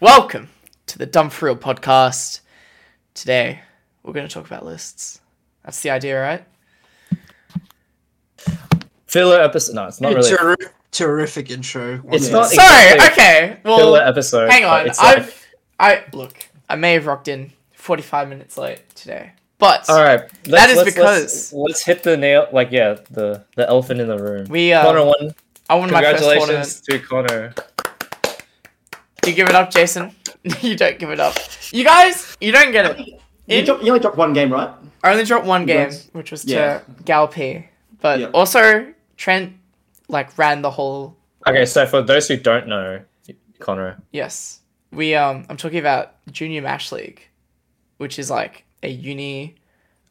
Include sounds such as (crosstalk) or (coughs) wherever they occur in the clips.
Welcome to the Dumb For Real podcast. Today, we're going to talk about lists. That's the idea, right? filler episode. No, it's not really. Terri- terrific intro. It's Yeah. not Sorry, exactly okay. Well, filler episode. hang but on. it's like- I've, I, look, I may have rocked in 45 minutes late today, but all right. Let's, is let's- because- let's, let's hit the nail. Like yeah, the the elephant in the room. we, uh, Connor won. I won my first tournament. Congratulations to Connor. Do you give it up, Jason? (laughs) you don't give it up. You guys, you don't get it. You, In- drop, you only dropped one game, right? I only dropped one You game, guys- which was Yeah. to Gal P, but Yeah. also Trent, like, ran the whole Okay, so for those who don't know, Connor. Yes. We um I'm talking about Junior Mash League, which is like a uni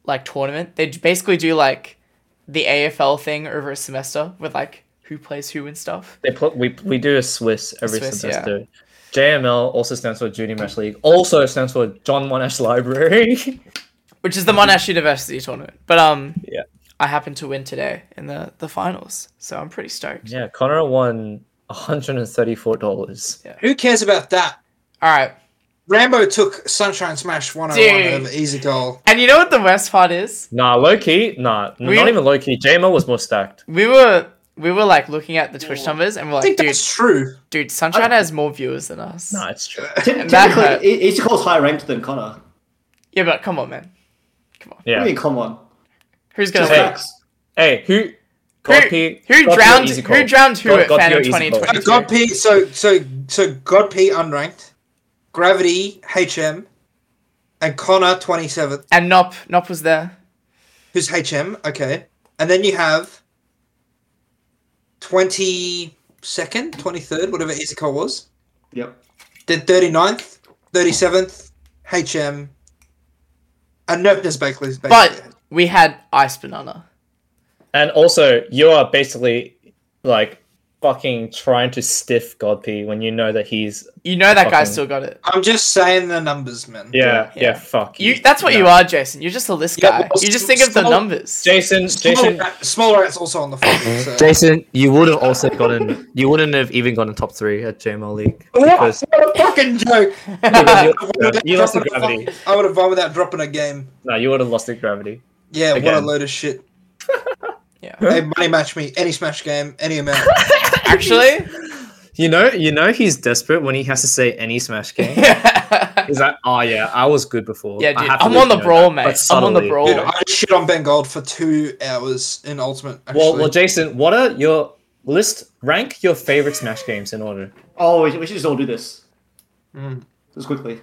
like tournament. They d- basically do like the AFL thing over a semester with like who plays who and stuff. They put we we do a Swiss every Swiss, yeah. semester. JML also stands for Judy Mesh League. Also stands for John Monash Library. (laughs) Which is the Monash University tournament. But um Yeah. I happened to win today in the the finals. So I'm pretty stoked. yeah, Connor won hundred and thirty four dollars. Who cares about that? All right. Rambo took Sunshine Smash 101 Dude. over Easy Goal. And you know what the worst part is? Nah, low key. Nah, We- not even low key. JML was more stacked. We were we were like looking at the Twitch numbers and we're I like, think dude, that's true. dude, Sunshine has more viewers than us. Nah, (laughs) it's true. Ty- that Typically, hurt. he- he's calls higher ranked than Connor. What Yeah, but come on, man. do Yeah. you mean, come on? Who's gonna Just Hey, win? facts. Hey, who? Who, Godpy- who Godpy or drowned? Easy Who Call? drowned who God- at Godpy or Phantom Easy Call? Twenty Uh, Twenty God Two? P. So so so God P. Unranked, Gravity HM, and Connor 27th. And Nop, Nop was there. Who's HM? Okay, and then you have 22nd, 23rd, whatever Easy Goal was. Yep. Then 39th, 37th, HM, and Nerfness Bakeley's But we had Ice Banana. And also, you are basically like fucking trying to stiff Godpy when you know that he's You know that guy Fucking- still got it. I'm just saying the numbers, man. yeah yeah, Yeah. fuck You. That's what No. you are, Jason. You're just a list Yeah, guy. well, You just s- think of the small- numbers. (laughs) Jason Smaller, Jason rat, smaller rat's also on the phone. (laughs) So. Jason. You would have also gotten. You wouldn't have even gotten top three at JML League because what a fucking joke! you, (laughs) would've you lost to dropped gravity. a fucking- I would have won without dropping a game. No, you would have lost to gravity. Yeah, what Again. a load of shit. Yeah. They money match me any Smash game, any (laughs) amount. Actually, You know, you know he's desperate when he has to say any (laughs) Smash (laughs) game. yeah, He's like, oh yeah, I was good before. dude. I have to I'm let on you the know brawl, that," but mate. I'm on the subtly. brawl. Dude, I just shit on Ben Gold for two hours in Ultimate. Actually. Well, well, Jason, what are your list? Rank your favorite Smash games in order. Oh, we, we should just all do this. Mm. Just quickly.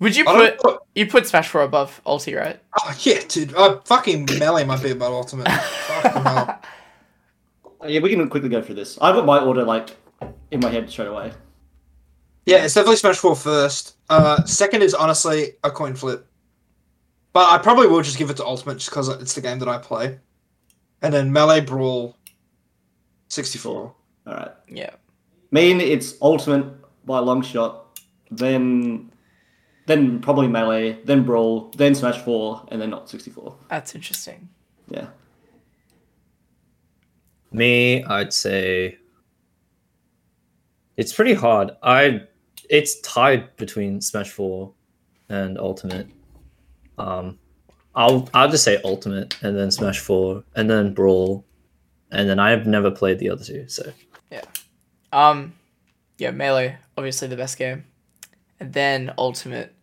Would you I don't put know. you put Smash Four above Ulti, right? Oh, yeah, dude. I fucking melee might be about Ultimate. Fucking hell. Uh, Yeah, we can quickly go through this. I've got my order like in my head straight away. Yeah, it's definitely Smash 4 first. Uh, second is honestly a coin flip. But I probably will just give it to Ultimate just because it's the game that I play. And then Melee Brawl 64. All right. yeah. Mean it's ultimate by a long shot. Then, then probably melee. Then brawl. Then smash four, and then not sixty four. That's interesting. Yeah. Me, I'd say it's pretty hard. I it's tied between Smash Four and Ultimate. Um, I'll I'll just say Ultimate and then Smash Four and then Brawl, and then I've never played the other two. So Um, yeah, melee, obviously the best game, and then ultimate,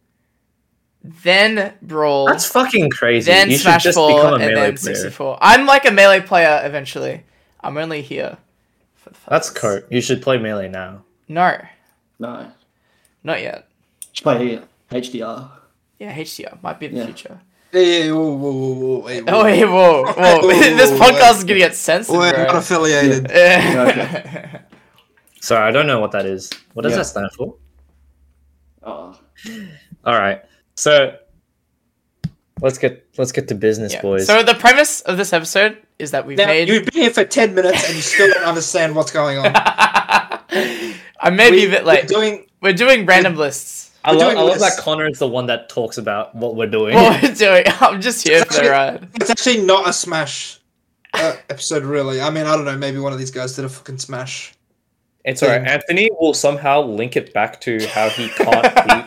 then brawl, that's fucking crazy. then you Smash should just Four, become a and melee then player. 64. I'm like a melee player eventually. I'm only here for the That's finals. cool. You should play melee now. No, No. not yet. Should play HDR. Yeah, HDR might be the Yeah. future. Hey, whoa, whoa, whoa, whoa, wait, (laughs) wait. Oh, hey, whoa, (laughs) Oh, whoa! this Ooh, podcast is gonna get censored, We're not bro. (laughs) affiliated. Eh. Sorry, I don't know what that is. What does Yeah. that stand for? Oh. All right. So let's get let's get to business, Yeah. boys. So the premise of this episode is that we've Now, made. you've been here for 10 minutes and you still don't understand what's going on. (laughs) I may be a bit We're late. doing, We're doing random lists. I We're love, doing I love lists. that Connor is the one that talks about what we're doing. What we're doing? (laughs) I'm just here for the (laughs) ride. it's actually not a Smash uh, episode, really. I mean, I don't know. Maybe one of these guys did a fucking Smash. It's alright. Anthony will somehow link it back to how he (laughs) can't beat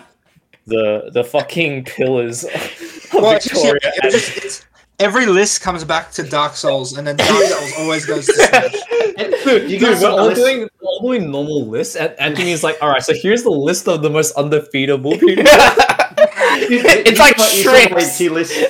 the the fucking pillars of Well, it's just- yeah, Victoria. it's just- it's- every list comes back to Dark Souls, and then Dark Souls always goes (laughs) to Smash. Dude, you guys we're want all this? doing we're all doing normal lists, and Anthony's like, "All right, so here's the list of the most undefeatable (laughs) people." it's like tricks.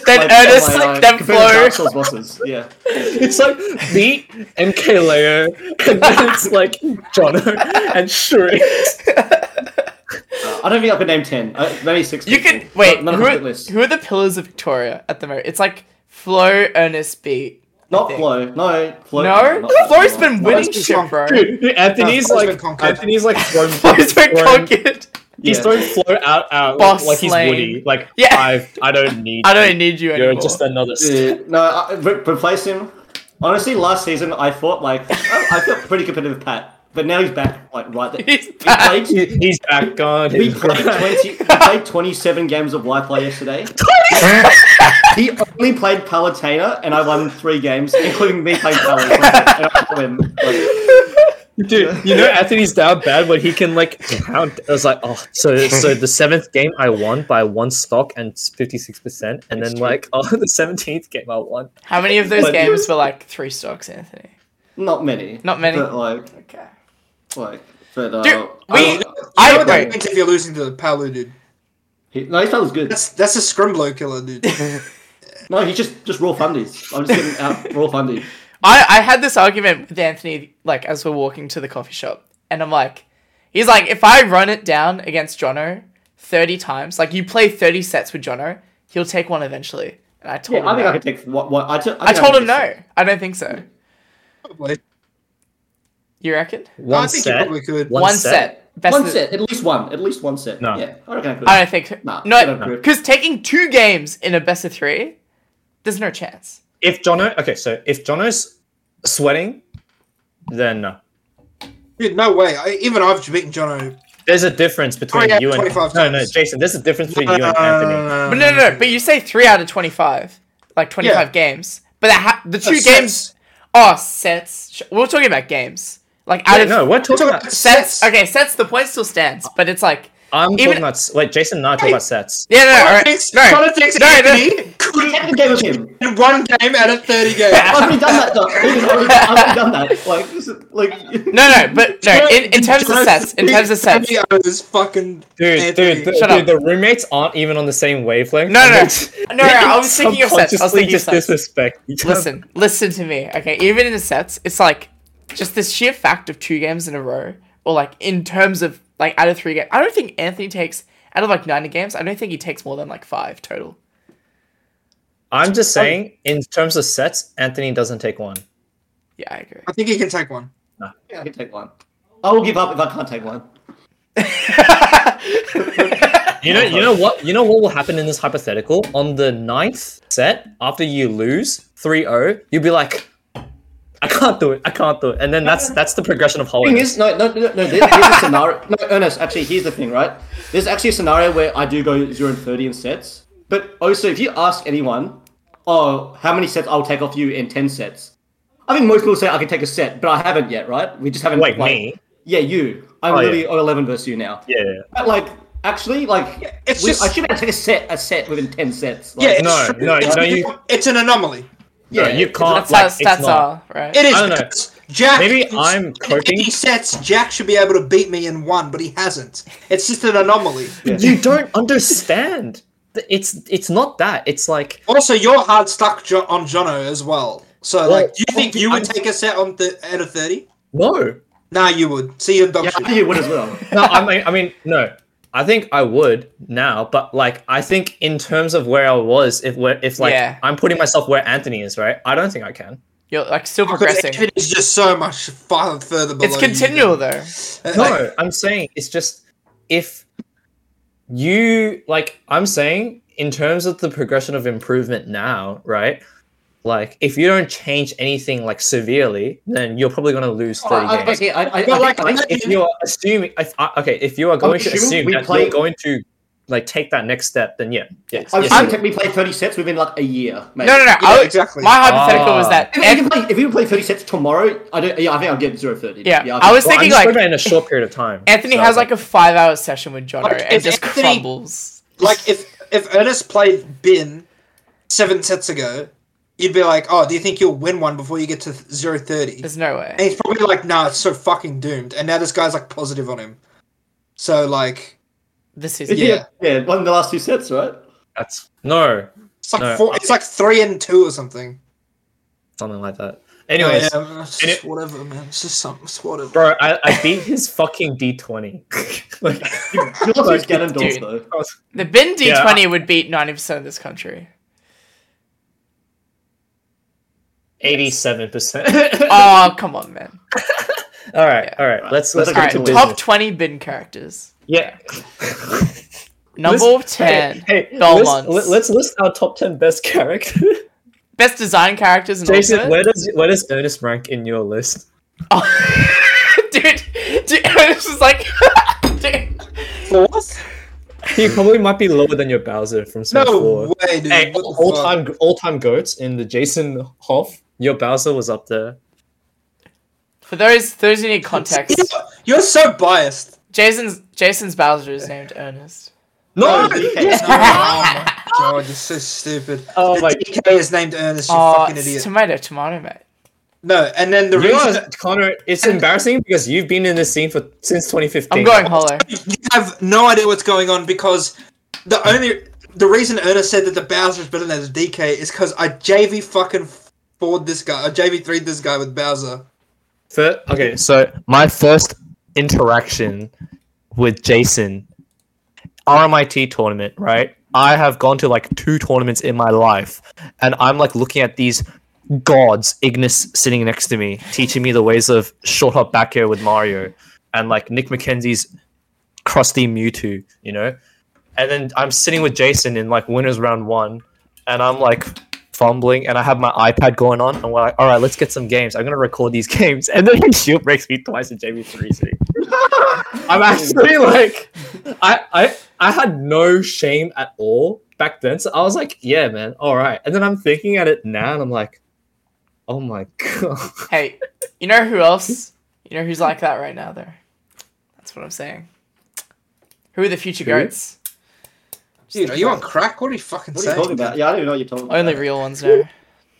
Then Ernest, earnest like, then Flo. Dark Souls bosses. Yeah. it's like beat MKLeo, and then it's like Jono and Shrix. Uh, I don't think I could name ten. Uh, maybe six. You people. can wait. Not- None of who, them are, fit list. who are the pillars of Victoria at the moment? It's like Flo, Ernest, Beat. Not think. Flo. No. Flo. No, not Flo. Flo's been Flo's winning been shit, conquered. bro. (laughs) Dude, Anthony's No, Flo's been like conquered. Anthony's like thrown, Flo's been thrown- conquered. Yeah. he's throwing Flo out out Boss like he's Lane. Woody. Like Yeah. I I (laughs) don't need I don't need you you. You're anymore. just another. Yeah, no, I, re- replace him. Honestly, last season I thought like I, I felt pretty competitive, with Pat, but now he's back like right there. (laughs) He's He back. played- He- He's back gone. We He's played back. twenty. we (laughs) played twenty-seven games of Wi-Fi yesterday. he only played Palutena, and I won three games, including me playing Palutena. and I won. Like, (laughs) Dude, you know Anthony's down bad when he can like count. I was like, oh, so so the seventh game I won by one stock and fifty six percent, and then like (laughs) oh the seventeenth game I won. How many of those But- games were like three stocks, Anthony? not many. Not many. But like, Okay. like, but uh, Dude, I- we- You Oh, I- know what that wait. means if you're losing to the Palu dude. he, no, he felt good. That's that's a Scrimblow killer (laughs) dude. No, he's just just raw fundies. I'm just getting out raw fundies. I, I had this argument with Anthony like as we're walking to the coffee shop, and I'm like, he's like, if I run it down against Jono thirty times, like you play thirty sets with Jono, he'll take one eventually. And I told Yeah, I him, think no. I could take what, what I, t- I, think I told could him take- no. I don't think so. Probably. You reckon? One I think you set. probably could. One, set. Best One of- set, at least one, at least one set. No. Yeah, I reckon I could. I don't think. Nah, I don't no, agree. because taking two games in a best of three, there's no chance. If Jono, okay, so if Jono's sweating, then no. Dude, no way. I, even I've beaten Jono. There's a difference between Oh, yeah, you and 25 no, no, times. Jason. There's a difference between No, you no, and no, Anthony. no, no, But no, no, no. But you say three out of twenty-five, like twenty-five Yeah. games. But that ha- the two sets. games are sets. Sh- We're talking about games. Like out Wait, of no, we're talking Talk about. about sets. Okay, sets. The point still stands, but it's like I'm even- talking about. s- Wait, Jason, not talking about sets. yeah, no, no, alright, Politics, no, politics, no, no. Anthony. I haven't game with him. In one game out of 30 games. I've already done that, though. I've already, I've already done that. Like, this is- like. No, no, but no. In, in terms of sets, in terms of sets, Anthony owes fucking Dude, Anthony. dude, the, Shut dude, up. the roommates aren't even on the same wavelength. No, and no, they- (laughs) no, no, they I was thinking of sets. I was subconsciously thinking of just sets. disrespect. each other. listen, listen to me, okay? Even in the sets, it's like just the sheer fact of two games in a row, or like in terms of like out of three games. I don't think Anthony takes out of like ninety games. I don't think he takes more than like five total. I'm just saying, in terms of sets, Anthony doesn't take one. Yeah, I agree. I think he can take one. I can take one. I will give up if I can't take one. You know, you know what, you know what will happen in this hypothetical on the ninth set after you lose 3-0, you'll be like, I can't do it, I can't do it, and then that's that's the progression of thing holiness. is, no, no, no, no. There, here's a scenario. No, Ernest, actually, here's the thing, right? There's actually a scenario where I do go zero and thirty in sets, but also if you ask anyone, oh, how many sets I'll take off you in ten sets? I think most people say I can take a set, but I haven't yet, right? We just haven't. Wait, like- me? Yeah, you. I'm Oh, literally yeah. on eleven versus you now. Yeah, But like, actually, like, it's we- just- I should have taken a set, a set within ten sets. Like, Yeah, it's No, true. no, it's, no, you- it's an anomaly. yeah, Yeah, you it's- can't. That's Like, how it's stats not. are, right? It is. I don't know. because Jack. Maybe is- I'm If coping. he sets, Jack should be able to beat me in one, but he hasn't. It's just an anomaly. You don't understand. It's it's not that. It's like Also, you're hard stuck jo- on Jono as well. So, Well, like, do you think you would I'm- take a set on th- out of 30? no, Nah, you would. See, you're dog yeah, shit. you would as well. no, I mean, I mean, no. I think I would now, but like, I think in terms of where I was, if where, if like Yeah. I'm putting myself where Anthony is, right? I don't think I can. You're like still Because progressing. Anthony is just so much far further below. It's continual though. You. No, Like, I'm saying it's just if you like, I'm saying in terms of the progression of improvement now, right? Like, if you don't change anything like severely, then you're probably gonna lose Oh, thirty I, I, games. okay, I, I, I, But, like, I, if you're assuming, if I, okay, if you are going to assuming assume we that play- you're going to like take that next step, then yeah, yeah. yes, I've seen you will. technically play 30 sets within like a year. Maybe. No, no, no. I was- exactly. My hypothetical was Ah. that. If, if, you play, if you play 30 sets tomorrow, I don't. Yeah, I think I'll get zero thirty. Yeah, yeah I was Well, I'm thinking just like talking about in a short period of time. Anthony So, has like a five-hour session with Jono Like, and if just Anthony- crumbles. Like if if Ernest played Bin seven sets ago, you'd be like, oh, do you think you'll win one before you get to zero thirty? There's no way. And he's probably like, nah, it's so fucking doomed. And now this guy's like positive on him. So like, This is yeah, yeah, won the last two (laughs) sets, right? that's no it's like No, four, I- it's like three and two or something. something like that. Anyways, Oh, yeah, it's and just it- whatever, man. It's just something. It's whatever. bro, I, I beat his fucking D twenty. (laughs) like, You lost those Ganondorf Dude. though. the bin D twenty Yeah. would beat ninety percent of this (laughs) country. eighty-seven percent. (laughs) Oh come on, man! All right, all right. Let's let's All get All right, to Alright, business. top twenty bin characters. Yeah. Number Let's- ten, Hey, hey, Belmont. let's, let- let's list our top ten best characters. best design characters. In Jason, Ultimate. where does where does Ernest rank in your list? Oh. (laughs) dude, dude, (laughs) this is like, dude, Fourth? He probably might be lower than your Bowser from Smash No Four. way, dude. Hey, what the all fuck? time all time goats in the Jason Hoff. Your Bowser was up there. for those those who need context, You're so biased. Jason's Jason's Bowser is named (laughs) Ernest. No, Oh, DK. yes. No, oh my god, you're so stupid. Oh the my- DK is named Ernest. You Oh, fucking it's idiot. tomato, tomato, mate. No, and then the You reason are, Connor, it's embarrassing because you've been in this scene for since 2015. I'm going hollow. you have no idea what's going on because the only the reason Ernest said that the Bowser is better than the DK is because I JV fucking forward this guy, I JV three this guy with Bowser. Fir- okay, so my first interaction with Jason, RMIT tournament, right? I have gone to like two tournaments in my life, and I'm like looking at these gods, Ignis sitting next to me, teaching me the ways of short hop back air with Mario, and like Nick McKenzie's crusty Mewtwo, you know? And then I'm sitting with Jason in like winners round one, and I'm like fumbling, and I have my iPad going on, and we're like, all right, let's get some games. I'm gonna record these (laughs) games, and then he shield breaks me twice in JB three C. I'm actually like, I I I had no shame at all back then, so I was like, yeah, man, all right. And then I'm thinking at it now, and I'm like, oh my (laughs) god, Hey, you know who else? You know who's like that right now, though? That's what I'm saying. Who are the future Who? goats? Dude, are you on crack? What are you fucking What are you saying? talking about? Yeah, I don't even know what you're talking Only about. real ones know.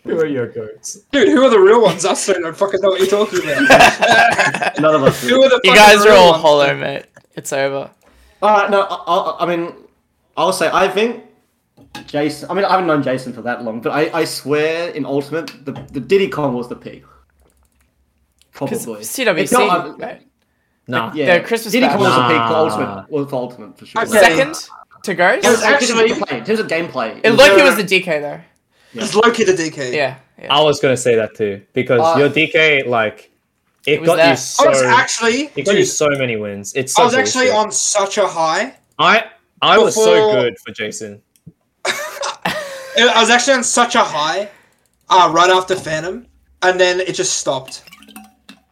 who are your goats? Dude, who are the real ones? I still don't fucking know what you're talking (laughs) about. None (laughs) of us. do. who are the You fucking guys are real all ones? hollow, mate. It's over. All right, no, I, I, I mean, I'll say I think Jason. I mean, I haven't known Jason for that long, but I, I swear in Ultimate, the, the Diddy Kong was the peak. Because Probably. Oh, It's CWC, not- mate. Nah, yeah, the Christmas Diddy Kong was the bash. peak for Nah. Ultimate. Was for Ultimate for sure. Okay. Second to It was Ghost? Oh, actually in terms of gameplay. It looked it was the DK, though. It's Loki the DK. Yeah. yeah. I was gonna say that too because Uh, your DK like it, It was got there. you I so was actually, it got you dude, so many wins. It's so I was actually bullshit. on such a high. I I was so Before- good for Jason. I was actually on such a high, uh, right after Phantom, and then it just stopped.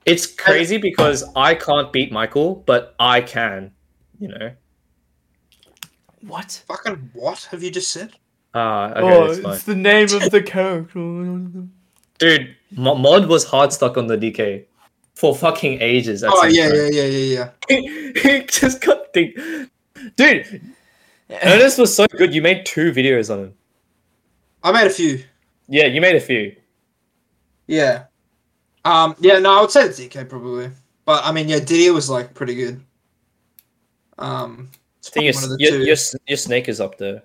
It's crazy because I can't beat Michael, but I can. You know. What? Fucking what have you just said? Ah, okay, oh, that's it's fine. the name of (laughs) the character. Dude, Mo- Mod was hard stuck on the DK for fucking ages. at Oh some yeah, time. yeah, yeah, yeah, yeah. (laughs) he just got the Dude, Ernest was so good. You made two videos on him. I made a few. Yeah, you made a few. Yeah. Um. Yeah. No, I would say the DK probably, but I mean, yeah, Didier was like pretty good. Um. It's I think probably your, one of the your, two. your, s- your snake is up there.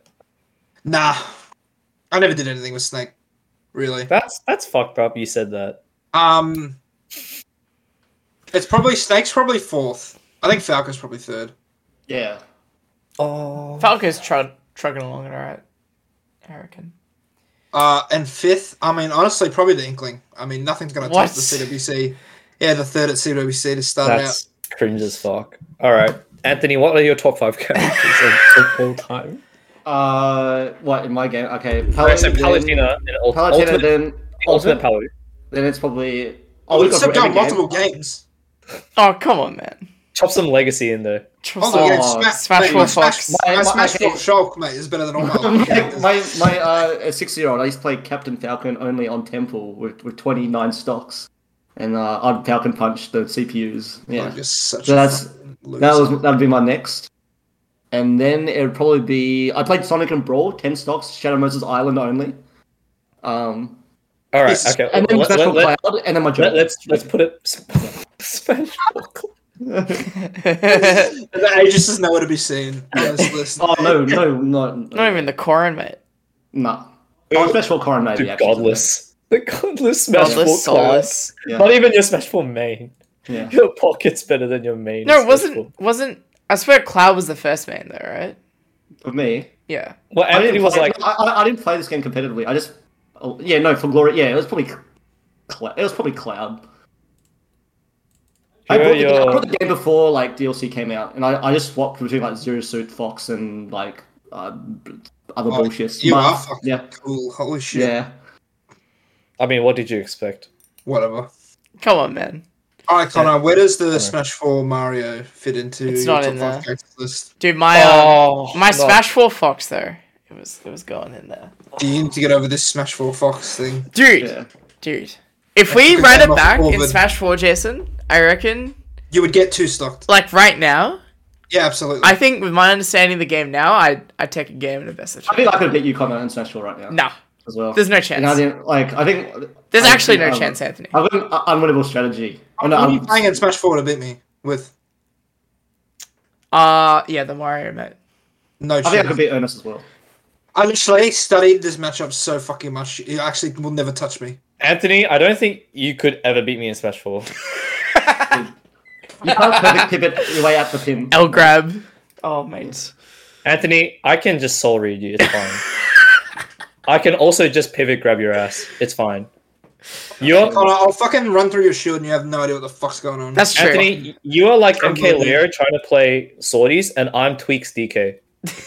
Nah, I never did anything with Snake, really. That's that's fucked up. You said that. Um. It's probably Snake's probably fourth. I think Falco's probably third. yeah. Oh. Falco's trud- trugging along, alright. I reckon. Uh, and fifth, I mean, honestly, probably the Inkling. I mean, nothing's going to What? touch the CWC. Yeah, the third at CWC to start out. That's cringe as fuck. All right, Anthony, what are your top five characters of, of all (laughs) time? Uh, what in my game? Okay, Alright, so Paladin, Palutena and Ult- Paladin, Ultimate, then Ultimate Ultimate, Palu. then it's probably. Oh, we've it's gone still through (laughs) done every game. multiple games. Oh, come on, man. Chop some legacy in there. Oh, my God, Oh, Sma- Smash mate, for Smash, Fox. My- my my- Smash okay. for Shulk, mate, is better than all my (laughs) other my characters. my, my uh, six year old, I used to play Captain Falcon only on Temple with, with 29 stocks, and uh, I'd Falcon punch the CPUs. I'm Yeah, just such So a that's- fucking that loser. was that'd be my next. And then it would probably be I played Sonic and Brawl, 10 stocks, Shadow Moses Island only. Um, All right. Yes. Okay. and then let, Smash let, let, Cloud, and then my let, job. let's let's put it. (laughs) Smash. The Aegis is nowhere to be (laughs) seen on this list. (laughs) oh no, no, no, no, (laughs) Not even the Corrin, mate. Nah. Oh, Smash 4 Corrin maybe. Dude, actually. godless. The godless Smash Godless, 4 clan. soulless. Yeah. Not even your Smash 4 main. Yeah. Your pocket's better than your main. No, Smash it 4. wasn't. Wasn't. I swear, Cloud was the first main though, right? For me, Yeah. Well, I Anthony didn't was play- like, I, I, I didn't play this game competitively. I just, oh, yeah, no, for glory, yeah, it was probably, cl- it was probably cloud. I Here bought, the, I you're- bought the game before like DLC came out, and I, I just swapped between like Zero Suit Fox and like uh, b- other Oh, bullshit. you Marth, are fucking yeah, cool. Holy shit. yeah. I mean, what did you expect? Whatever. Come on, man. All right, Connor, where does the Connor. Smash 4 Mario fit into It's your not top in five there. characters list? Dude, my Oh, uh, Um, my Smash Four Fox though. It was it was going in there. Do you need to get over this Smash 4 Fox thing? Dude, yeah. dude. If we good run game it off back in Orbit. Smash Four, Jason, I reckon You would get two stocked. like right now. Yeah, absolutely. I think with my understanding of the game now, I I would take a game and a best of I think I could beat you Connor and Smash Four right now. Nah, as well. there's no And I chance. didn't like. I think There's I- actually I- no chance, Anthony. I wouldn't uh, unwinnable strategy. Oh, no, what are you I'm- playing in Smash 4 to beat me with? Uh yeah, the Mario mate. No I think I could chance. beat Ernest as well. I literally studied this matchup so fucking much. It actually will never touch me. Anthony, I don't think you could ever beat me in Smash 4. You can't (laughs) perfect pivot your way out the pin. L grab. Oh mate. Anthony, I can just soul read you. It's fine. (laughs) I can also just pivot grab your ass. It's fine. You're Connor, I'll fucking run through your shield and you have no idea what the fuck's going on. That's true. Anthony. You are like True. MK Leo trying to play sorties, and I'm Tweaks DK. (laughs)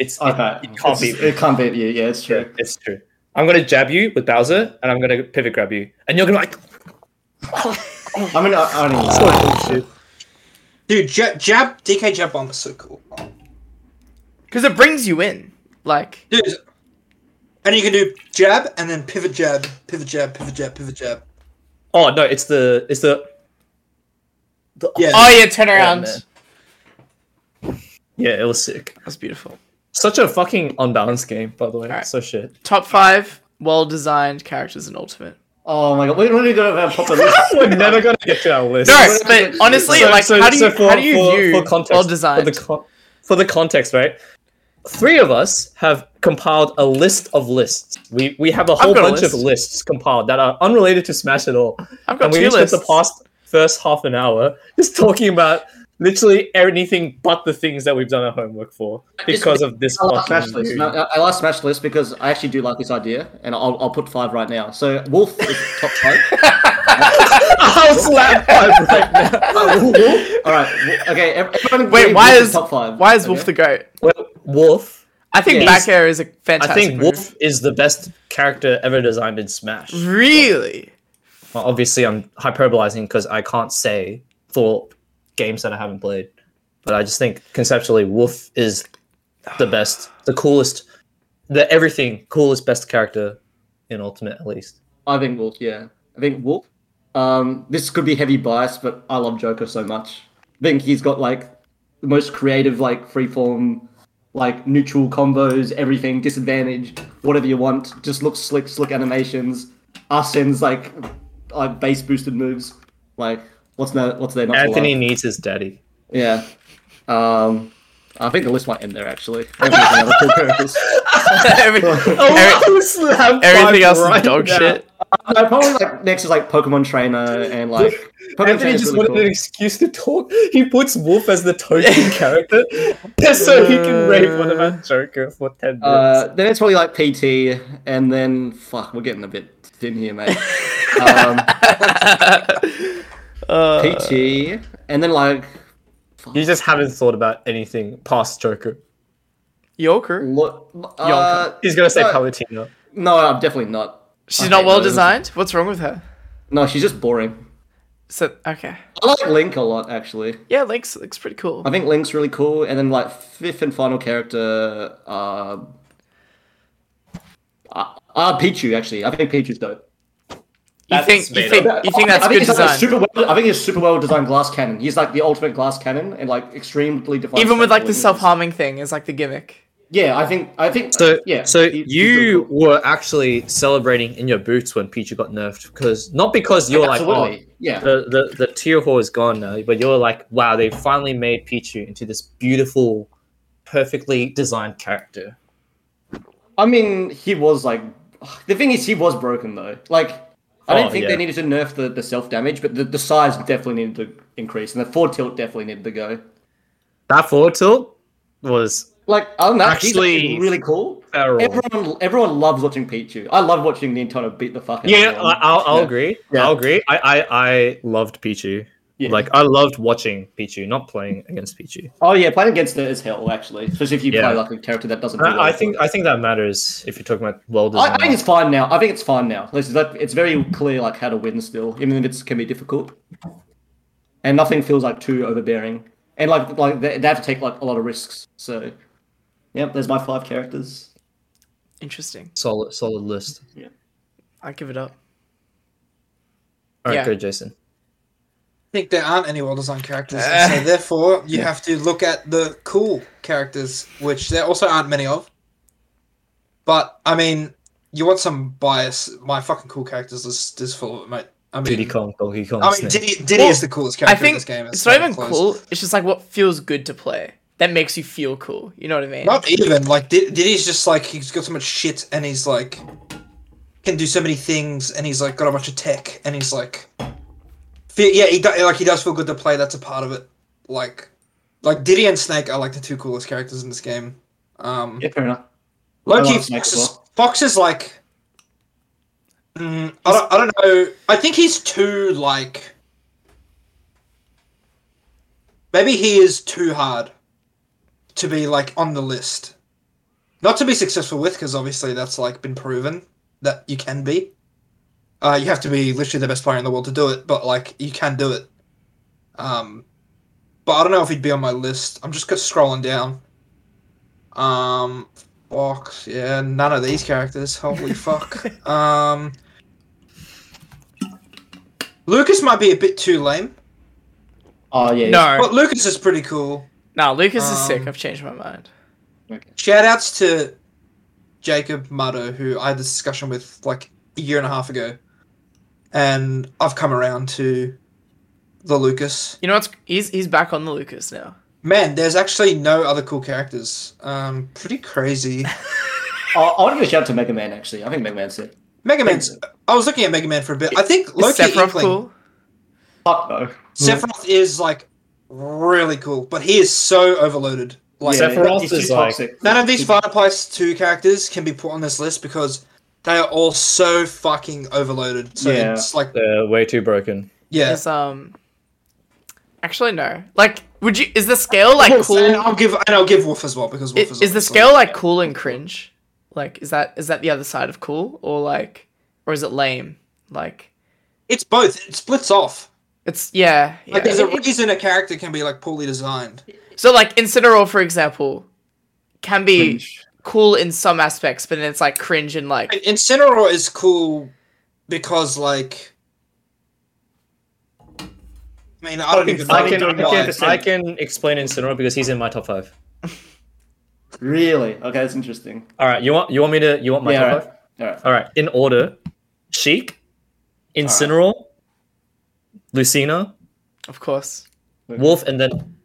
It's it, Okay. it can't It's- be. It can't beat you. Yeah, it's true. It's true. I'm gonna jab you with Bowser, and I'm gonna pivot grab you, and you're gonna be like. I mean, I, I don't even know. Dude, jab, jab, DK jab bomb is so cool. Because it brings you in. Like Dude, and you can do jab and then pivot jab, pivot jab, pivot jab, pivot jab. Oh no! It's the it's the. the Yeah. Oh yeah, turn Oh, around. man. yeah, it was sick. That's beautiful. Such a fucking unbalanced game, by the way. Alright. So shit. Top five well designed characters in Ultimate. Oh my god, we're not even gonna have a (laughs) proper list. (laughs) We're never gonna get to our list. No, but honestly, So- like so- how do you so for- how do you for- view for context- well designed? For the, con- for the context, right? Three of us have compiled a list of lists. We we have a whole got a bunch of list. lists compiled that are unrelated to Smash at all, I've got and we two just spent lists. the past first half an hour just talking about literally anything but the things that we've done our homework for because of this I like Smash fucking. List. dude. No, I I like Smash List because I actually do like this idea, and I'll, I'll put five right now. So Wolf is (laughs) top five. I'll slap five right now. Uh, Wolf. Wolf? All right. Wo- Okay. ev- Everyone agree Wait, why Wolf is top five? why is Wolf the goat? Well, Wolf. I think Yeah. back air is a fantastic. I think move. Wolf is the best character ever designed in (laughs) Smash. Really? Well, obviously, I'm hyperbolizing because I can't say for games that I haven't played, but I just think conceptually, Wolf is the best, the coolest, the everything coolest, best character in Ultimate, at least. I think Wolf. Yeah. I think Wolf. Um, this could be heavy bias, but I love Joker so much. I think he's got like the most creative, like freeform, like neutral combos, everything, disadvantage, whatever you want. Just looks slick, slick animations. Arsene's like uh, base boosted moves. Like what's no, what's there not to Anthony love? needs his daddy. Yeah. Um, I think the list might end there actually. I think there's (laughs) another two characters. (laughs) Every- every- everything else is dog shit. No, probably like next is like Pokemon Trainer and like Pokemon Anthony Trainer's just really wanted cool. an excuse to talk. He puts Wolf as the token character just so he can rave one about Joker for 10 minutes. Uh, then it's probably like PT, and then fuck, we're getting a bit thin here, mate. um, PT, and then like you just haven't thought about anything past Joker. Yoker. lo- uh, He's gonna say no, Palutena. No, I'm definitely not. She's I not hate well those. designed. What's wrong with her? No, she's just boring. So okay, I like Link a lot, actually. yeah, Link's looks pretty cool. I think Link's really cool, and then like fifth and final character, uh, uh, uh Pichu. Actually, I think Pichu's dope. You That's think you made think I you think that's I good he's like a design? super well, I think he's a super well designed glass cannon. He's like the ultimate glass cannon, and like extremely defined. Even with like the special self harming thing is like the gimmick. Yeah, I think I think So yeah. so he- he's you really cool. were actually celebrating in your boots when Pichu got nerfed because not because you're like oh, Absolutely, yeah. the the the tier whore is gone now, but you're like wow they finally made Pichu into this beautiful, perfectly designed character. I mean, he was like the thing is he was broken though. Like I Oh, don't think yeah. they needed to nerf the, the self damage, but the, the size definitely needed to increase, and the forward tilt definitely needed to go. That forward tilt was Like I don't know, actually Actually- really cool. feral. Everyone everyone loves watching Pichu. I love watching Nintendo beat the fuck out Yeah, of I- everyone. I'll, I'll Yeah. agree. Yeah. I'll agree. I, I, I loved Pichu. Yeah. Like I loved watching Pichu, not playing against Pichu. Oh yeah, playing against it is hell actually, especially if you Yeah. play like a character that doesn't. do well. I, I think I think that matters if you're talking about well I, I think designed. it's fine now. I think it's fine now. It's, like, it's very clear like how to win still, even if it can be difficult. And nothing feels like too overbearing. And like like they, they have to take like a lot of risks. So, yep, there's my five characters. Interesting. Solid solid list. I give it up. All right, Yeah. go Jason. think there aren't any well designed characters, and Ah. so therefore you have to look at the cool characters, which there also aren't many of. But I mean, you want some bias? My fucking cool characters list is full of it, mate. I Diddy mean, Kong, Donkey Kong. I mean, Snake. Diddy, Diddy Well, is the coolest I character in think this game. it's not even close. cool. It's just like what feels good to play. That makes you feel cool. You know what I mean? Not even like Did- Diddy's just like he's got so much shit, and he's like can do so many things, and he's like got a bunch of tech, and he's like, feel, yeah, he do, like he does feel good to play. That's a part of it. Like, like Diddy and Snake are like the two coolest characters in this game. Um, Yeah, fair enough. I Loki like Snake Fox as is, well. Fox is like, mm, I don't, I don't know. I think he's too like. Maybe he is too hard to be like on the list. Not to be successful with, because obviously that's like been proven that you can be. Uh, you have to be literally the best player in the world to do it, but like you can do it. Um, but I don't know if he'd be on my list. I'm just scrolling down. Um, Fox, yeah, none of these (laughs) characters. Holy fuck. Um, Lucas might be a bit too lame, Oh yeah. No, but Lucas is pretty cool. no, Lucas is sick. Um, I've changed my mind. yeah. Okay. Shoutouts to Jacob Mutto, who I had this discussion with like a year and a half ago, and I've come around to the Lucas. You know what's he's he's back on the Lucas now. Man, there's actually no other cool characters. Um, (laughs) pretty crazy. I, I want to give a shout out to Mega Man actually. I think Mega Man's it. Mega Man's. I was looking at Mega Man for a bit. I think Is Loki Sephiroth Inkling- cool? Fuck no. Sephiroth is like really cool, but he is so overloaded. Like Yeah. Sephiroth he's too is like- toxic. none of these Fireplace Two characters can be put on this list because they are all so fucking overloaded. So Yeah. it's like They're way too broken. yeah. Is um. Actually, no. Like, would you? Is the scale like (laughs) Wolf, And cool? I'll give and I'll give Wolf as well because Wolf Is, is is the obviously- scale like cool and cringe? Like, is that is that the other side of cool or like, or is it lame? Like, It's both. It splits off. it's yeah. yeah. Like there's a reason a character can be like poorly designed. So like Incineroar, for example, can be Cringe. cool in some aspects, but then it's like cringe and like And Incineroar is cool because like. I mean, I don't even know. I can I can, why. I can explain Incineroar because he's in my top five. Really? Okay, that's interesting. All right, you want you want me to you want my yeah. top All right. five? All right. All right, in order: Sheik, Incineroar, Lucina, of course. Wolf, and then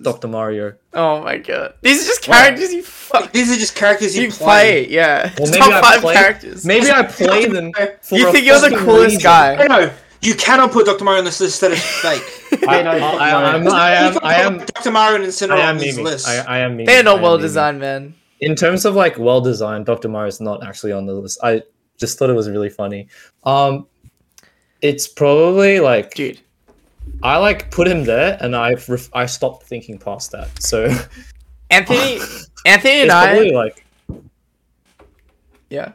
Doctor Mario. Oh my god. These are just Wow. characters you fuck These are just characters you play, yeah. Well, maybe Top I five play- characters. Maybe I play them. For you a think you're the fucking coolest reason. guy. No, no, you cannot put Dr. Mario on this list. That is fake. I, Yeah, no, I, fuck I, Mario. I'm- I am. You can't I put am. Dr. Mario and I Incineroar on am this memeing. list. I, I am memeing. They are I not am well memeing. designed, man. In terms of like well designed, Doctor Mario is not actually on the list. I just thought it was really funny. Um, it's probably like Dude. I like put him there, and I ref- I stopped thinking past that. So (laughs) it's (laughs) Anthony Anthony and I probably like Yeah.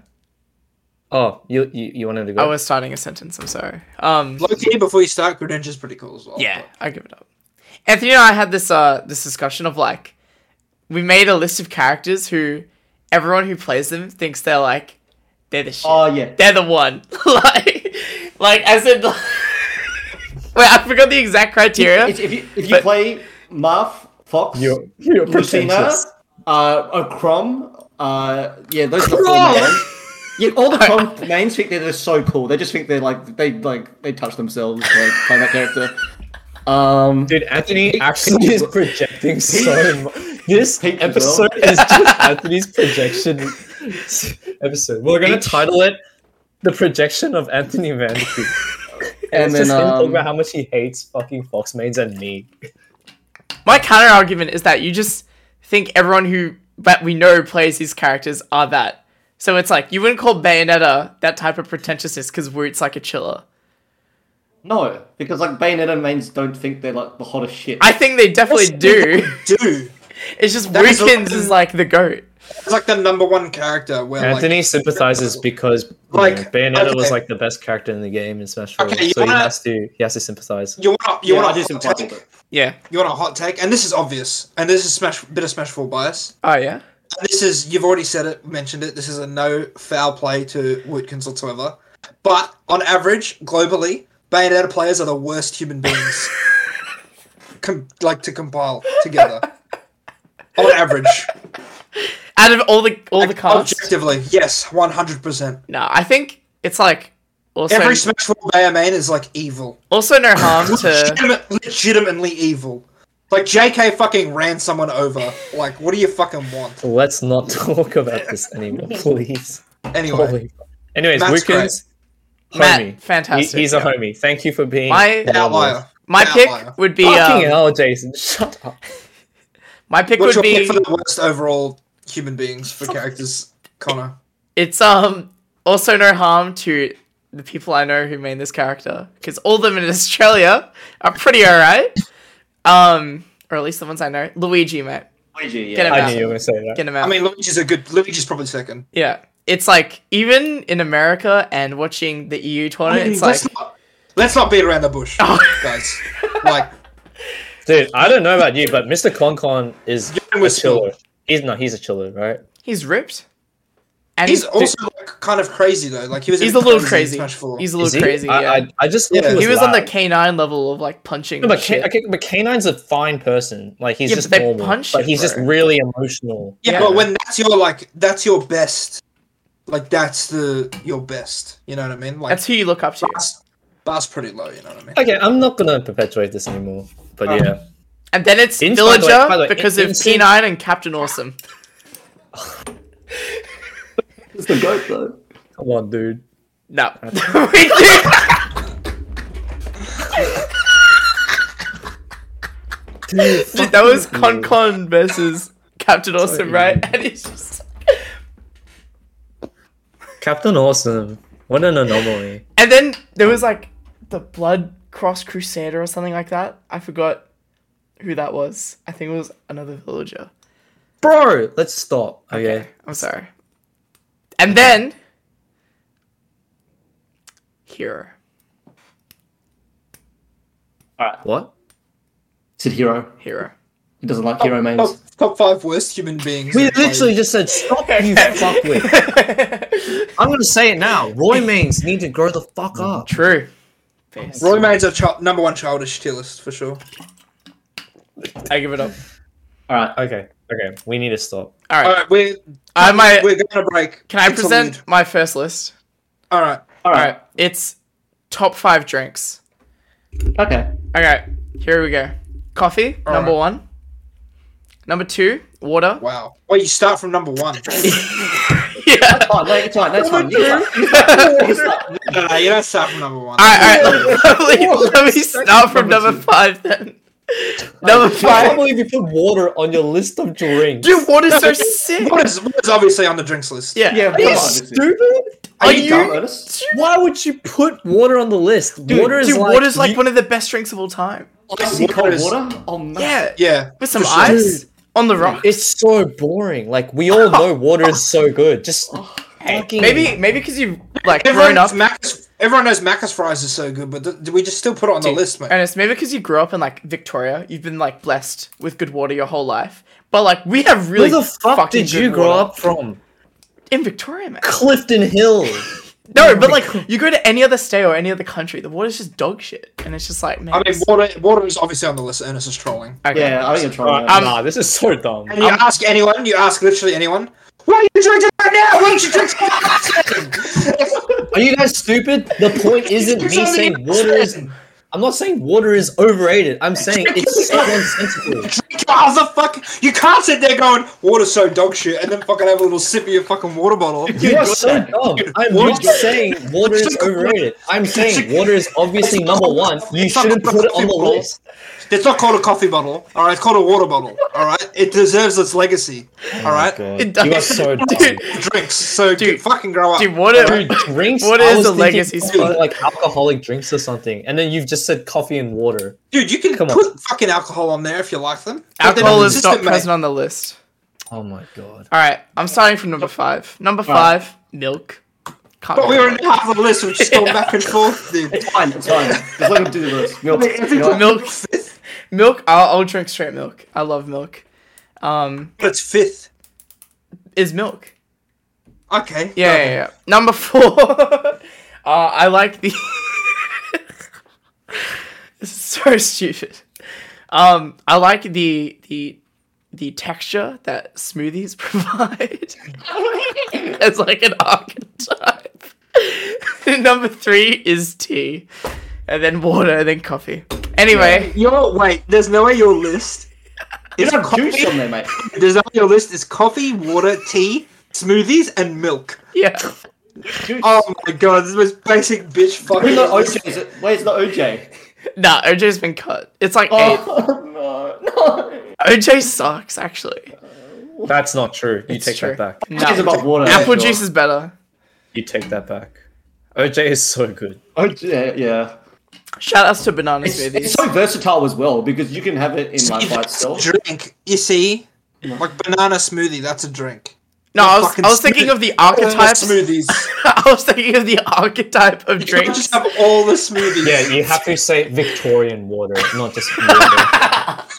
Oh, you you, you wanted to go? I was starting a sentence. I'm sorry. Um, Low key, before you start, Greninja's pretty cool as well. yeah, I give it up. Anthony and I had this uh this discussion of like, we made a list of characters who everyone who plays them thinks they're like, they're the shit. Oh yeah. they're the one. (laughs) like, like as in, (laughs) wait, I forgot the exact criteria. It's, if you, if you But- play Marth, Fox, You're, you're Lucina, pretentious. uh, oh, Crom, uh, yeah, those are the four Crom! names. Yeah, all the Crom names think they're just so cool. They just think they're like they like they touch themselves like playing that character. Um, Dude, Anthony actually (laughs) is projecting so much. This Pink episode is just Anthony's projection (laughs) episode. We're gonna title it "The Projection of Anthony Vanderpool." and And it's then just him talking um, about how much he hates fucking Fox mains and me. Oh My counter argument is that you just think everyone who that we know plays these characters are that. So it's like you wouldn't call Bayonetta that type of pretentiousness because Woot's like a chiller. no, because like Bayonetta mains don't think they're like the hottest shit. I think they definitely do. (laughs) Dude, It's just That is a- Wookins is like the goat. it's like the number one character where Anthony like, sympathizes because you Like, know, Bayonetta was okay. like the best character in the game in Smash Bros. Okay, you so he wanna- has to he has to sympathize. you want a, you you yeah, I want do a hot sympathize take. with it. Yeah. You want a hot take, and this is obvious, and this is smash bit of Smash Four bias. Oh yeah. This is you've already said it, mentioned it. This is a no foul play to Wootkins whatsoever. But on average, globally, Bayonetta players are the worst human beings. Com- like to compile together. on average, Out of all the all the cards, objectively, yes, one hundred percent. no, I think it's like also Every Smash Four Bayer main is like evil. also no (laughs) harm to Legitimate, legitimately evil. Like JK fucking ran someone over. Like, what do you fucking want? Let's not (laughs) talk about this anymore, (laughs) please. Anyway, Holy. fuck. Anyways, Matt's Wickens, Matt. homie. He, Fantastic. he's a yeah. homie. Thank you for being My- one of us. outlier. My Outlier. pick would be Fucking um, hell, Jason. Shut up. my pick What's would your be pick for the worst overall human beings for characters, Connor? it's um also no harm to the people I know who made this character because all of them in (laughs) Australia are pretty alright. Um, or at least the ones I know. Luigi, mate, Luigi, yeah. Get him I out. knew you were going to say that. get him out. I mean, Luigi's a good. Luigi's probably second. yeah, it's like even in America and watching the EU tournament, it's like let's, not, let's not beat around the bush, Oh. guys. Like, Dude, I don't know about you, but Mr. Con Con is You're a with chiller. He's not. He's a chiller, right? he's ripped, (laughs) and he's he's also like, kind of crazy though. Like, he was. he's a little in crazy. Smash 4. He's a little Is he? crazy. I, yeah, I, I just thought Yeah. he was, he was on the loud. K nine level of like punching. No, and but, shit. K- okay, but Canine's a fine person. Like he's Yeah, just but they normal, punch but it, he's just bro. really emotional. yeah, yeah. but when that's your like, that's your best. Like, that's the your best. You know what I mean? Like, That's who you look up to. bar's, bar's pretty low. You know what I mean? Okay, I'm not gonna perpetuate this anymore. But yeah, And then it's Ince, by the way- Villager by the way, because of Ince- P9 and Captain Awesome. It's the goat though. come on, dude. (laughs) No. (laughs) we do. Dude, that was Con Con versus Captain Awesome, right? (laughs) And it's just. Captain Awesome. What an anomaly. And then there was like the Blood Cross Crusader or something like that. I forgot who that was. I think it was another villager. Bro, let's stop. Okay. I'm sorry. And then. Hero. What? It's a hero. Hero. He doesn't like Oh, hero mains. Top, top five worst human beings. We in the literally just said stop (laughs) you fuckwit. I'm gonna say it now. Roy Mains need to grow the fuck (laughs) up. True. world. Roy Mane's a chi- number one childish tier list for sure. I give it up. All right. Okay. Okay. We need to stop. All All right. right, we're I might. we're going to break. Can I It's a present lead. my first list? All right, All All right. right. It's top five drinks. Okay. Okay. Here we go. Coffee, All number right. one. Number two, water. wow. Wait, you start from number one. (laughs) yeah. Oh, no, it's fine. That's fine. You can (laughs) start. You can start. no, no, you don't start from number one. All right. All right. let me, let me start from number five then. Number I can't five. believe you put water on your list of drinks. Dude, water's so sick. What is, what is obviously on the drinks list? Yeah. Yeah, Are you come on, this is- stupid? Are Are you you- dumb, Ernest? Why would you put water on the list? Dude, water is dude, like, water's like you- one of the best drinks of all time. Icy What cold is- water? Oh, no. Yeah. yeah. With some for sure. ice on the rock. It's so boring. Like we all know water is so good. Just (laughs) Hey, Fucking- maybe maybe because you've like Everyone, grown up. Macca's, everyone knows Macca's fries is so good, but th- do we just still put it on the list, mate? Ernest, maybe because you grew up in like Victoria, you've been like blessed with good water your whole life. But like we have Where really the fuck fucking did you good grow water. up from? in Victoria, man? Clifton Hill. No, but like you go to any other state or any other country, the water's just dog shit, and it's just like man. I mean, this- water, water is obviously on the list. Ernest is trolling. okay. Yeah, I think you're trying. Um, nah, this is so dumb. And you ask anyone, you ask literally anyone, why are you drinking that now? Why don't you drink (laughs) something Are you guys stupid? The (laughs) point isn't me Somebody saying else water said. is. I'm not saying water is overrated. (laughs) I'm saying it's so nonsensical. How the fuck? You can't sit there going, water's so dog shit, and then fucking have a little sip of your fucking water bottle. (laughs) You are so dumb. I'm not water- saying water is overrated. I'm saying water is (laughs) obviously number one. You shouldn't put it on the list. It's not called a coffee bottle, all right? It's called a water bottle, all right? It deserves its legacy, Oh all right? It does. You are so dumb. (laughs) Dude, Drinks, so Dude. fucking grow up. dude, water. (laughs) Dude, drinks. Water I is was a thinking legacy something sport. like alcoholic drinks or something, and then you've just said coffee and water. Dude, you can Come on. put fucking alcohol on there if you like them. But they Alcohol don't is exist, not mate. present on the list. Oh my god. All right, I'm starting from number five. Number Alright. five, milk. Can't But we go were wrong. (laughs) in half of the list, which is going back and forth, dude. (laughs) It's fine. (laughs) It's fine. Just let him do the list. Milk. milk. milk. Milk. I'll, I'll drink straight milk. I love milk. Um, But it's fifth. is milk. Okay. Yeah, yeah, yeah. Number four. (laughs) uh, I like the. (laughs) this is so stupid. Um, I like the the the texture that smoothies (laughs) provide. it's like an archetype. (laughs) Number three is tea, and then water, and then coffee. Anyway, Your wait, there's no way your list is There's a coffee. douche on there, (laughs) mate. There's no way your list is coffee, water, tea, smoothies, and milk. yeah. Douche. Oh my god, this was basic bitch fucking. Who's not list. OJ? Is it? Where's the OJ? Nah, OJ's been cut. It's like eight. Oh (laughs) no, OJ sucks, actually. That's not true. You It's take true. that back. No. no. It's about water. Apple sure. juice is better. You take that back. OJ is so good. OJ, Oh, yeah. Shout outs to banana It's, smoothies. it's so versatile as well because you can have it in like It's by a itself. drink. You see, like banana smoothie, that's a drink. no, I was, fucking I was thinking of the archetypes. (laughs) smoothies. (laughs) I was thinking of the archetype of You can't drinks. just have all the smoothies. Yeah, you have to say Victorian water, not just water.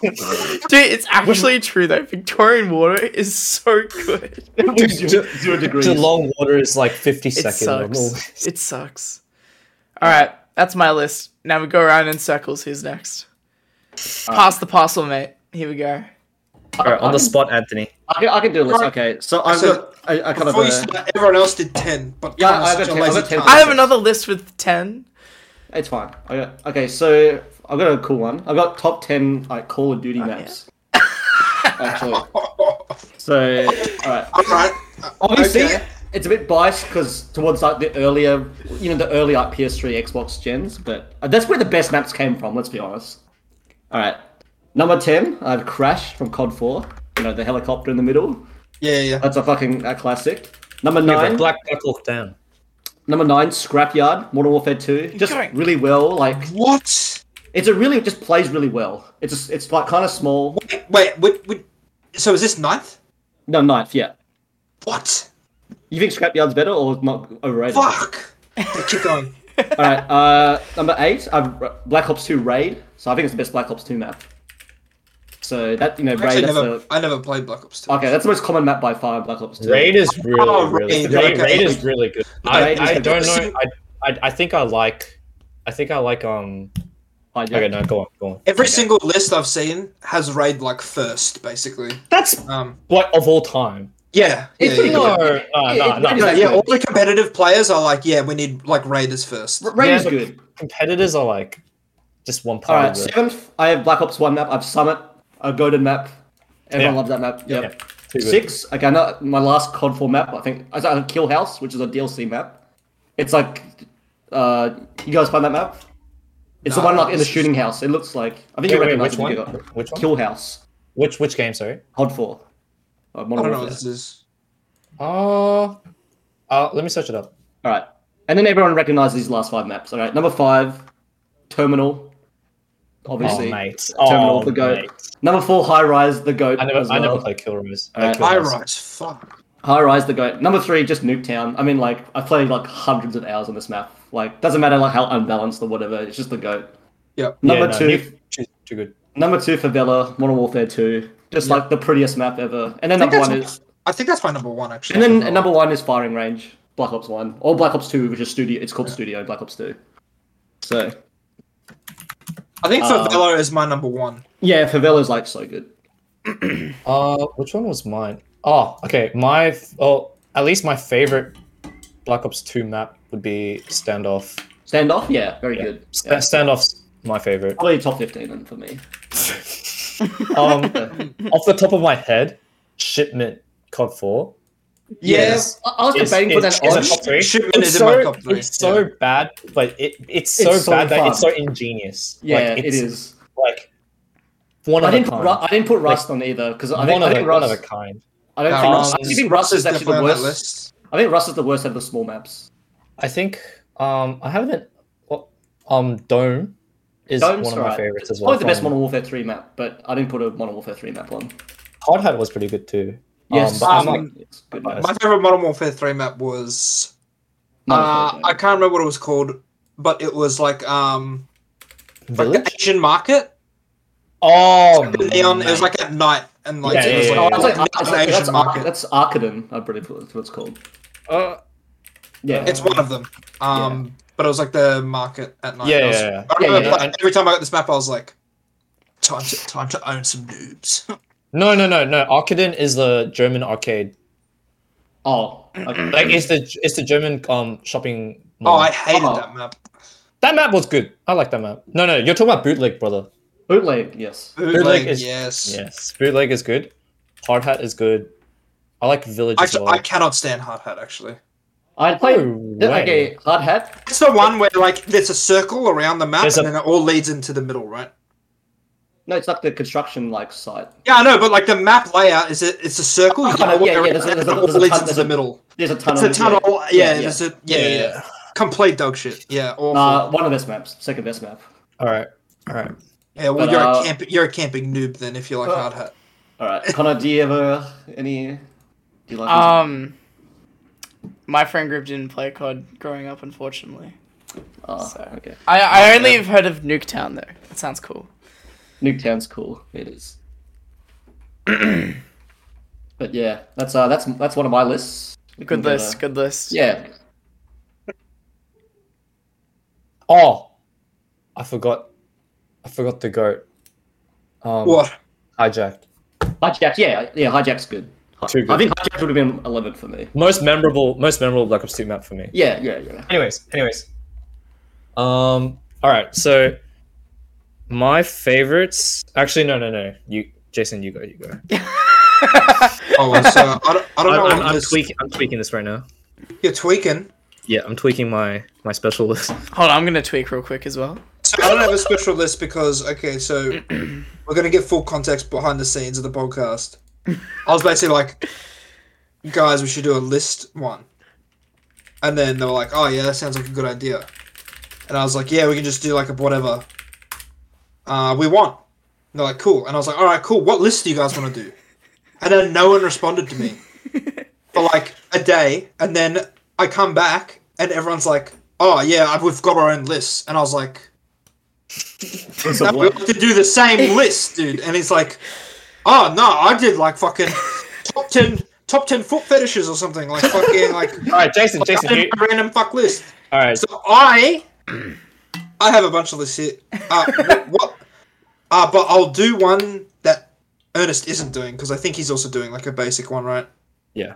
(laughs) Dude, it's actually true though. Victorian water is so good. (laughs) zero, zero degrees. Geelong water is like 50 It seconds. sucks. It sucks. All right, that's my list. Now we go around in circles. Who's next? Pass the parcel, mate. Here we go. All right, on the spot, Anthony. I can, I can do a list. Okay, so I've So, got I, I kind of uh, Before you a, start, everyone else did ten, but Yeah, Connor's I have such a a 10, I have lazy a 10. cunt. I (laughs) have another list with ten. it's fine. I got, okay, so I've got a cool one. I've got top ten like Call of Duty maps. (laughs) Actually, so all right. All (laughs) right. Obviously, Okay. it's a bit biased because towards like the earlier, you know, the early like PS3, Xbox gens, but uh, that's where the best maps came from. Let's be honest. All right, number ten, I have Crash from COD Four. You know, the helicopter in the middle. Yeah, yeah. That's a fucking a classic. Number Black nine, Black Hawk Down. number nine, Scrapyard, Modern Warfare Two. Just going- really well. Like What? it's a really it just plays really well. It's just, it's like kind of small. Wait, wait, wait. So is this ninth? No ninth, yeah. What? You think Scrapyard's better or not overrated? Fuck. Keep (laughs) going. All right, uh, number eight, I've r- Black Ops Two Raid. So I think it's the best Black Ops Two map. So that you know, I actually Raid. That's never, the, I never played Black Ops 2. okay, that's the most common map by far. Black Ops Two. Raid is really, Oh, really, Raid, Raid, okay. Raid is really good. I, Raid is I good. don't know. I, I I think I like. I think I like. Um. I do. Okay, no, go on, go on. Every single list I've seen has raid like first, basically. That's Um, like of all time. yeah, yeah, It's pretty yeah, No, good. no, no, Raid is no. yeah. yeah. All good. the competitive players are like, yeah, we need like raiders first. R- Raid Yeah, is but- good. Competitors are like just one All part right, of it. seventh, I have Black Ops One map. I've Summit, a golden map. Everyone Yeah. loves that map. Yep. Yeah, too good. Six, okay, no, my last COD Four map. I think I said Kill House, which is a DLC map. It's like, uh, you guys find that map? It's the Nah, one like in the this is- shooting house. It looks like I Wait, think you wait, recognize which it. if you one? got- Which one? Kill House. Which which game? Sorry. Hod 4. Uh, I don't Modern know what Warfare. this is. Uh, uh let me search it up. All right. And then everyone recognizes these last five maps. All right. Number five, Terminal. Obviously. Oh, mate. Terminal, oh, the GOAT. mate. Number four, High Rise, the GOAT. I never, as I never well. played Kill Rise. Alright. Kill I Rise. rise. Fuck. High rise the goat. Number three, just Nuketown. I mean, like I played like hundreds of hours on this map. Like doesn't matter like how unbalanced or whatever. It's just the goat. Yep. Number no, two, Nuke- too, too good. number two, Favela, Modern Warfare Two. Just like the prettiest map ever. And then I think, number one that's, is, I think that's my number one actually. and then number one is firing range. Black Ops One or Black Ops Two, which is studio. It's called Studio Black Ops Two. So I think uh, Favela is my number one. yeah, Favela's like so good. Uh, which one was mine? Oh, okay. My f- oh, at least my favorite Black Ops Two map would be Standoff. Standoff, yeah, very good. Sta Yeah. Standoff's my favorite. Probably top fifteen then for me. (laughs) Um, off the top of my head, Shipment COD Four. Yes. I, I was It's- debating for it's- that it's a on. top three. Shipment It's is in my so, top three. it's so yeah. bad, but it it's so It's so bad that fun. it's so ingenious. Yeah, like, it it's is. like one I of a didn't, put, kind. Ru- I didn't put Rust on either because I think, one, I of think a, one of a Rust. kind. I don't No, think Rust Rust. I think Rust is actually definitely the on that worst. list. I think Rust is the worst out of the small maps. I think um I haven't well, um Dome is Dome's one of my alright. favorites as well. Um, Probably the best from- Modern Warfare Three map, but I didn't put a Modern Warfare Three map on. Hard Hat was pretty good too. Yes, um, but I'm um, like, it's good but- map. My favorite Modern Warfare 3 map was. Modern Uh, Warfare. I can't remember what it was called, but it was like um like Village? the Asian market. Oh, The neon, it was like at night and like Yeah, it was yeah, Oh, yeah, like, like that's like, the that's, like, Asian that's, Ar- market. that's Arcadon, I believe that's what it's called. uh, Yeah, It's one of them. Um, but it was like the market at night. Yeah, It was- yeah, yeah. I remember Yeah, yeah, like, every time I got this map, I was like, time to time to own some noobs. no, no, no, no. Arcadon is the German arcade. Oh, okay. Like it's the it's the German um shopping. oh, Mall. I hated Oh. that map. that map was good. I like that map. No, no, you're talking about bootleg, brother. bootleg. Yes, Bootleg, is- yes. Yes, bootleg is good. Hard Hat is good. I like Village I, as well. I cannot stand Hard Hat actually. I played. way. Okay, Hard Hat. It's the one where like there's a circle around the map There's and a- then it all leads into the middle, right? No, it's like the construction like site. Yeah, I know, but like the map layout is it, it's a circle. You Oh, know, (laughs) yeah, where yeah, it there's a- ends, there's a- it all there's a leads ton- into there's a- the middle. There's a ton It's a of tunnel. Yeah, yeah. there's a yeah, yeah, yeah. Complete dog shit. Yeah, awful. Uh, one of the best maps, second best map. All right, all right. yeah, well, but, you're uh, a camp- you're a camping noob then if you like Uh, hard hat. All right, Connor, do you ever any? Do you like? Um, my friend group didn't play COD growing up, unfortunately. oh, sorry. okay. I I only have heard of Nuketown though. That sounds cool. Nuketown's cool. (clears throat) It is. but yeah, that's uh, that's that's one of my lists. We can Good go to- list. Good list. Yeah. Oh, I forgot. I forgot the goat. Um, What? Hijacked. Hijack, yeah, yeah, hijack's good. Too good. I think hijack would have been eleven for me. Most memorable, most memorable Black Ops Two map for me. Yeah, yeah, yeah. Anyways, anyways. Um. All right. So, my favorites. Actually, no, no, no. You, Jason, you go. You go. Oh, well, so I don't, (laughs) I don't know. I'm, I'm, what I'm this- tweaking. I'm tweaking this right now. You're tweaking. Yeah, I'm tweaking my my special (laughs) (laughs) list. Hold on, I'm gonna tweak real quick as well. So I don't have a special list because okay, so we're gonna get full context behind the scenes of the podcast. I was basically like, guys, we should do a list one, and then they were like, oh yeah, that sounds like a good idea, and I was like, yeah, we can just do like a whatever uh, we want. And they're like, cool, and I was like, all right, cool. What list do you guys want to do? And then no one responded to me for like a day, and then I come back and everyone's like, oh yeah, I've- we've got our own lists, and I was like. It's a No, we one. have to do the same list, dude. And he's like, oh no, I did like fucking top ten, top ten foot fetishes or something like fucking like (laughs) All right, Jason. I Jason. did You, a random fuck list. all right. So I, I have a bunch of lists here. Uh, wh- what? Uh, but I'll do one that Ernest isn't doing because I think he's also doing like a basic one, right? Yeah.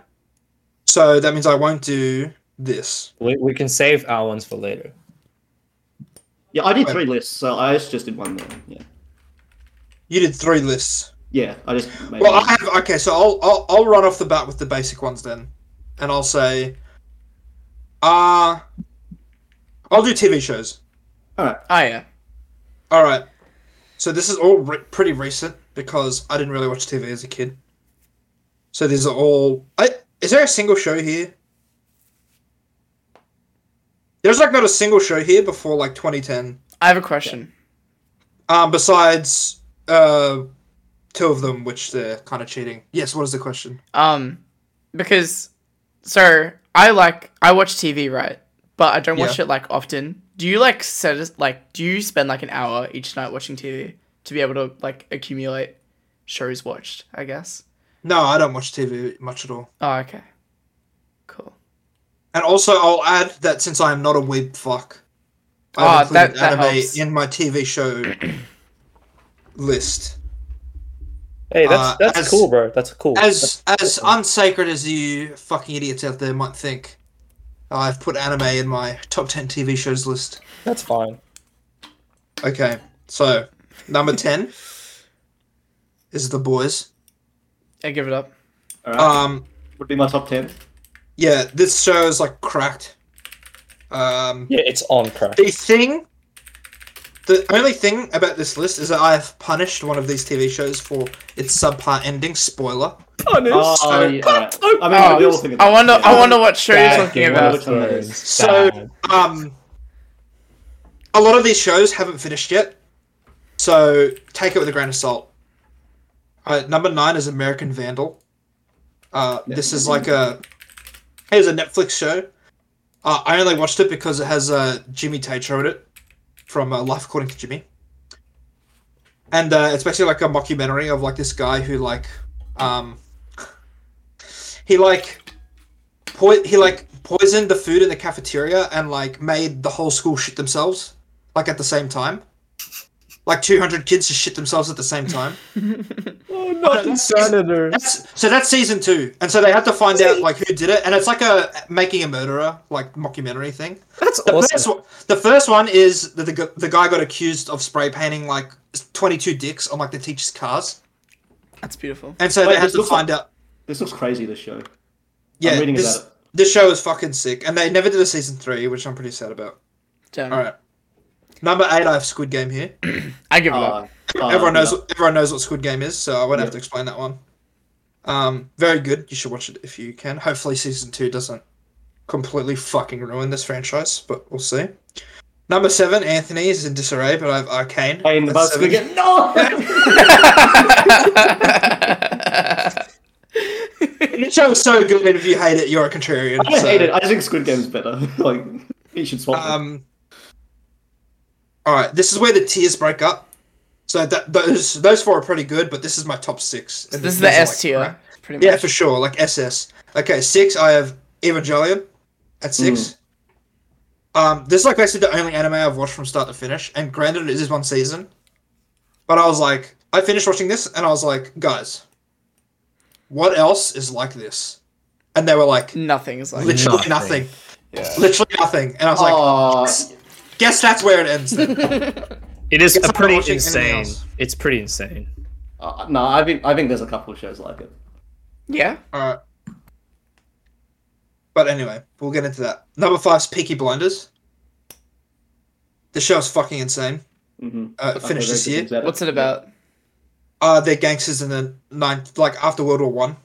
So that means I won't do this. We, we can save our ones for later. Yeah, I did three lists, so I just did one there. Yeah, You did three lists. yeah, I just. Made Well, one. I have okay. So I'll, I'll I'll run off the bat with the basic ones then, and I'll say, uh I'll do TV shows. Oh yeah. All right. So this is all re- pretty recent because I didn't really watch TV as a kid. So these are all. I, is there a single show here? There's like not a single show here before like 2010. I have a question. Um, besides uh, two of them, which they're kind of cheating. Yes. What is the question? Um, because so I like I watch TV right, but I don't watch Yeah. it like often. Do you like set as- like do you spend like an hour each night watching TV to be able to like accumulate shows watched? I guess. No, I don't watch TV much at all. Oh okay, cool. And also, I'll add that since I am not a weeb fuck, Ah, I've that- included that anime helps. in my TV show list. Hey, that's Uh, that's as- cool, bro. That's cool. As as unsacred as you fucking idiots out there might think, I've put anime in my top ten TV shows list. that's fine. Okay, so number ten is The Boys. I give it up. All right, Um, would be my top ten. yeah, this show is like cracked. Um, Yeah, it's on crack. the thing, the only thing about this list is that I've punished one of these TV shows for its subpart ending. Spoiler. Oh, (laughs) yeah, all right. I mean, Oh, we all think of I that, wonder. yeah. I wonder what show you're talking about. Which one that is. So, um, a lot of these shows haven't finished yet, so take it with a grain of salt. Uh, number nine is American Vandal. Uh, this is like a here's a Netflix show. Uh, I only watched it because it has uh, Jimmy Tatro in it from uh, Life According to Jimmy, and uh, it's basically like a mockumentary of like this guy who like um, (laughs) he like po- he like poisoned the food in the cafeteria and like made the whole school shit themselves like at the same time like 200 kids just shit themselves at the same (laughs) time oh, not the senator. that's, so that's season two and so they have to find out like who did it and it's like a making a murderer like mockumentary thing That's the, awesome. first, one, the first one is that the, gu- the guy got accused of spray painting like 22 dicks on like the teacher's cars That's beautiful. and so Wait, they have this to looks find out This looks crazy. This show. yeah I'm reading this, about it. this show is fucking sick and they never did a season three which i'm pretty sad about Damn. all right number eight i have squid game here I give it up. Uh, uh, oh, (laughs) everyone knows yeah. everyone knows what Squid Game is, so I won't Yeah. have to explain that one. Um, very good. You should watch it if you can. Hopefully, season two doesn't completely fucking ruin this franchise, but we'll see. Number seven, Anthony is in disarray, but I have Arcane. (laughs) Hey, in the at bus seven. we get no. (laughs) The show is so good, and if you hate it, you're a contrarian. I so, hate it. I just think Squid Game's better. (laughs) like you should swap. it. Um, all right, this is where the tiers break up. So that, those those four are pretty good, but this is my top six. and This is these the are, like, S tier. crap. Pretty Yeah, much. for sure. Like SS. Okay, six. I have Evangelion at six. Um, this is like basically the only anime I've watched from start to finish. And granted, it is one season, but I was like, I finished watching this, and I was like, guys, what else is like this? And they were like, Nothing is like. literally nothing, Nothing. Yeah. literally nothing. And I was like, Aw, guess that's where it ends. (laughs) Then. It is Guess a I'm pretty watching anything insane. else. It's pretty insane. uh, no, I think I think there's a couple of shows like it. Yeah. All right. But anyway, we'll get into that. Number five's Peaky Blinders. The show's fucking insane. Mm-hmm. Uh, finished this year. What's it about? Uh, they're gangsters in the ninth, like after World War One.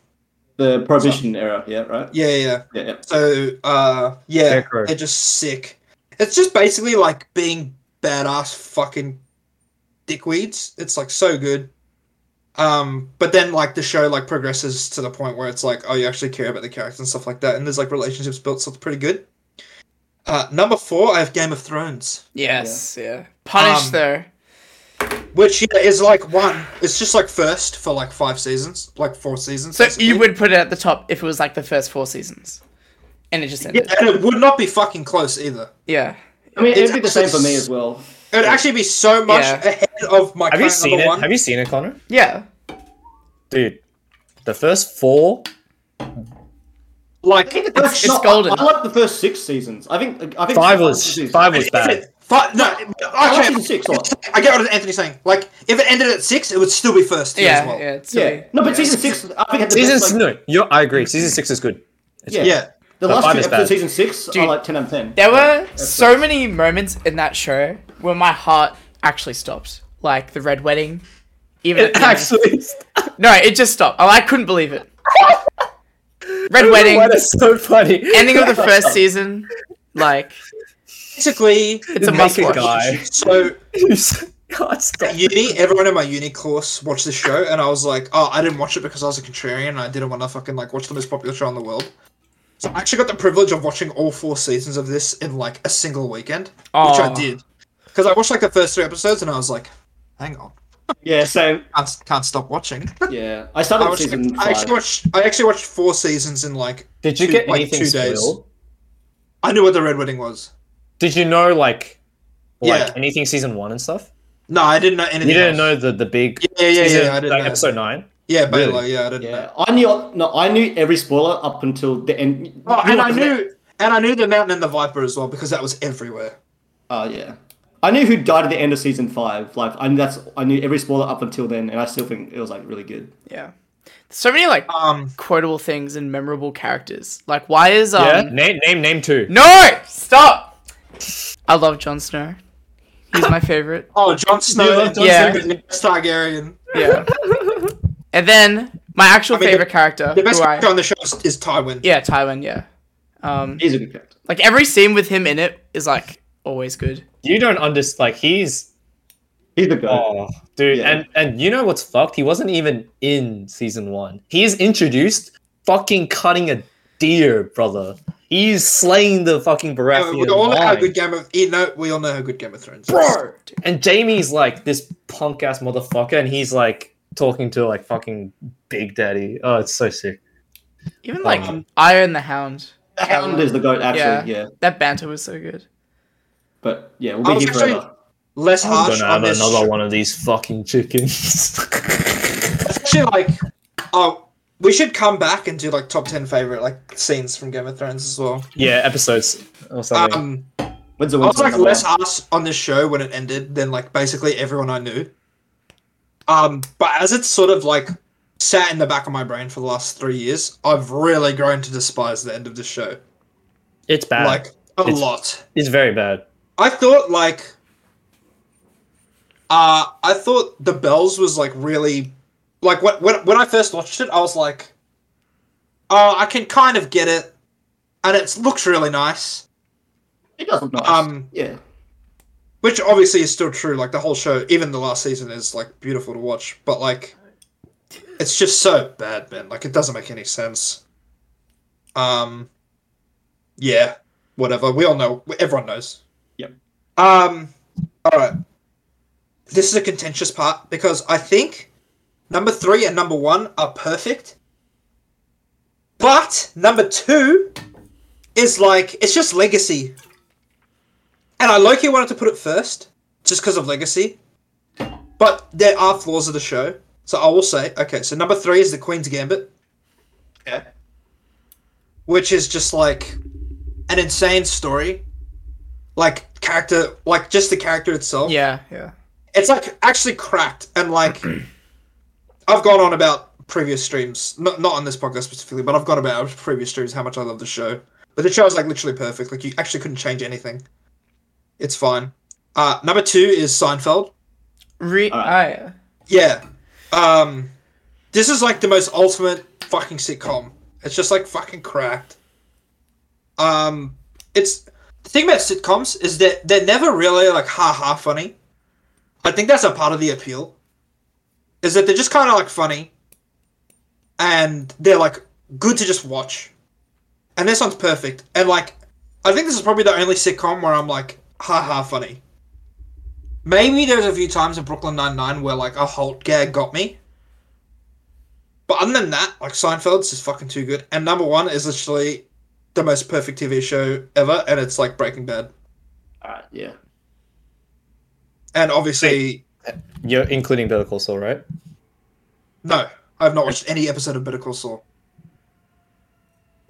The Prohibition era. Yeah. Right. Yeah, yeah, yeah. Yeah. yeah. So, uh, yeah, Scarecrow. they're just sick. It's just basically like being badass fucking dickweeds. It's like so good. Um, but then like the show like progresses to the point where it's like, oh, you actually care about the characters and stuff like that, and there's like relationships built, so it's pretty good. Uh, number four, I have Game of Thrones, Yes. Yeah. Punished Um, though. which yeah, is like one. It's just like first for like five seasons, like four seasons. So basically. you would put it at the top if it was like the first four seasons, and it just yeah, ended. and it would not be fucking close either. Yeah. I mean, It's it'd be the same for actually me s- as well. It would actually be so much Yeah. ahead of my Have you current seen number it? one. Have you seen it, Connor? Yeah. Dude, the first four. like It's- it's golden. I, I like the first six seasons. I think. I think Five six was seasons. five was bad. but no, I like okay, season six a lot. I get what Anthony's saying. Like if it ended at six, it would still be first here Yeah. as well. Yeah. It's Yeah. really- No, but season six. I think had the Season best, like, no, you I agree. Season six is good. Yeah. Yeah. The But last five two is episodes, of bad. season six, Dude, are like ten out of ten. There were Like, so many moments in that show where my heart actually stopped, like the red wedding. Even (laughs) at the end. (laughs) no, it just stopped. Oh, I couldn't believe it. (laughs) Red wedding, That is so funny. ending of the first season, like Basically, (laughs) it's a must watch. guy. so Who's- God, stop. At uni, everyone in my uni course watched this show, and I was like, oh, I didn't watch it because I was a contrarian and I didn't want to fucking like watch the most popular show in the world. So I actually got the privilege of watching all four seasons of this in like a single weekend, which Oh. I Aw. did because I watched like the first three episodes, and I was like, hang on, Yeah, same. can't, can't stop watching. Yeah, I started I, watched, season I five. actually watched. I actually watched four seasons in like. Did you two- get like, anything two days. spoiled? I knew what the Red Wedding was. Did you know like like Yeah. anything season one and stuff? No, I didn't know You anything. didn't else. know the the big Yeah, yeah, yeah. season, I didn't like, know. episode nine. Yeah, Balo. Really? Yeah, I didn't know. yeah, I knew no, I knew every spoiler up until the end. Oh, You and I watched it. knew, and I knew the Mountain and the Viper as well because that was everywhere. Oh yeah, I knew who died at the end of season five. Like I knew that's I knew every spoiler up until then, and I still think it was like really good. Yeah. So many like Um, quotable things and memorable characters. Like why is um Yeah. Name name name two. No! Stop! I love Jon Snow. He's my favorite. (laughs) oh, Jon Snow, love and Jon Yeah. Snow? Targaryen. Yeah. and then my actual I mean, the- favorite character. The best who I- character on the show is, is Tywin. yeah, Tywin, yeah. Um He's a good character. like every scene with him in it is like always good. You don't understand. Like he's He's the guy. oh dude, Yeah. and and you know what's fucked? He wasn't even in season one. He is introduced fucking cutting a deer, brother. He's slaying the fucking Uh, Baratheon. we all know how line. good Game of you know, we all know how good Game of Thrones. is. bro. And Jamie's like this punk ass motherfucker, and he's like talking to like fucking Big Daddy. Oh, it's so sick. Even like Um, Iron the Hound. The Hound is the goat actually. Yeah, That banter was so good. but yeah, I we'll was be here actually- forever. Less I'm harsh gonna on have this. another Another one of these fucking chickens. (laughs) Actually, like, oh, we should come back and do like top ten favorite like scenes from Game of Thrones as well. yeah, episodes or something. Um, When's the I was winter like one? less harsh on this show when it ended than like basically everyone I knew. Um, but as it's sort of like sat in the back of my brain for the last three years, I've really grown to despise the end of this show. it's bad. like a it's- lot. it's very bad. I thought like uh I thought the bells was like really like when when when I first watched it, I was like Oh, I can kind of get it. And it looks really nice. It does look nice. Um, yeah, Which obviously is still true, like the whole show, even the last season is like beautiful to watch, but like it's just so bad, man. Like it doesn't make any sense. Um Yeah. Whatever. We all know everyone knows. Yep. Um Alright. This is a contentious part because I think number three and number one are perfect. But number two is like it's just legacy. And I low-key wanted to put it first, just because of legacy. But there are flaws of the show. So I will say, okay, so number three is the Queen's Gambit. Yeah. Which is just like an insane story. Like character like just the character itself Yeah, yeah. it's like actually cracked and like i've gone on about previous streams not, not on this podcast specifically but i've gone about previous streams how much i love the show but the show is like literally perfect like you actually couldn't change anything it's fine uh number two is seinfeld Re- Alright. I- yeah um this is like the most ultimate fucking sitcom it's just like fucking cracked um it's the thing about sitcoms is that they're never really like ha ha funny I think that's a part of the appeal. Is that they're just kind of like funny, and they're like good to just watch. And this one's perfect. And like, I think this is probably the only sitcom where I'm like, ha ha, funny. Maybe there's a few times in Brooklyn Nine Nine where like a Holt gag got me. But other than that, like Seinfeld's is fucking too good. And number one is literally the most perfect TV show ever, and it's like Breaking Bad. all right, yeah. And obviously, You're including Better Call Saul, right? no, I've not watched any episode of Better Call Saul.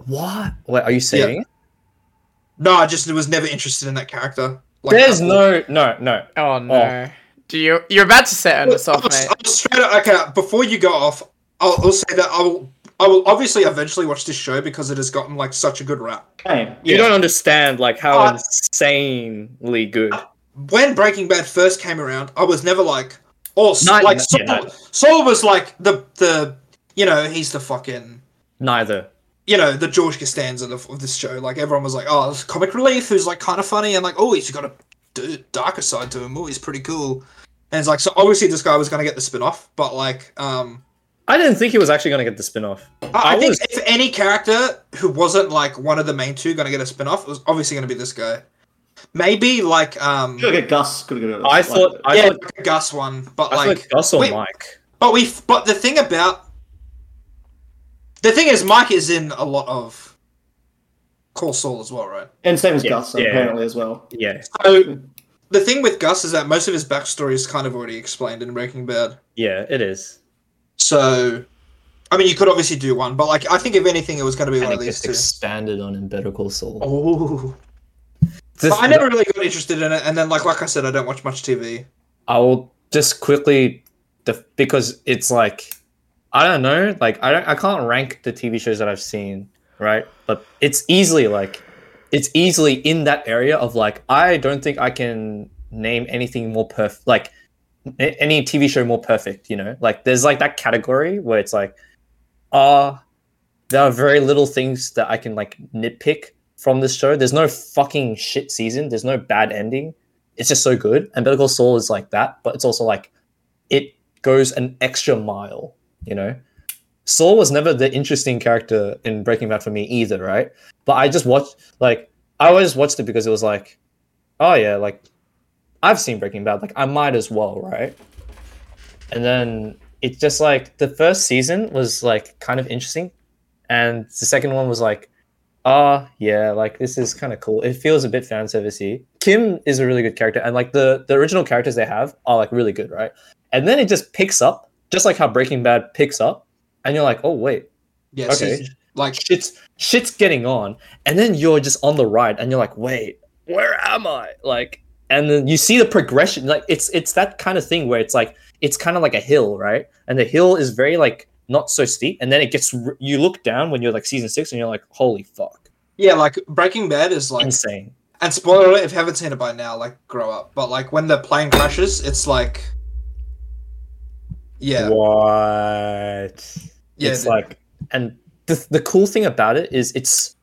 What? Wait, are you saying? it? No, I just was never interested in that character. Like, There's I- no, no, no. Oh no. Do you you're about to set Ernest I'll, off, mate. I'll straight up, okay, before you go off, I'll, I'll say that I will. I will obviously eventually watch this show because it has gotten like such a good rap. Hey, You yeah. don't understand like how Uh, insanely good. When Breaking Bad first came around, I was never like, oh, S- Not- like yeah, Saul, no. Saul was like the the you know he's the fucking Neither. you know the George Costanza of, of this show. Like everyone was like, oh, this comic relief who's like kind of funny and like oh he's got a d- darker side to him. Oh, he's pretty cool. And it's like, so obviously this guy was going to get the spin off, but like, um, I didn't think he was actually going to get the spin off. I, I think was, if any character who wasn't like one of the main two going to get a spin off, it was obviously going to be this guy. Maybe like, um, Could have got Gus. Could have got. I thought, I yeah, thought, like a Gus one, but I like, thought Gus or wait, Mike. but we, but the thing about the thing is, Mike is in a lot of Call Saul as well, right? and same as Yeah, Gus yeah. apparently as well. Yeah, So the thing with Gus is that most of his backstory is kind of already explained in Breaking Bad. yeah, it is. So, I mean, you could obviously do one, but like, I think if anything, it was going to be And one it of these gets two. expanded on in Better Call Saul. Oh, This- I never really got interested in it, and then like, like I said, I don't watch much TV. I will just quickly, def- because it's like, I don't know, like I don't, I can't rank the TV shows that I've seen, right? But it's easily like, it's easily in that area of like, I don't think I can name anything more perfect, like a- any TV show more perfect, you know? Like there's like that category where it's like, ah, there are very little things that I can like nitpick from this show. There's no fucking shit season. There's no bad ending it's just so good. And Better Call Saul is like that, but it's also like it goes an extra mile, you know? Saul was never the interesting character in Breaking Bad for me either, right? But I just watched, like, I always watched it because it was like, oh yeah, like, I've seen Breaking Bad, like, I might as well, right? And then it's just like the first season was like kind of interesting. And the second one was like, ah, yeah, like this is kind of cool. It feels a bit fan servicey. Kim is a really good character, and like the the original characters they have are like really good, right? And then it just picks up, just like how Breaking Bad picks up, and you're like, oh wait, Yeah, Okay. season- like shit's shit's getting on, and then you're just on the ride, and you're like, wait, where am I? Like, and then you see the progression, like it's it's that kind of thing where it's like it's kind of like a hill, right? And the hill is very like not so steep, and then it gets r- you look down when you're like season six, and you're like, holy fuck, yeah, like Breaking Bad is like, insane. and spoiler alert, if you haven't seen it by now, like grow up. But like when the plane crashes, it's like, yeah, What? yeah, it's like, and the the cool thing about it is it's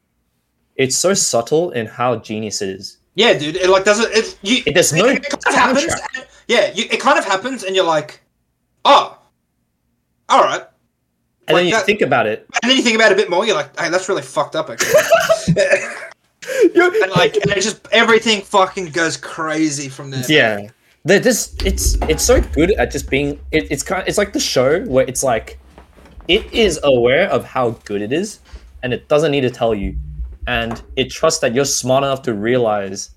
it's so subtle in how genius it is. yeah, dude. It like doesn't it? You, It- There's no it, it kind of happens. soundtrack. and- yeah, you, it kind of happens, and you're like, oh, all and right. like then you that- think about (laughs) it. And then you think about it a bit more, you're like, hey, that's really fucked up, actually. (laughs) and like, and it just everything fucking goes crazy from there. yeah they just it's it's so good at just being it, it's kind it's like the show where it's like it is aware of how good it is and it doesn't need to tell you and it trusts that you're smart enough to realize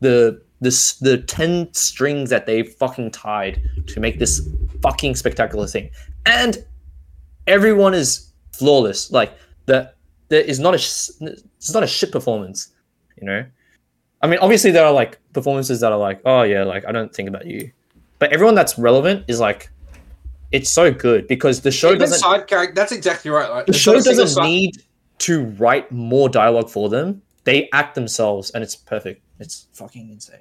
the this the 10 strings that they fucking tied to make this fucking spectacular thing and everyone is flawless like the there is not a sh- it's not a shit performance you know I mean, obviously there are like performances that are like, oh yeah, like I don't think about you, but everyone that's relevant is like, it's so good because the show Even doesn't side character. That's exactly right. Like, the there's show not a single doesn't side- need to write more dialogue for them. They act themselves, and it's perfect. It's fucking insane.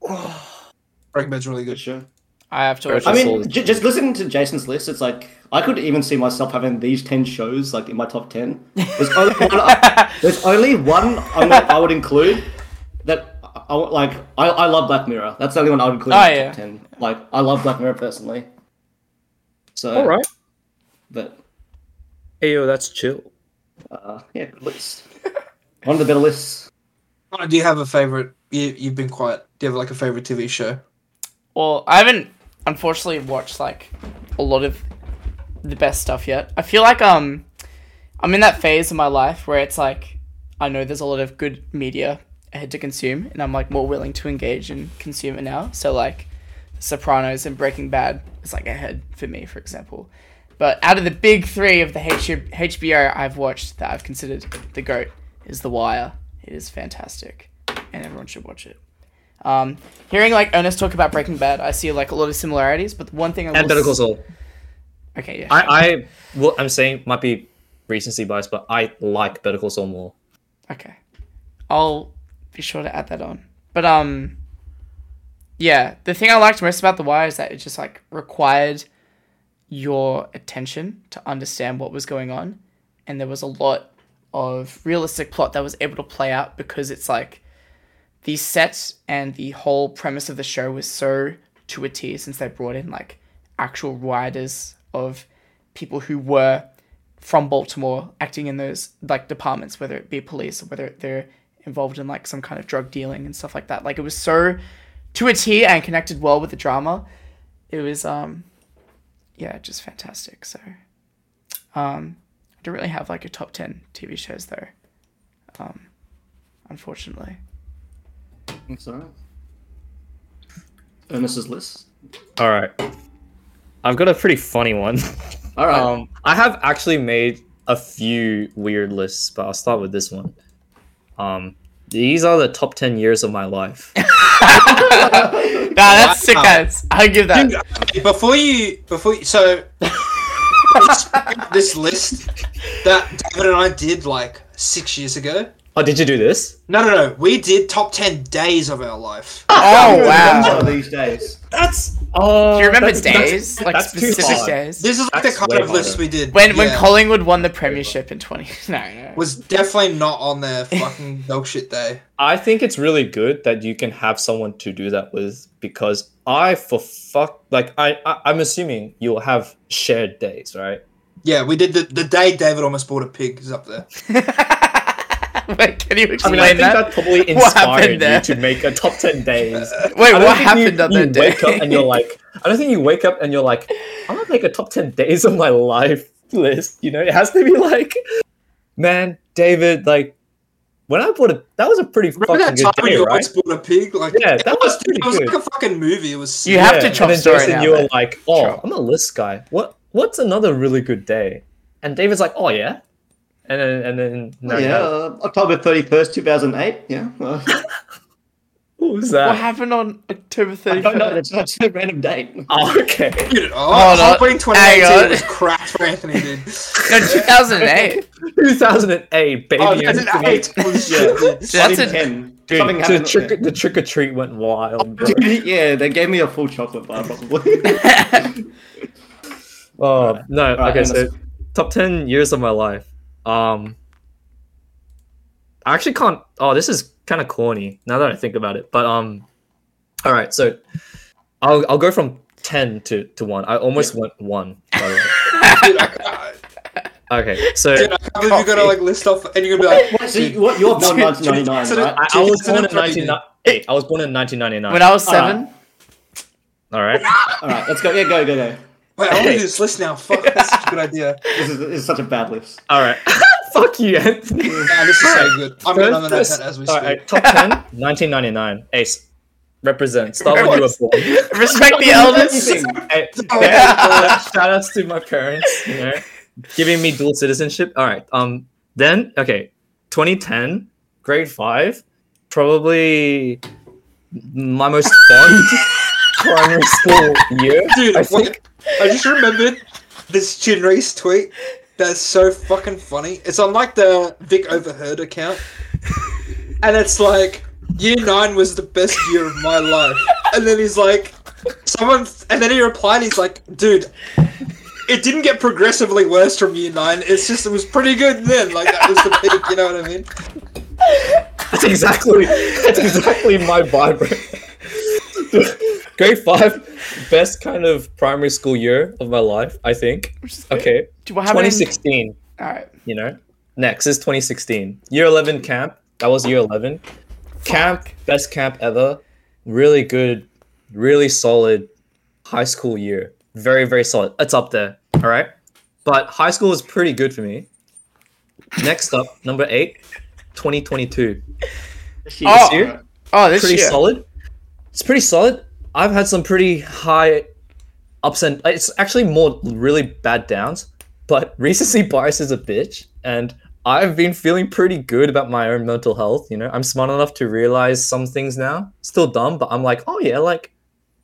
Breaking Bad's really good. Sure. I have to watch I That's all. mean, j- just listening to Jason's list, it's like I could even see myself having these ten shows like in my top ten. There's only one. I, there's only one I'm not, I would include that. I- I would- like. I, I love Black Mirror. That's the only one I would include Oh, in my yeah. top ten. Like I love Black Mirror personally. So All right. but Hey yo, that's chill. uh, (laughs) yeah, good list. One of the better lists. Connor, do you have a favorite? You, you've been quiet. Do you have like a favorite TV show? Well, I haven't unfortunately watched like a lot of the best stuff yet. I feel like um I'm in that phase of my life where it's like I know there's a lot of good media ahead to consume and I'm like more willing to engage and consume it now. So like Sopranos and Breaking Bad is like ahead for me, for example. But out of the big three of the H- HBO I've watched that I've considered the GOAT is The Wire. It is fantastic and everyone should watch it. Um, hearing like Ernest talk about Breaking Bad, I see like a lot of similarities, but one thing I And will Better Call s- Saul. Okay, yeah. I, I what I'm saying might be recency bias, but I like Better Call Saul more. Okay. I'll be sure to add that on. But um yeah, the thing I liked most about The Wire is that it just like required your attention to understand what was going on and there was a lot of realistic plot that was able to play out because it's like the set and the whole premise of the show was so to a T since they brought in like actual writers of people who were from Baltimore acting in those like departments, whether it be police or whether they're involved in like some kind of drug dealing and stuff like that. Like it was so to a T and connected well with the drama. It was um yeah, just fantastic. So um I don't really have like a top ten TV shows though. Um unfortunately. It's alright. Ernest's list. All right. I've got a pretty funny one. (laughs) All right. Um, I have actually made a few weird lists, but I'll start with this one. Um, these are the top 10 years of my (laughs) life. Nah, that's sick Wow. guys. I give that Dude, (laughs) before you, before you, so this list that David and I did like six years ago. oh, did you do this? No, no, no. We did top ten days of our life. Oh One wow. of these days. That's. Oh. Do you remember that's- that's- days? like that's too specific hard. days? This is like That's the way kind of list harder. we did. When when yeah. Collingwood won the premiership in twenty (laughs) no no was definitely not on (laughs) their fucking dog shit day. I think it's really good that you can have someone to do that with because I, for fuck, like, I, I I'm assuming you'll have shared days, right? Yeah, we did the, the day David almost bought a pig is up there. (laughs) Wait, can you I explain mean, I think that, that? (laughs) probably What happened inspired you there? to make a top (laughs) 10 days. Wait, I don't what think happened on that day? wake up and you're like, I don't think you wake up and you're like, I'm gonna make a top ten days of my life (laughs) list. You know, it has to be like, man, David, like, when I bought a, that was a pretty Remember fucking that time good when day, you right? almost bought a pig? Like Yeah, that it (laughs) was pretty it was good. like a fucking movie. It was sick. You have to and chop then story Jason, now, you were mate. like, oh, Chop. I'm a list guy. What what's another really good day? And David's like, oh yeah, and then and then no, yeah, no. uh, October 31st, 2008. Yeah. Well, (laughs) what was (laughs) that? What happened on October I thirty don't know. first? That's not a random date. Oh, (laughs) okay. Dude, oh, Hold on. Halloween Hang on. 2018 was cracked for Anthony, (laughs) dude. No, (laughs) two thousand eight. 2008, baby. Oh, and to me. (laughs) 2008 was shit. dude. So that's a 2010. Dude, Something the, happened. (laughs) trick, the trick or treat went wild. Bro. yeah. yeah, they gave me a full chocolate bar, probably. (laughs) Oh no! right, okay, and so that's- top ten years of my life. Um, I actually can't. Oh, this is kind of corny now that I think about it. But um, all right, so I'll I'll go from ten to to one. I almost went one. By the way. Dude, I can't- Okay, so dude, I can't believe you're gonna like list off and you're gonna be like, Wait, so (laughs) you, what, you're born Dude, 1999, dude, right? I, I was born in 2003, dude. 1998. I was born in 1999. When I was Alright. seven, all right. All right, let's go. Yeah, go, go, go. wait, I want to do this list now. Fuck, that's such a good idea. This is, this is such a bad list. All right. (laughs) Fuck you, Anthony. Nah, this is so good. I'm getting on the First- notepad as we all speak. right, top 10, (laughs) 1999. Ace, represent. Start when you were born. (laughs) respect (laughs) the elders. Hey, (laughs) Oh, yeah, shout outs to my parents, you know, giving me dual citizenship. All right. Um. Then okay, 2010, grade five, probably my most fun primary school year. Dude, I I, think. I just remembered this Chin Reese tweet that's so fucking funny. It's on like the Vic Overheard account. And it's like, year nine was the best year of my life. And then he's like, someone, and then he replied, he's like, dude, it didn't get progressively worse from year nine. It's just, it was pretty good then. Like, that was the peak, you know what I mean? That's exactly that's exactly my vibe. right? grade five, best kind of primary school year of my life. I think. Okay. Do what happened? in- 2016. Alright. you know. Next is 2016. Year 11 camp. That was year 11. Camp, best camp ever. Really good, really solid high school year. Very, very solid. It's up there. All right. But high school is pretty good for me. Next up, number eight, 2022. Oh. year? Oh, this Pretty year. solid. It's pretty solid. I've had some pretty high ups and it's actually more really bad downs, but (laughs) recency bias is a bitch. And I've been feeling pretty good about my own mental health. You know, I'm smart enough to realize some things now. Still dumb, but I'm like, oh yeah, like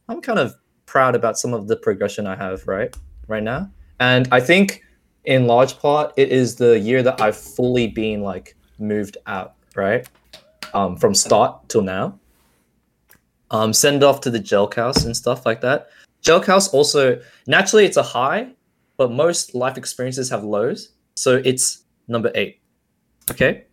I'm kind of proud about some of the progression I have right right now. And I think in large part it is the year that I've fully been like moved out, right? Um, from start till now. Um, send off to the Jelk House and stuff like that. Jelk House also naturally it's a high, but most life experiences have lows. So it's number eight. Okay.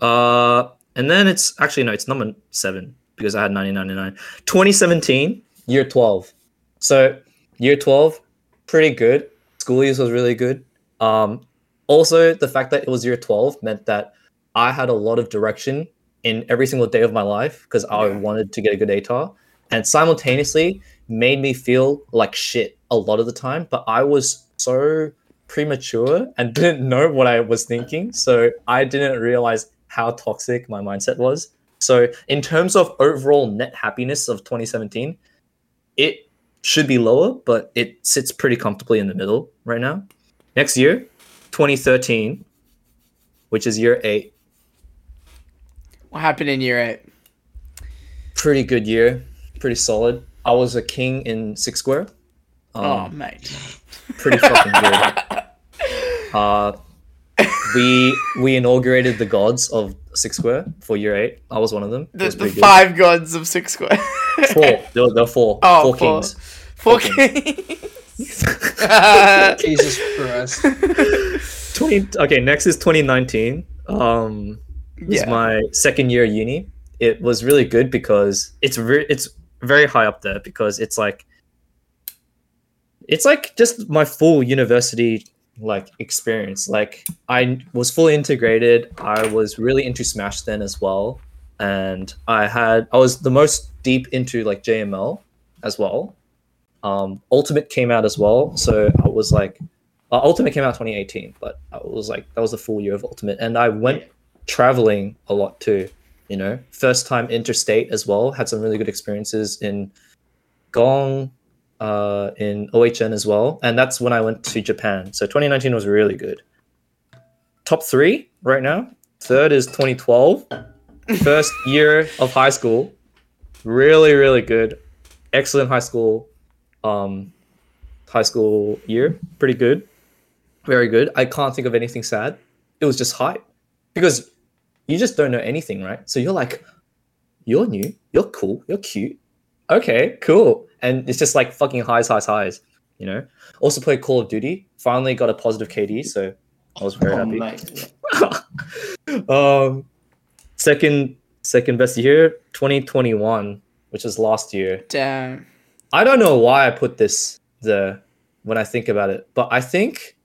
Uh And then it's actually no, it's number seven because I had 1999. 2017, year 12. So year 12, pretty good. School years was really good. Um, also, the fact that it was year 12 meant that I had a lot of direction in every single day of my life because I wanted to get a good ATAR. And simultaneously made me feel like shit a lot of the time. But I was so premature and (laughs) didn't know what I was thinking. So I didn't realize how toxic my mindset was. So in terms of overall net happiness of 2017, it should be lower, but it sits pretty comfortably in the middle right now. Next year, 2013, which is year eight, What happened in year eight? pretty good year, pretty solid. I was a king in six square. oh, mate. pretty fucking good. (laughs) Uh, we we inaugurated the gods of Six Square for year eight. I was one of them. It The, was the pretty good. five gods of Six Square. (laughs) Four. There were, there were four. Oh, Four four. (laughs) kings. (laughs) Four (laughs) kings. Jesus Christ. Twenty. Okay, next is 2019. Um, was yeah. my second year at uni. It was really good because it's re- it's very high up there because it's like it's like just my full university like experience. Like I was fully integrated. I was really into Smash then as well, and I had I was the most deep into like JML as well. Um, Ultimate came out as well, so I was like, uh, Ultimate came out 2018, but I was like that was the full year of Ultimate, and I went traveling a lot too. You know, first time interstate as well. Had some really good experiences in Gong, uh, in OHN as well, and that's when I went to Japan. So 2019 was really good. Top three right now. Third is 2012, first year of high school. Really, really good. Excellent high school, um, high school year. Pretty good. Very good. I can't think of anything sad. It was just hype because you just don't know anything, right? So you're like, you're new, you're cool, you're cute. Okay, cool. And it's just like fucking highs, highs, highs, you know? Also played Call of Duty, finally got a positive KD, so I was very Oh, happy mate. um second second best year 2021 which was last year Damn. i don't know why i put this there when i think about it but i think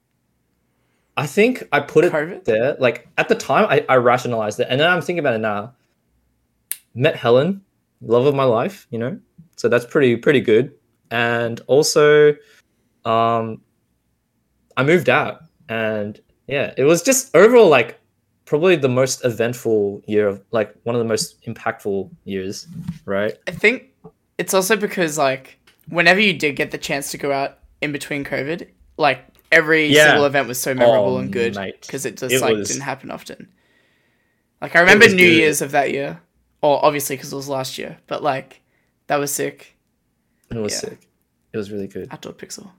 i think i put it COVID? there like at the time I, I rationalized it and then i'm thinking about it now met helen love of my life you know so that's pretty pretty good and also um i moved out and yeah it was just overall like probably the most eventful year of like one of the most impactful years right I think it's also because like whenever you did get the chance to go out in between COVID, like every Yeah. single event was so memorable Oh, and good mate. because it just It like was- didn't happen often. Like I remember was New good. Year's of that year, or obviously because it was last year, but like that was sick. it was Yeah. sick it was really good Outdoor Pixel.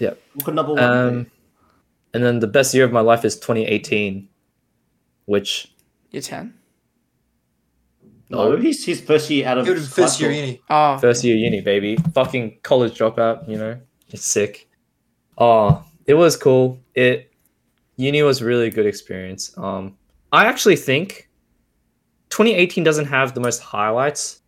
Look at number one. um and then the best year of my life is 2018 which Year ten. no, he's his first year out of It was high first school. year uni. Oh, first year uni baby fucking college dropout you know it's sick oh it was cool it uni was really good experience um i actually think 2018 doesn't have the most highlights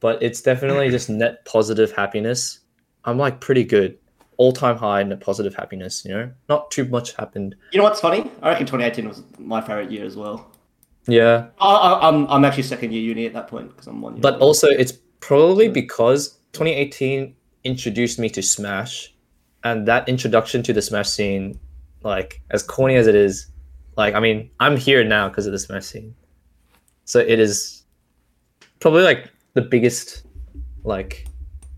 but it's definitely just net positive happiness i'm like pretty good all-time high net positive happiness you know not too much happened You know what's funny? I reckon 2018 was my favorite year as well. yeah I, I, I'm I'm actually second year uni at that point because I'm one year. but older. also it's Hmm. probably because 2018 introduced me to smash and that introduction to the smash scene like as corny as it is like i mean i'm here now because of the smash scene so it is probably like the biggest like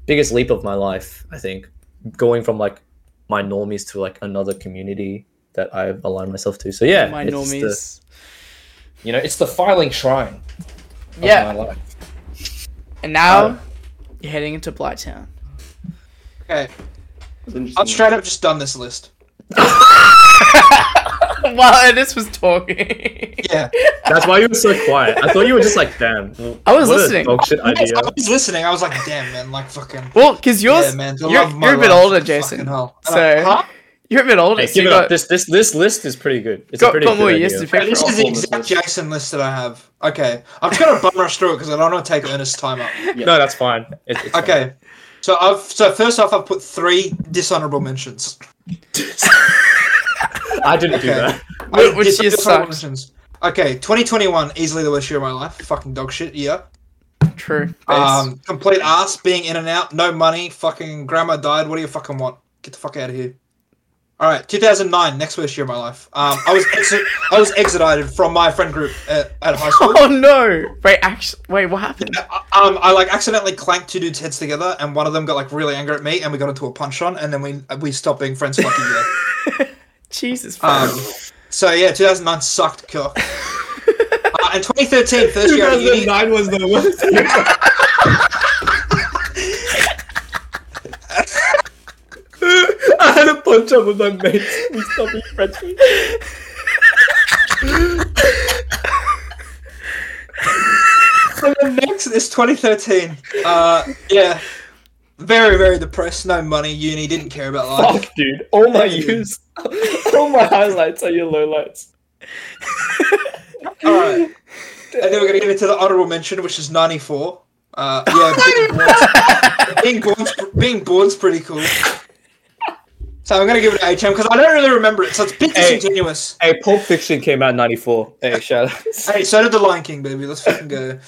biggest leap of my life i think going from like my normies to like another community that i've aligned myself to so yeah my it's the- normies. you know it's the filing shrine of yeah, Oh, my life. and now Uh, you're heading into Blighttown. (laughs) Okay. It's interesting. I've straight up just done this list. While Ernest was talking, Yeah. That's why you were so quiet. I thought you were just like, damn. (laughs) I was what a listening. dog shit idea. I was listening. I was like, damn, man. Like, fucking. well, because yours, yeah, man. the you're, love of my you're a bit life, older, fucking Jason. hell. so- Huh? You're a bit older. Hey, so give you it got, up. This this this list is pretty good. It's a got, pretty got good more idea. years to pick Yeah, this from. is the awful, this exact is. Jason list that I have. Okay, I'm just gonna bum rush through it because I don't want to take Ernest's time up. No, that's fine. It, it's fine. Okay, so I've so first off, I've put three dishonorable mentions. I didn't do Okay. (laughs) that. Wh- I- which dis- year dishonorable sucked? mentions. Okay, 2021, easily the worst year of my life. Fucking dog shit year. (laughs) True. Based. Um, complete ass, being in and out, no money, fucking grandma died. What do you fucking want? Get the fuck out of here. All right, 2009, next worst year of my life. Um, I was exi- I was exiled from my friend group at, at high school. (laughs) oh no! Wait, actually, wait, what happened? Um, I like accidentally clanked two dudes' heads together, and one of them got like really angry at me, and we got into a punch on, and then we we stopped being friends for like a year. Jesus. Um, fuck. so yeah, 2009 sucked (laughs) cock. uh, and 2013, first year at uni, was the worst. (laughs) I had a punch up with my mates. We stopped being friends. and then next is 2013. Uh, yeah, very very depressed, no money, uni, didn't care about life. Fuck, dude. All my years, all my highlights are your lowlights. All right, (laughs) and then we're gonna get into the honorable mention, which is 94. Uh, (laughs) yeah, being born's, being born's being born's pretty cool. So I'm gonna give it to HM because I don't really remember it, so it's a bit Hey. disingenuous. (laughs) Hey, Pulp Fiction came out in '94. Hey, shout out. Hey, so did the Lion King, baby. Let's fucking go.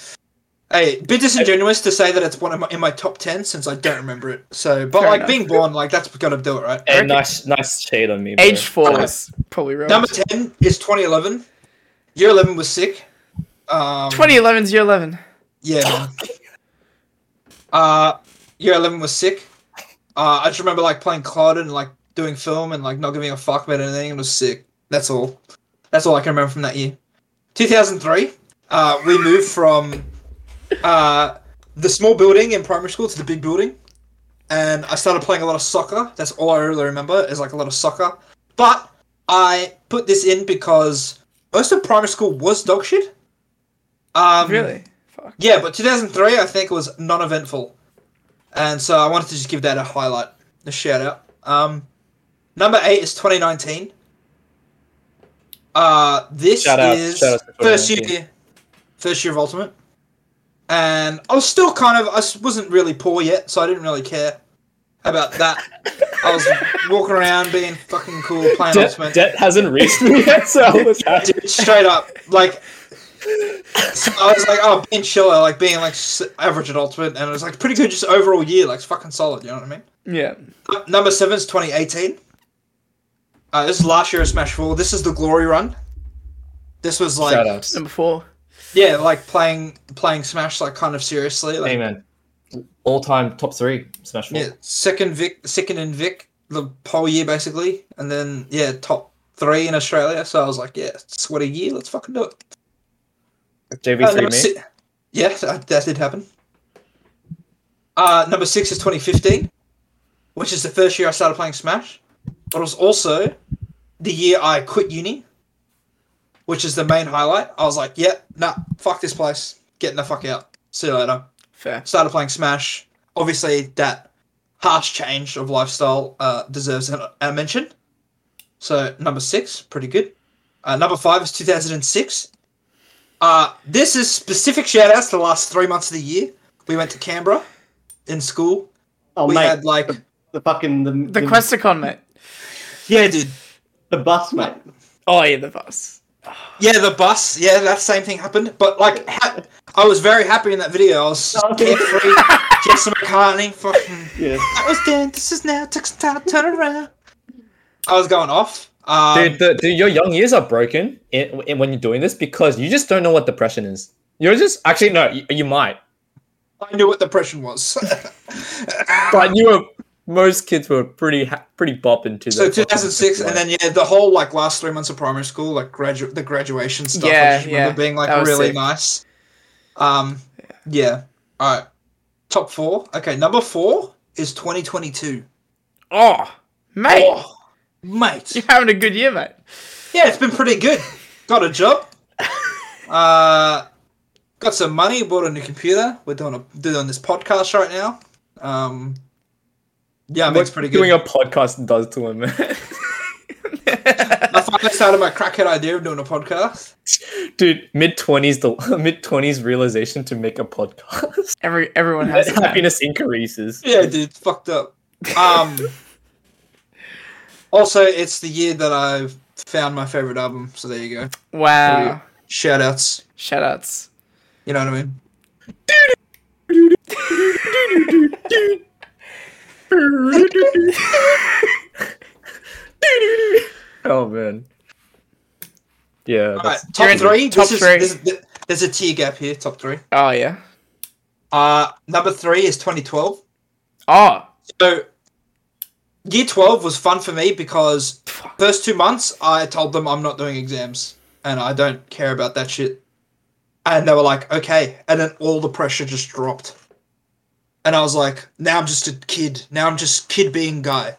Hey, bit disingenuous to say that it's one of my, in my top ten since I don't remember it. So, but Fair like enough. being born, like that's gotta do it, right? Hey, nice, nice shade on me. bro. Age four was probably wrong. Number ten is 2011. Year 11 was sick. Um, 2011's year 11. Mm. Yeah. man. Uh, year 11 was sick. Uh, I just remember like playing COD and like doing film and like not giving a fuck about anything. It was sick. That's all. That's all I can remember from that year. 2003. Uh, we moved from uh, the small building in primary school to the big building, and I started playing a lot of soccer. That's all I really remember is like a lot of soccer. But I put this in because most of primary school was dog shit. Um, Really? Fuck. yeah, but 2003 I think was non-eventful, and so I wanted to just give that a highlight, a shout out. Um, number eight is 2019. Uh, this Shout out- is shout out to first 2019. year, first year of Ultimate, and I was still kind of I s- wasn't really poor yet, so I didn't really care about that. I was walking around being fucking cool, playing De- Ultimate debt hasn't reached me yet, so I was happy. dude, straight up, like, so I was like, oh, being chiller, like being like s- average at ultimate, and it was like pretty good just overall year, like it's fucking solid. You know what I mean? Yeah. Uh, Number seven is 2018. Uh, this is last year of Smash Four. This is the glory run. This was Shout like, outs. Number four. yeah, like playing playing Smash like kind of seriously. Like, Hey, man. All time top three Smash Four. yeah, second Vic, second in Vic the whole year basically, and then yeah, top three in Australia. So I was like, yeah, sweaty year, let's fucking do it. Uh, JV three number me. si- yeah, that, that did happen. Uh, number six is 2015, which is the first year I started playing Smash, but it was also the year I quit uni, which is the main highlight. I was like, yeah, nah, fuck this place, getting the fuck out. See you later. Fair. Started playing Smash. Obviously, that harsh change of lifestyle uh, deserves a, a mention. So number six, pretty good. Uh, number five is 2006. Uh, this is specific shout outs to the last three months of the year. We went to Canberra in school. Oh, we mate, had like the fucking the The Questacon, mate. yeah, dude, the bus, mate. Oh, yeah, the bus. yeah, the bus, yeah, that same thing happened. But like, ha- I was very happy in that video. I (laughs) was carefree, Jessica McCartney, fucking Yeah. I was dead. This is now. Took some time to turn around. I was going off. Um, Dude, the, dude, your young years are broken in, in, when you're doing this because you just don't know what depression is. You're just actually no, you, you might, I knew what (laughs) depression was. but you were most kids were pretty ha- pretty bopping to so 2006, and then yeah, the whole like last three months of primary school, like graduate the graduation stuff. I Yeah, just remember yeah, being like that was really sick. nice. Um, yeah. All right. Top four. Okay, number four is 2022. Oh, mate. Oh, mate. You're having a good year, mate. (laughs) Yeah, it's been pretty good. Got a job. Uh, got some money. Bought a new computer. We're doing a doing this podcast right now. Um, yeah, it what makes pretty doing good. a podcast does to him, man. I finally started my crackhead idea of doing a podcast. (laughs) Dude, mid twenties the (laughs) mid twenties realization to make a podcast. Every (laughs) everyone has it, man. (laughs) Happiness increases. (laughs) Yeah, dude, it's fucked up. Um. also, it's the year that I've found my favorite album. So there you go. Wow. Shout outs. Shout outs. You know what I mean? Oh man. Yeah. All right, that's- top You're in three. top this three. Is, this, there's a tier gap here. Top three. Oh yeah. Uh, number three is 2012. Oh. So, year 12 was fun for me because first two months I told them I'm not doing exams and I don't care about that shit. And they were like, okay. And then all the pressure just dropped. And I was like, now I'm just a kid. Now I'm just kid being guy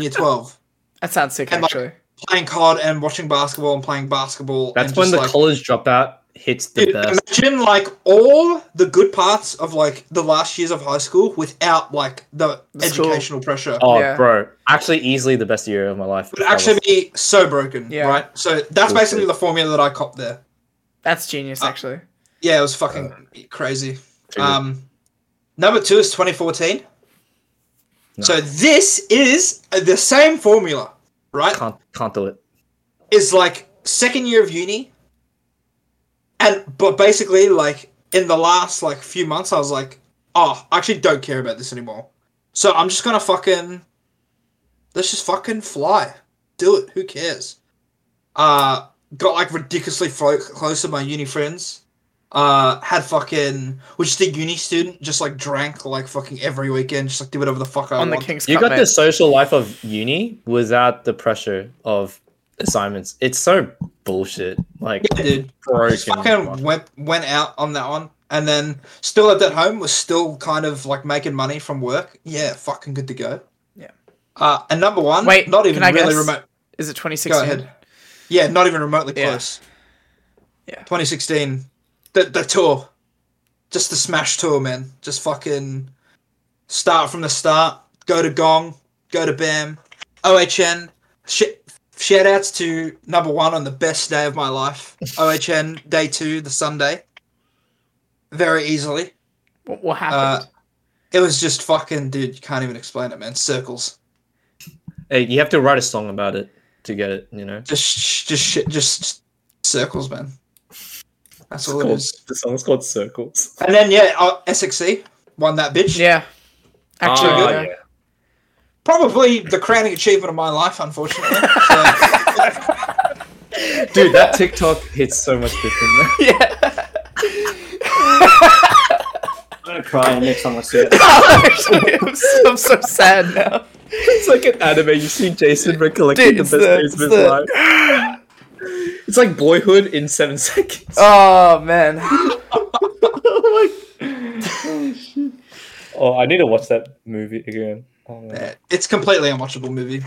(laughs) year 12. That sounds sick And, like, actually. playing COD and watching basketball and playing basketball. That's and when just, the like, college dropout hits the Dude, best. imagine like all the good parts of like the last years of high school without like the, The school. educational pressure. Oh, Yeah. bro! Actually, easily the best year of my life. It would actually be so broken, Yeah. right? So that's Bullshit. basically the formula that I copped there. That's genius Uh, actually. Yeah, it was fucking crazy. Dude. Um, number two is 2014. No. So this is the same formula, right? can't can't do it. is like second year of uni and but basically like in the last like few months i was like oh i actually don't care about this anymore so i'm just gonna fucking let's just fucking fly do it who cares uh got like ridiculously fro- close to my uni friends uh had fucking was just a uni student just like drank like fucking every weekend just like did whatever the fuck i On the want. King's You Cup. got the mate. social life of uni without the pressure of assignments. It's so bullshit. Like yeah, dude broken. just fucking went went out on that one, and then still lived at home. Was still kind of like making money from work. Yeah, fucking good to go. Yeah. Uh, and number one, Wait, not can even I really guess? remote. Is it Go 2016? ahead. Yeah, not even remotely Yeah. close. Yeah. 2016, the the tour, just the smash tour, man. Just fucking start from the start. Go to Gong. Go to Bam. OHN. Shit. Shout outs to number one on the best day of (laughs) my life. OHN day two, the Sunday. Very easily. What, what Uh, (laughs) happened? it was just fucking, dude, you can't even explain it, man. Circles. Hey, you have to write a song about it to get it. You know. Just, sh- just shit, just circles, man. That's all it Called- is. the song's called Circles. And then, yeah, uh, SXE won that bitch. yeah. Actually, Ah, yeah. yeah. Probably the crowning achievement of my (laughs) life, unfortunately. So, Dude, that TikTok hits so much different. man. Yeah. (laughs) I'm gonna cry next time I see (laughs) it. Oh, Actually, I'm, so, I'm so sad now. (laughs) it's like an anime. You see Jason recollecting Dude, the it's best the- days of his it's the- life. It's like Boyhood in seven (laughs) seconds. Oh man. Oh, I need to watch that movie again. Oh, man. yeah, it's completely unwatchable movie.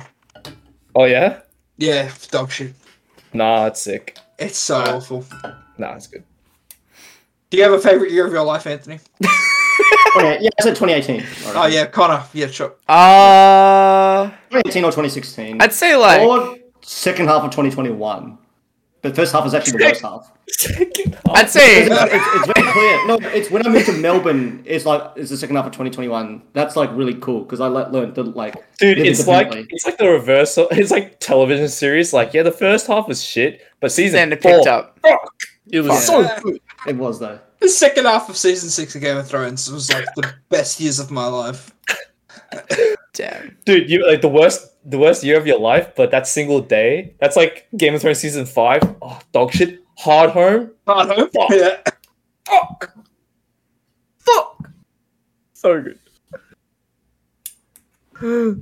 Oh, yeah? Yeah, dog shit. Nah, it's sick. It's so Uh, awful. Nah, it's good. (laughs) Do you have a favorite year of your life, Anthony? Okay, yeah, I said 2018. Alright. Oh yeah, Connor. Yeah, sure. Uh, 2018 or 2016. I'd say like or second half of 2021. But first half is actually the worst half. I'd (laughs) say It's, it's very clear. No, it's when I moved to Melbourne. It's like it's the second half of 2021. That's like really cool because I like, learned that like Dude, live it's like independently. it's like the reverse. of- (laughs) It's like television series. Like, yeah, the first half was shit, but season then it four, picked up. fuck, it was Fuck. so Yeah. good. it was though. The second half of season six of Game of Thrones was like the best years of my life. Damn. Dude, you like the worst, the worst year of your life, but that single day, that's like Game of Thrones season five. Oh, dog shit. Hard home, Hard home. Fuck. (laughs) Yeah. fuck, fuck, so good. You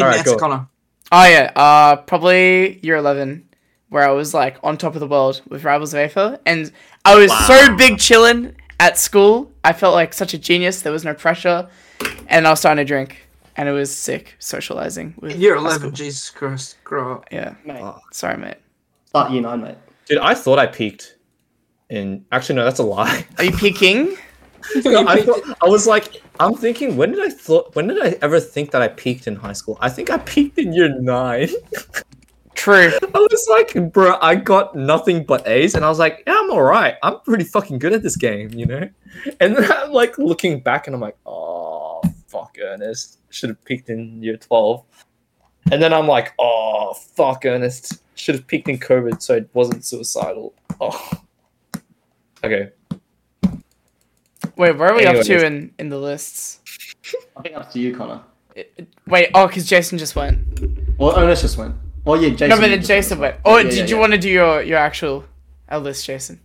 Alright, next, go. Connor. Oh yeah. Uh, probably year eleven, where I was like on top of the world with Rivals of Aether, and I was so big chillin' at school. I felt like such a genius. There was no pressure, and I was starting to drink, and it was sick socializing. With Year high eleven. Oh. school. Jesus Christ, grow up. Yeah. Mate, Sorry, mate. start year nine, mate. Dude, I thought I peaked. In actually, no, that's a lie. (laughs) Are you peeking? I, thought, I was like, I'm thinking, when did I thought, when did I ever think that I peaked in high school? I think I peaked in year nine. True. I was like, bro, I got nothing but A's, and I was like, yeah, I'm all right. I'm pretty fucking good at this game, you know. And then I'm like looking back, and I'm like, oh fuck, Ernest should have peaked in year twelve. And then I'm like, oh fuck, Ernest should have peaked in COVID, so it wasn't suicidal. Oh, okay. Wait, where are we up Anyways. to in, in the lists? I think that's to you, Connor. It- it- wait, oh, because Jason just went. Or Ernest just went. Oh yeah, Jason. No, but then just Jason went. went. Oh, Yeah, did yeah, you yeah. want to do your, your actual our list, Jason?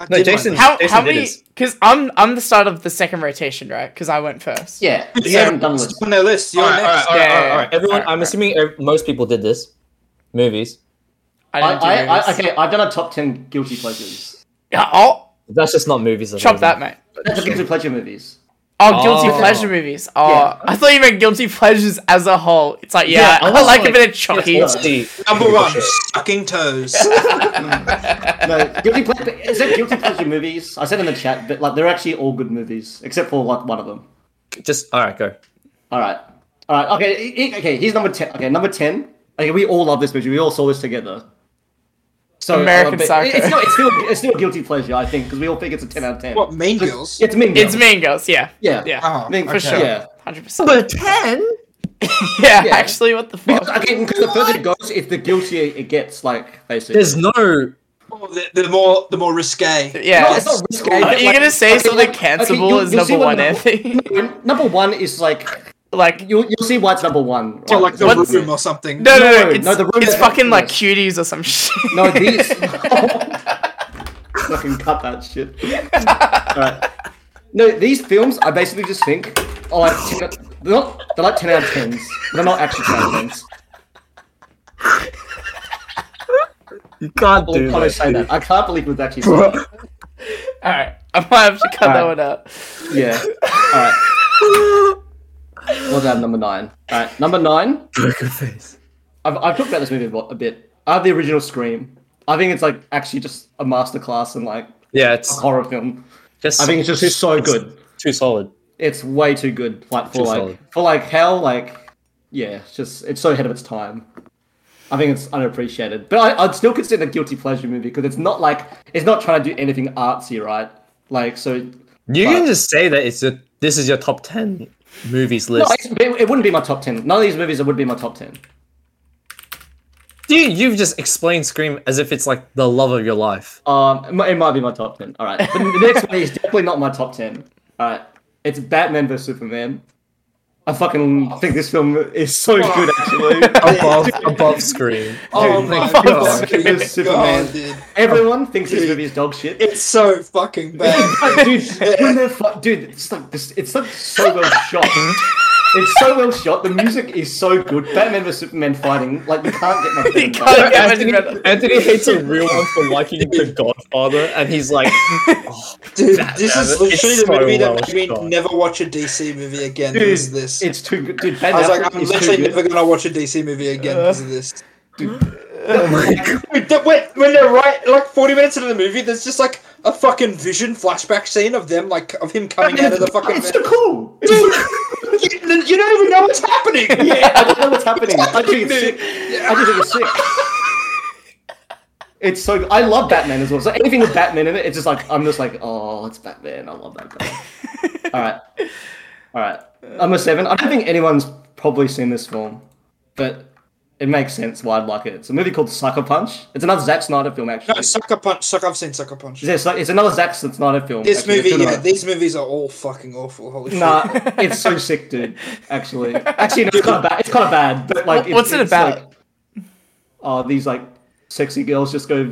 I No, did my Jason- best. How Jason how did many? his. Because I'm I'm the start of the second rotation, right? Because I went first. Yeah, but you Yeah, haven't done it's this. on their list. You're All right, all next. right, all right, Yeah, yeah, all right, all right. yeah. Everyone, All right, I'm all assuming ev- most people did this. Movies. I I, didn't I, do movies. I, okay, I've done a top ten guilty pleasures. Yeah, I'll That's just not movies. I chop think. that, mate. That's a guilty pleasure movies. Oh, guilty Oh. pleasure movies. Oh, Yeah. I thought you meant guilty pleasures as a whole. It's like, yeah, Yeah, I, I was like, a like- bit of chalky. Let's see. Number one, sucking toes. No, guilty pleasure. Is it guilty pleasure movies? I said in the chat, but like they're actually all good movies except for like one of them. Just all right, go. All right, all right. Okay, e- e- okay. Here's number ten. Okay, number ten. Okay, we all love this movie. We all saw this together. So American but it- Psycho. It's, still, it's still it's still a guilty pleasure, I think, because we all think it's a ten out of ten. what, Mean Girls? It's Mean It's Girls. Mean Girls, yeah. Yeah. Uh-huh. Yeah. Oh, Mean- For okay. sure. Yeah. 100%. ten. (laughs) Yeah, Yeah. actually, what the fuck? Because, okay, because the further it goes, it's the guiltier it gets. Like basically, There's no. Oh, the, the more the more risque. Yeah. No, it's not risky. Are but, you like- gonna say okay, something like- cancelable you'll- is you'll see number what one, eh? Anthony? Number, number one is like (laughs) like, you'll you'll see why it's number one. Or like the It's- What's- room or something. no, no, no, no, it's, no, the room it's is- fucking like yes. cuties or some (laughs) shit. No, (laughs) these. Fucking cut that shit. (laughs) Alright. No, these films, I basically just think, oh, like, 10 they're, not, they're like 10 out of 10s. but They're not actually 10 out of (laughs) 10s. You can't Oh, do can't I that. say that. I can't believe we've actually Bro. said (laughs) that. All right, I might have to cut that All right. one out. Yeah. Alright. What's that, number nine? Alright, number nine. Poker face. I've, I've talked about this movie a bo- a bit. I have the original Scream. I think it's like actually just a masterclass in like Yeah, it's horror film. just. I think it's just so good. too solid. It's way too good. Like for Too like solid. for like hell, like yeah, it's just it's so ahead of its time. I think it's unappreciated, but I, I'd still consider it a guilty pleasure movie because it's not like it's not trying to do anything artsy, right? Like so, You But- can just say that it's a. This is your top ten movies no, list, it's- it, it wouldn't be my top ten. None of these movies it would be my top ten. dude. You've just explained Scream as if it's like the love of your life. Um, it might, it might be my top ten. All right, the, the next one is definitely not my top ten. All right, it's Batman vs Superman. I fucking think this film is so good, (laughs) actually. (laughs) Above, above Scream. Oh Dude, (laughs) my fuck god. off. fucking Good Superman. God, dude. Everyone thinks this movie is dog shit. It's so fucking bad. Like, dude, when they're fu- dude, it's like this, it's like so well shot. It's so well shot. The music is so good. Batman vs Superman fighting, like you can't get much You better. than can't that. get Anthony, much better. Anthony hates a real one for liking (laughs) The Godfather, and he's like, (laughs) Dude, this Yeah, is it's literally the so movie that well made me shot. never watch a DC movie again Dude, because of this. It's too good, dude. Ben I was like, Affleck I'm is too literally good. never gonna watch a DC movie again because of this. (laughs) oh my god. Wait, that- wait, when they're right, like 40 minutes into the movie, there's just like a fucking vision flashback scene of them, like of him coming out of the fucking. It's so cool. It's so cool. you, you don't even know what's happening. (laughs) Yeah, I don't know what's happening. I just think it's sick. Dude. I just think it's sick. It's so. I love Batman as well. So anything with Batman in it, it's just like I'm just like, oh, it's Batman. I love that (laughs) guy. All right, all right. Number seven. I don't think anyone's probably seen this film, but it makes sense why I'd like it. It's a movie called Sucker Punch. It's another Zack Snyder film, actually. No, Sucker Punch. Suck, I've seen Sucker Punch. It's- it's another Zack Snyder film. This actually, movie, it's yeah, another- these movies are all fucking awful. Holy Nah, shit. it's so sick, dude. Actually, actually, no, it's kind of bad. It's kind of bad, but like, it's, What's it it's about? Like, oh, these like sexy girls just go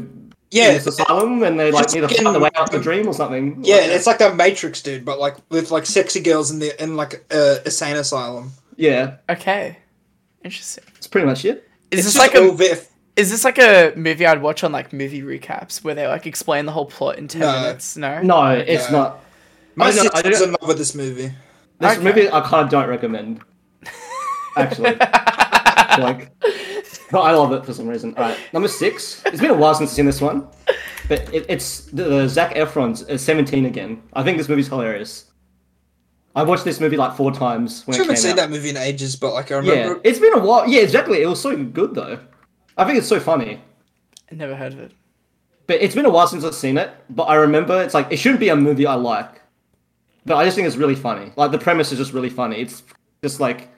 Yeah, yeah, in this asylum and they like just need to getting- find a way out of the dream or something. yeah, like, it's like the Matrix, dude, but like with like sexy girls in the in like uh, insane asylum. yeah, Okay, interesting. it's pretty much it. Is this It's just like all a bit- is this like a movie I'd watch on like movie recaps where they like explain the whole plot in ten No. minutes? No, No, it's No. not. My I don't know, I sister's don't- in love with this movie. This Okay. movie I kind of don't recommend. Actually, like, but I love it for some reason. All right, number six. It's been a while since I've seen this one, but it, it's the, the Zac Efron's uh, Seventeen again. I think this movie's hilarious. I watched this movie like four times when I it came haven't seen out. that movie in ages, but like I Yeah, remember. it's been a while. Yeah, exactly. It was so good though. I think it's so funny. I never heard of it. But it's been a while since I've seen it. But I remember it's like it shouldn't be a movie I like, but I just think it's really funny. Like the premise is just really funny. It's just like,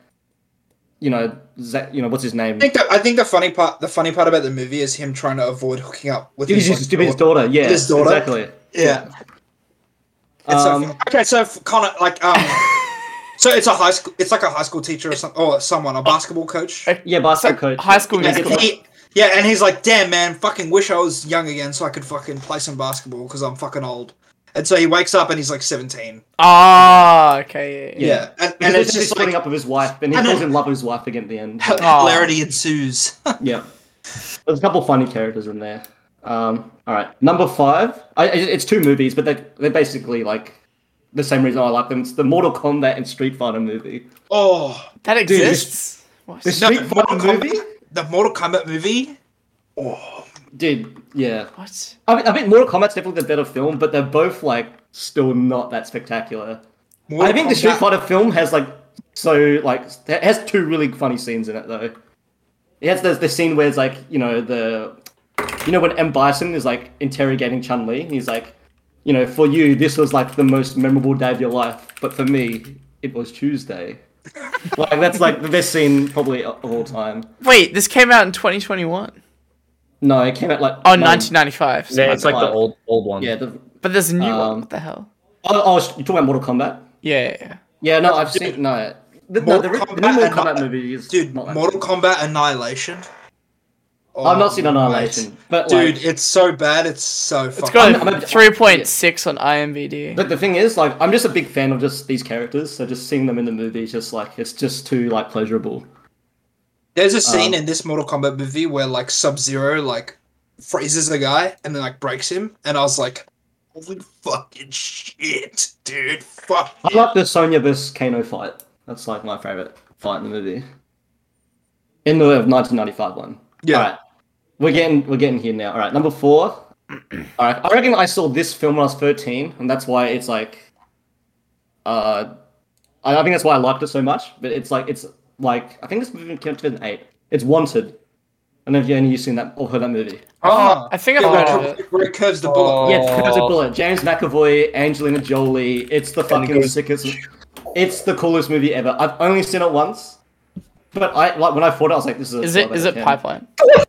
you know, Zach, you know what's his name? I think the, I think the funny part, the funny part about the movie is him trying to avoid hooking up with his, He's just like, stupid his daughter. daughter. Yeah, His daughter. exactly. Yeah. It's so Um, funny. okay, so f- Connor, like, (laughs) um, so it's a high school, it's like a high school teacher or something, or someone, a basketball coach. Okay, Yeah, basketball So, coach. high school Yeah, And musical. it's like- he- yeah, and he's like, damn, man, fucking wish I was young again so I could fucking play some basketball because I'm fucking old. And so he wakes up and he's like 17. Ah, okay. Yeah. Yeah. yeah. And, Because and it's he's just splitting like, up with his wife, and he I know. falls in love with his wife again at (laughs) the end. Oh. hilarity ensues. (laughs) yeah. There's a couple funny characters in there. Um, all right, number five. I, I- it's two movies, but they're, they're basically like the same reason I like them. It's the Mortal Kombat and Street Fighter movie. oh, That this- exists. What? This no, Street Fighter Mortal Kombat, movie, the Mortal Kombat movie? dude. Yeah, what? I, mean, I think Mortal Kombat's definitely the better film, but they're both like still not that spectacular. I Mortal think the Street Kombat- Fighter film has like so like it has two really funny scenes in it though. It has there's the scene where it's like you know the you know when M Bison is like interrogating Chun Li. He's like, you know, for you this was like the most memorable day of your life, but for me it was Tuesday. (laughs) like that's like the best scene probably of all time. Wait, this came out in 2021. No, it came out like Oh, no, 1995. Yeah, it's like the God. old old one. Yeah, the, But there's a new Um, one. What the hell? oh, oh, you talking about Mortal Kombat? Yeah, yeah, yeah. Yeah, no, I've seen no. The, no, the, Mortal re- the Kombat new Mortal and- Kombat movie is Dude, not that Mortal Kombat Annihilation. I've Oh, not seen Annihilation, mate. but like, Dude, it's so bad. It's so It's fucking. got I'm- I'm a- a 3.6 on IMDb. but the thing is, like, I'm just a big fan of just these characters, so just seeing them in the movie is just like it's just too like pleasurable. There's a scene in this Mortal Kombat movie where like Sub Zero like freezes a guy and then like breaks him, and I was like, "Holy fucking shit, dude! Fuck!" I like the Sonya vs Kano fight. That's like my favorite fight in the movie. In the 1995 one. Yeah. All right. We're getting we're getting here now. All right, number four. All right, I reckon I saw this film when I was 13, and that's why it's like, uh, I I think that's why I liked it so much. But it's like it's like I think this movie came out in 2008. It's Wanted. I don't know if you any of you seen that or heard that movie. Oh, Ah, I think I've yeah, heard where, of it. where it curves the bullet. Yeah, it's a bullet. James McAvoy, Angelina Jolie. It's the fucking goes- sickest. It's the coolest movie ever. I've only seen it once, but I like when I thought it, I was like, "This is." A Is 12 it out is of it 10. pipeline? Oh,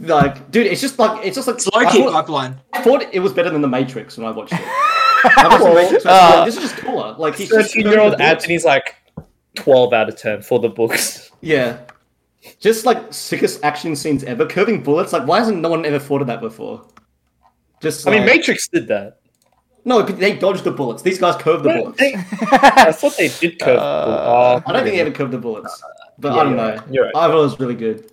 Like, dude, it's just like it's just like Low I key thought, pipeline. I thought it was better than the Matrix when I watched it. I watched The Matrix, I was like, this is just cooler. Like, he's just Thirteen year old (laughs) doing the books. Anthony's like twelve out of ten for the books. Yeah. Just like sickest action scenes ever. Curving bullets. Like, why hasn't no one ever thought of that before? Just I mean, like- Matrix did that. no, but they dodged the bullets. These guys curved the bullets. They- I thought they did curve. Uh, I don't think they ever curved the bullets, but Yeah, I don't you're know. right. You're right. I thought it was really good.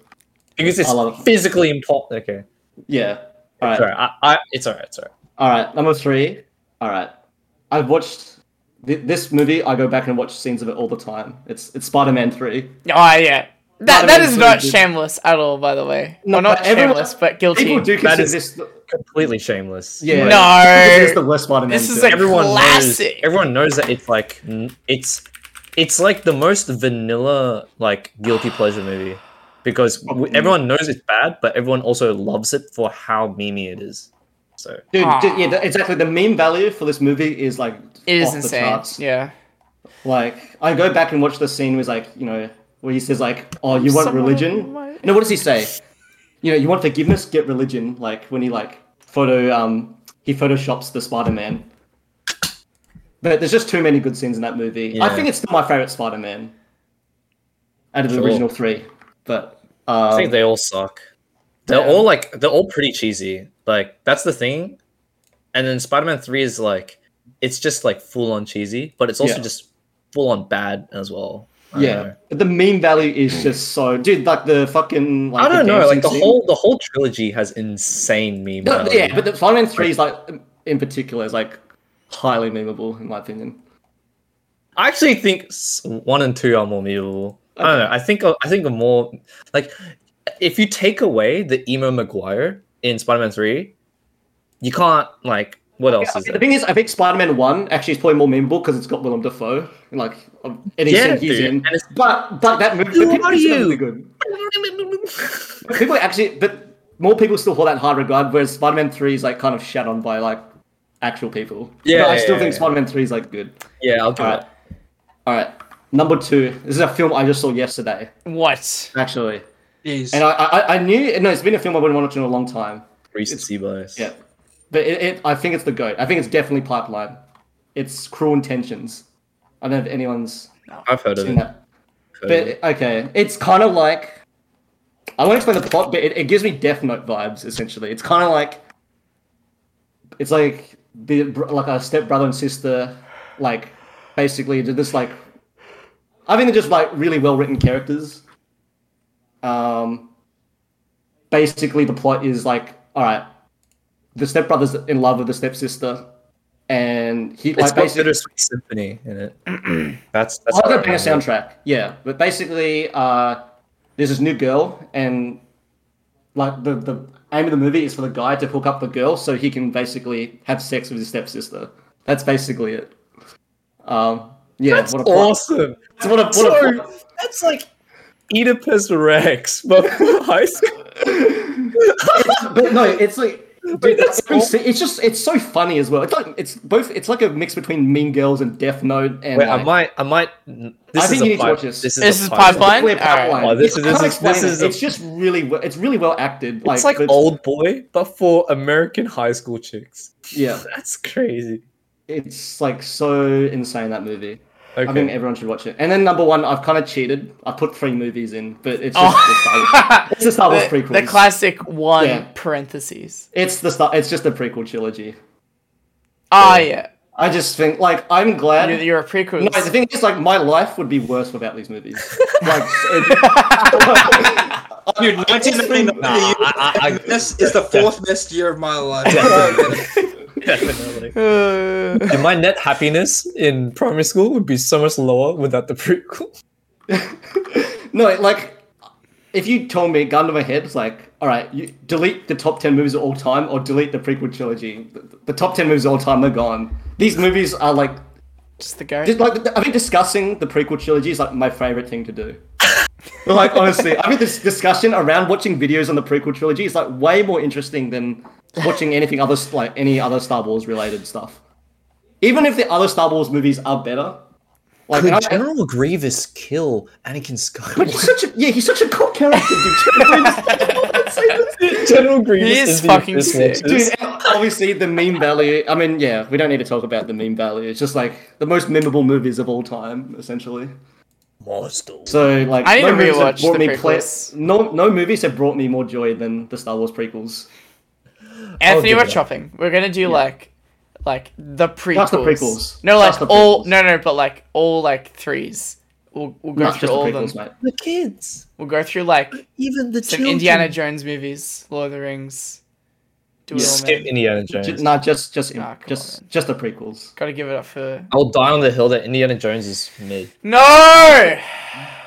because I love it's it. physically impossible. Okay, Yeah. All right. sorry, I, I, it's alright, it's alright. All right. Number three. All right. I've watched th- this movie. I go back and watch scenes of it all the time. It's it's Spider Man three. Oh yeah. That, that Spider-Man is is not really good. shameless at all, by the way. No, No, not but everyone- shameless, but guilty. People do That consider is- this. Completely shameless. Yeah. No. This is the worst Spider Man. This is a- everyone Classic. knows everyone knows that it's like n- it's it's like the most vanilla like guilty pleasure movie because w- Mm. everyone knows it's bad but everyone also loves it for how memey it is so dude, Aw. dude, yeah, th- exactly. The meme value for this movie is like It off is the insane. charts. Yeah. Like I go back and watch the scene where like you know where he says like, "Oh, you want Someone religion?" might- No, what does he say? You know, you want forgiveness, get religion. Like when he like photo um he photoshops the Spider Man. But there's just too many good scenes in that movie. I Yeah. think it's still my favorite Spider Man out of the Sure. original three. But i um, think they all suck they're Yeah. all like they're all pretty cheesy like that's the thing and then spider-man 3 is like it's just like full-on cheesy but it's also Yeah. just full-on bad as well I don't know. yeah, but the meme value is just so dude. Like the fucking like I don't the know. Like dancing the scene. whole the whole trilogy has insane meme. No, value. yeah, but the Spider Man three is like in particular is like highly memeable in my opinion. I actually think s- one and two are more memeable. I don't know. I think I think a more like if you take away the emo Maguire in Spider Man Three, you can't like What else is The there? thing is, I think Spider Man 1 actually is probably more memorable because it's got Willem Dafoe. and, Like, um, any Yeah, scene he's dude, in. and it's- But, but that movie. Who but people are consider it you? Good. But people actually. But more people still hold that in high regard, whereas Spider Man 3 is, like, kind of shat on by, like, actual people. Yeah, But I yeah, still yeah, think yeah. Spider Man 3 is, like, good. Yeah, I'll do Alright. it. Alright. Number two. This is a film I just saw yesterday, What? actually. Jeez. And I, I, I knew. No, it's been a film I've been watching in a long time. Recency bias. Yeah, but it, it, I think it's the goat. I think it's definitely Pipeline. It's Cruel Intentions. I don't know if anyone's I've heard of seen it. that, Heard of it. but okay, it's kind of like I won't explain the plot, but it, it gives me Death Note vibes. Essentially, it's kind of like it's like the like a stepbrother and sister, like basically they're just like I think they're just like really well written characters. Um, basically the plot is like all right, the stepbrother's in love with the stepsister, and he It's like got basically Bittersweet Symphony in it. (clears throat) that's that's. I'll how I go bring a remember soundtrack. Yeah, but basically, uh, there's this new girl, and like the the aim of the movie is for the guy to hook up the girl so he can basically have sex with his stepsister. That's basically it. Um, yeah, That's what a plot. awesome. What a, what a Sorry, plot. that's like Oedipus Rex, (laughs) but for high school. But no, it's like. Dude, that's every awesome. scene- it's just it's so funny as well. It's like it's both it's like a mix between Mean Girls and Death Note and Wait, like, I might, I might. This I is think a you need to pipe- watch this. This is, This a is pipe- Pipeline? Clear Alright. Pipeline. Oh, this It's- is- I this is- can't this explain is it. a- it's just really well, it's really well acted. It's like but- old boy, but for American high school chicks. yeah. That's crazy. It's like so insane that movie. Okay. I think everyone should watch it. And then number one, I've kind of cheated. I put three movies in, but it's just the Star Wars. Oh. It's the Star Wars (laughs) the, prequels. the classic one Yeah. parentheses. It's the Star. It's just the prequel trilogy. Ah, yeah. I just think like I'm glad. You're, you're a prequel. no, the thing is, like my life would be worse without (laughs) these movies. like, it, Dude, 1999. Nah, I- (laughs) I- I- (laughs) this is the fourth best year of my life. Definitely. Uh, And my net happiness in primary school would be so much lower without the prequel. no, like if you told me, gun to my head, it's like, all right, you delete the top ten movies of all time, or delete the prequel trilogy. The, the top ten movies of all time are gone. These movies are like just the go. Just, like I think discussing the prequel trilogy is like my favorite thing to do. (laughs) But, like honestly, I mean this discussion around watching videos on the prequel trilogy is like way more interesting than watching anything other like any other Star Wars related stuff. Even if the other Star Wars movies are better, like and I- Grievous kill Anakin but he's Skywalker? such a yeah, he's such a cool character, dude. General (laughs) Grievous- General Grievous He is the fucking Abyss sick. Watchers. (laughs) Dude, and obviously the meme value. I mean, yeah, we don't need to talk about the meme value. It's just like the most memorable movies of all time, essentially. Monster. So like, I need no to movies have rewatch brought the me ple- prequels. no, no movies have brought me more joy than the Star Wars prequels. Anthony, give we're it up. chopping. We're gonna do like, like the prequels. the prequels. No, like Just the all. prequels. No, no, but like all like threes. We'll, we'll go Not through just the all of them. prequels, mate. The kids, We'll go through like even the some Indiana Jones movies, Lord of the Rings. Do it all, Skip man. Indiana Just, Jones. nah, just just Nah, come just on, man. just the prequels. Gotta give it up for. I'll die on the hill that Indiana Jones is mid. No!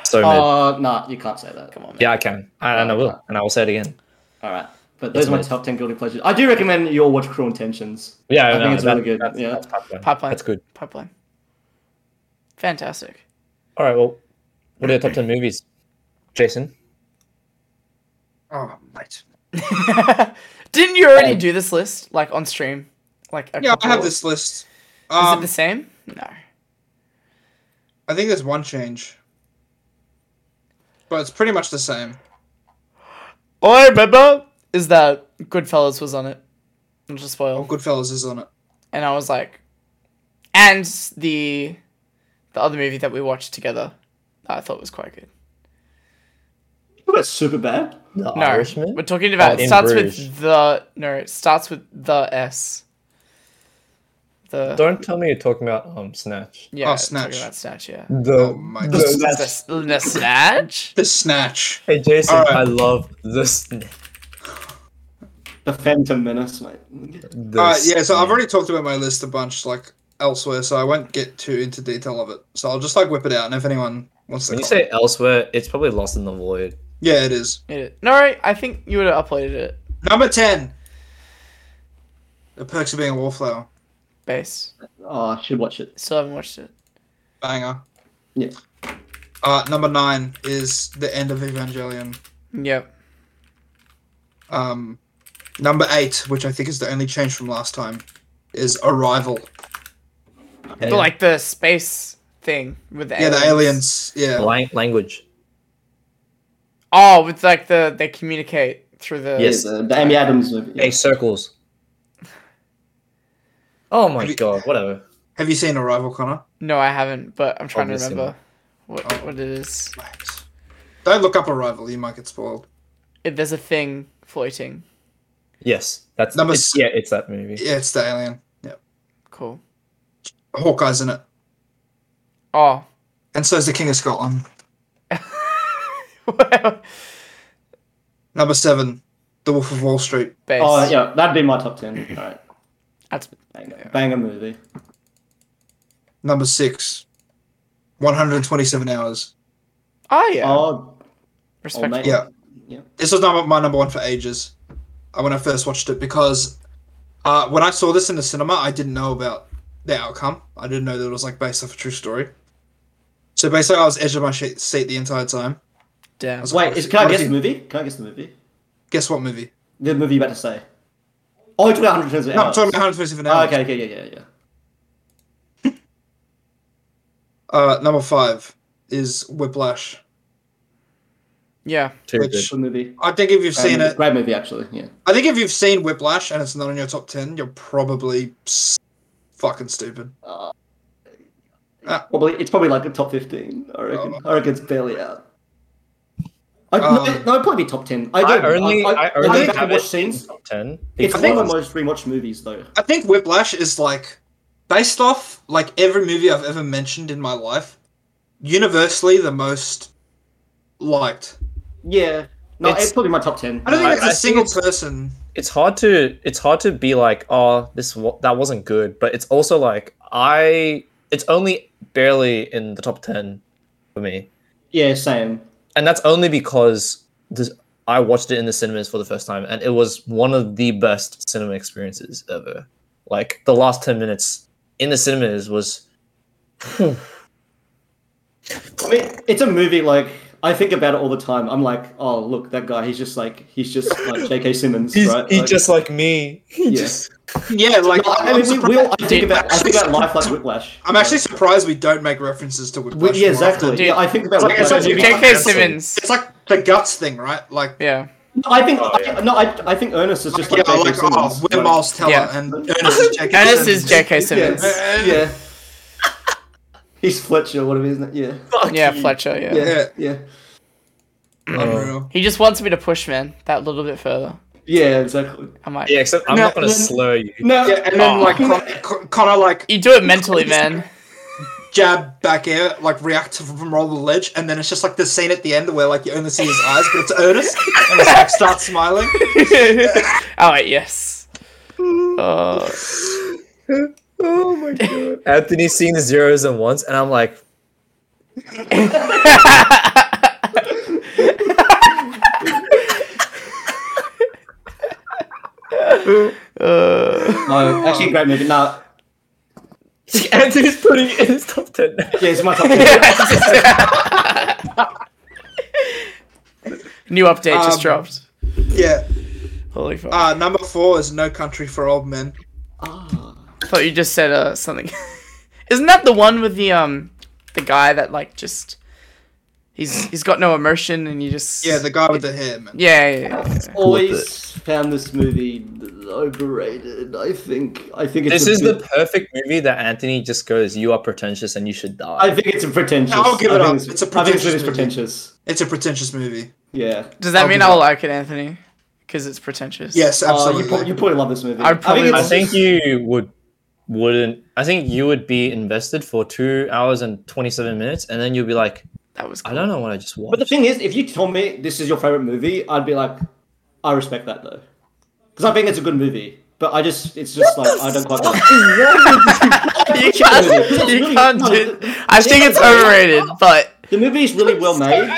So mid. Oh. Uh, nah, you can't say that. Come on, man. yeah, I can. I, and I will. And I will say it again. All right, but Yes, those are my mate. top ten guilty pleasures. I do recommend you all watch Cruel Intentions. Yeah, I no, think it's that- really good, That's, yeah. that's pipeline. Pipeline. That's good. Pipeline. Fantastic. All right. Well, what are your top ten movies, Jason? oh, mate. (laughs) Didn't you already do this list like on stream? Like a Yeah, I couple have of- this list. Is Um, it the same? No. I think there's one change, but it's pretty much the same. All I remember is that Goodfellas was on it. Not to Oh, spoil. Goodfellas is on it. And I was like, and the the other movie that we watched together, that I thought was quite good. That's super bad. The No, we're talking about. Oh, it In starts Bruges. with the no. It starts with the S. The Don't tell me you're talking about um Snatch. yeah. Oh, it's Talking Snatch. about snatch. Yeah. The, Oh my the God. The, Snatch. s- the snatch. The Snatch. Hey Jason, All right. I love the Snatch. The Phantom Menace, mate. The Uh, yeah, so I've Snatch. already talked about my list a bunch, like elsewhere, so I won't get too into detail of it. So I'll just like whip it out, and if anyone wants to, When you comment- say elsewhere, it's probably lost in the void. yeah, it is It- No, I think you would have uploaded it. number ten. The Perks of Being a Wallflower. Base. Oh, I should watch it. Still haven't watched it. Banger. Yeah. Uh, number nine is The End of Evangelion. Yep. Um, number eight, which I think is the only change from last time, is Arrival. Okay. But like the space thing with the Yeah, aliens. the aliens. Yeah. Lang- language. Oh, with like the they communicate through the Yes. Yeah, the, the Amy Adams movie. Hey, circles. Oh my Have you- god, whatever. Have you seen Arrival, Connor? No, I haven't, but I'm trying Obviously to remember what what it is. Mate. Don't look up Arrival, you might get spoiled. If there's a thing floating. Yes, that's Number it's, s- yeah, it's that movie. Yeah, it's the alien. Yeah. Cool. Hawkeye's in it. Oh. (laughs) And so is the King of Scotland. Base. Number seven, The Wolf of Wall Street. Oh, yeah, that'd be my top ten. All right, That's banger, banger movie. Number six, 127 Hours. Oh yeah. Oh, old Respectful. mate. Yeah. Yeah. This was number, my number one for ages uh, when I first watched it because uh, when I saw this in the cinema, I didn't know about the outcome. I didn't know that it was like based off a true story. So basically, I was edge of my shi- seat the entire time. Damn. That's- Wait, is, can I What guess if the you- movie? Can I guess the movie? Guess what movie? The movie you're about to say. Oh, you're talking about 100 No, I'm talking about 127 Oh, Hours. okay, okay, yeah, yeah, yeah. Uh, number five is Whiplash. Yeah. Too Which- good. Good movie. I think if you've seen Great it, Great movie, actually. Yeah. I think if you've seen Whiplash and it's not in your top 10, you're probably s- fucking stupid. Probably it's probably like a top fifteen. I reckon. Oh. I reckon it's barely out. I, Um, no, no, probably top ten. I, I don't, only I, only go back have and it watch in scenes. top ten. It's because- one of the most rewatched movies, though. I think Whiplash is like based off like every movie I've ever mentioned in my life, universally the most liked. Yeah, no, it's, It's- probably my top ten. I don't I- think I there's a think single it's- person. it's hard to it's hard to be like oh this wa- that wasn't good but it's also like i it's only barely in the top 10 for me yeah, same. and that's only because this, i watched it in the cinemas for the first time and it was one of the best cinema experiences ever like the last 10 minutes in the cinemas was I mean, it's a movie like I think about it all the time. I'm like, oh look, that guy. He's just like he's just like J.K. Simmons, right? Like, like me (laughs) he Yeah. just Yeah, like No, I I'm, mean, we, we all, surprised, I think about I think about (laughs) life like Whiplash. I'm actually surprised we don't make references to We- Whiplash. yeah, more exactly. often. Dude, yeah, I think about it's like- Whiplash. it's like you J.K. cancelled. Simmons. It's like the guts thing, right? Like Yeah. I think I, no, I, I think Ernest is just yeah, like, J.K. like Simmons. oh, we're Miles Teller Yeah. and Ernest is J.K. Ernest is Simmons. J.K. Simmons. Yeah. yeah. (laughs) He's Fletcher, whatever his name. Yeah. Yeah, Fletcher. Yeah. Yeah. Yeah. Unreal. He just wants me to push, man, that little bit further. Yeah. Exactly. I might. yeah except i'm No, not gonna no, no. slur you No. Yeah, and then Oh. like Con- Con- Connor like You do it mentally, man. jab back air, like react from roll the ledge, and then it's just like the scene at the end where like you only see his eyes, but it's Ernest, and it's like starts smiling. (laughs) All right. Yes. Uh, Oh my (laughs) god. Anthony's seeing the zeros and ones, and I'm like, no. Actually, great movie. No. (laughs) Anthony's putting it in his top 10. Yeah, it's my top. (laughs) ten. (laughs) new update just Um, dropped. Yeah. Holy fuck! Uh, number four is No Country for Old Men. Ah, I thought you just said uh, something. (laughs) Isn't that the one with the um the guy that like just he's he's got no emotion and you just Yeah, the guy with the hair, man. yeah yeah, yeah, yeah. Always found this movie overrated. I think. I think it's. (laughs) This a is bit- the perfect movie that Anthony just goes, You are pretentious and you should I die. think it's a pretentious. I'll give I it think up. It's a I think pretentious it's movie. pretentious. It's a pretentious movie. Yeah. Does that I'll mean give I'll like it, Anthony? Because it's pretentious. Yes, Oh, absolutely. you, pro- you probably love this movie. I probably I it's- love think you would wouldn't I think you would be invested for two hours and twenty seven minutes and then you'll be like, that was. Cool. I don't know what I just But the watched. thing is, if you told me this is your favorite movie, I'd be like, I respect that though, because I think it's a good movie. But I just, it's just like I don't quite. (laughs) you can't. It's You really- can't no, do. the- I think it's overrated, but The movie is really well made.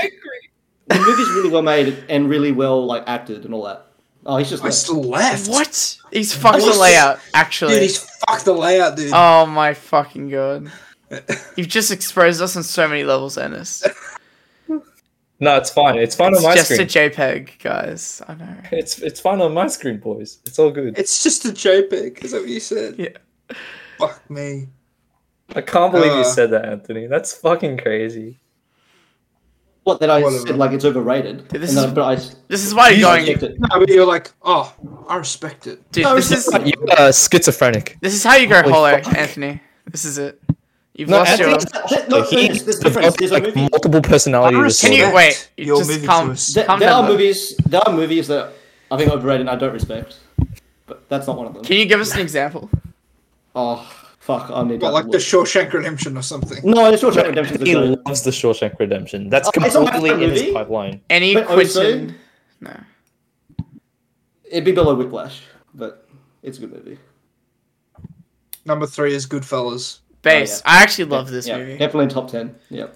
The movie is really well made and really well like acted and all that. Oh, he's just I left. just left. What? He's fucked the What's layout, Dude, actually. he's fucked the layout, dude. Oh my fucking god. You've just exposed us on so many levels, Ennis. No, it's fine. It's fine It's on my just screen. a JPEG, guys. I know. it's it's fine on my screen, boys. It's all good. It's just a JPEG. Is that what you said? Yeah. Fuck me. I can't believe Uh. you said that, Anthony. That's fucking crazy. What that I Whatever. said like it's overrated. Dude, this and is- then, but I s- This is why you're going. reject it. No, but you're like, oh, I respect it. Dude, No, this it's is not- You are schizophrenic. this is how you go Holy hollow, fuck. Anthony. This is it. You've No, lost your. Anthony- That- No, there's, there's difference. There's a movie. multiple personality Can you Respect wait? You your just movie calm, choice. There, calm there down. are though. movies. There are movies that I think are overrated. and I don't respect, but that's not one of them. Can you give us an example? Oh fuck! I need. What, that like word. the Shawshank Redemption or something? No, it's Shawshank Redemption. He loves the Shawshank Redemption. That's Oh, it's not completely in his movie? pipeline. Any But Quentin? also- No. It'd be below Whiplash, but it's a good movie. Number three is Goodfellas. Base. I actually love this Oh, yeah, movie. definitely in top ten. Yeah,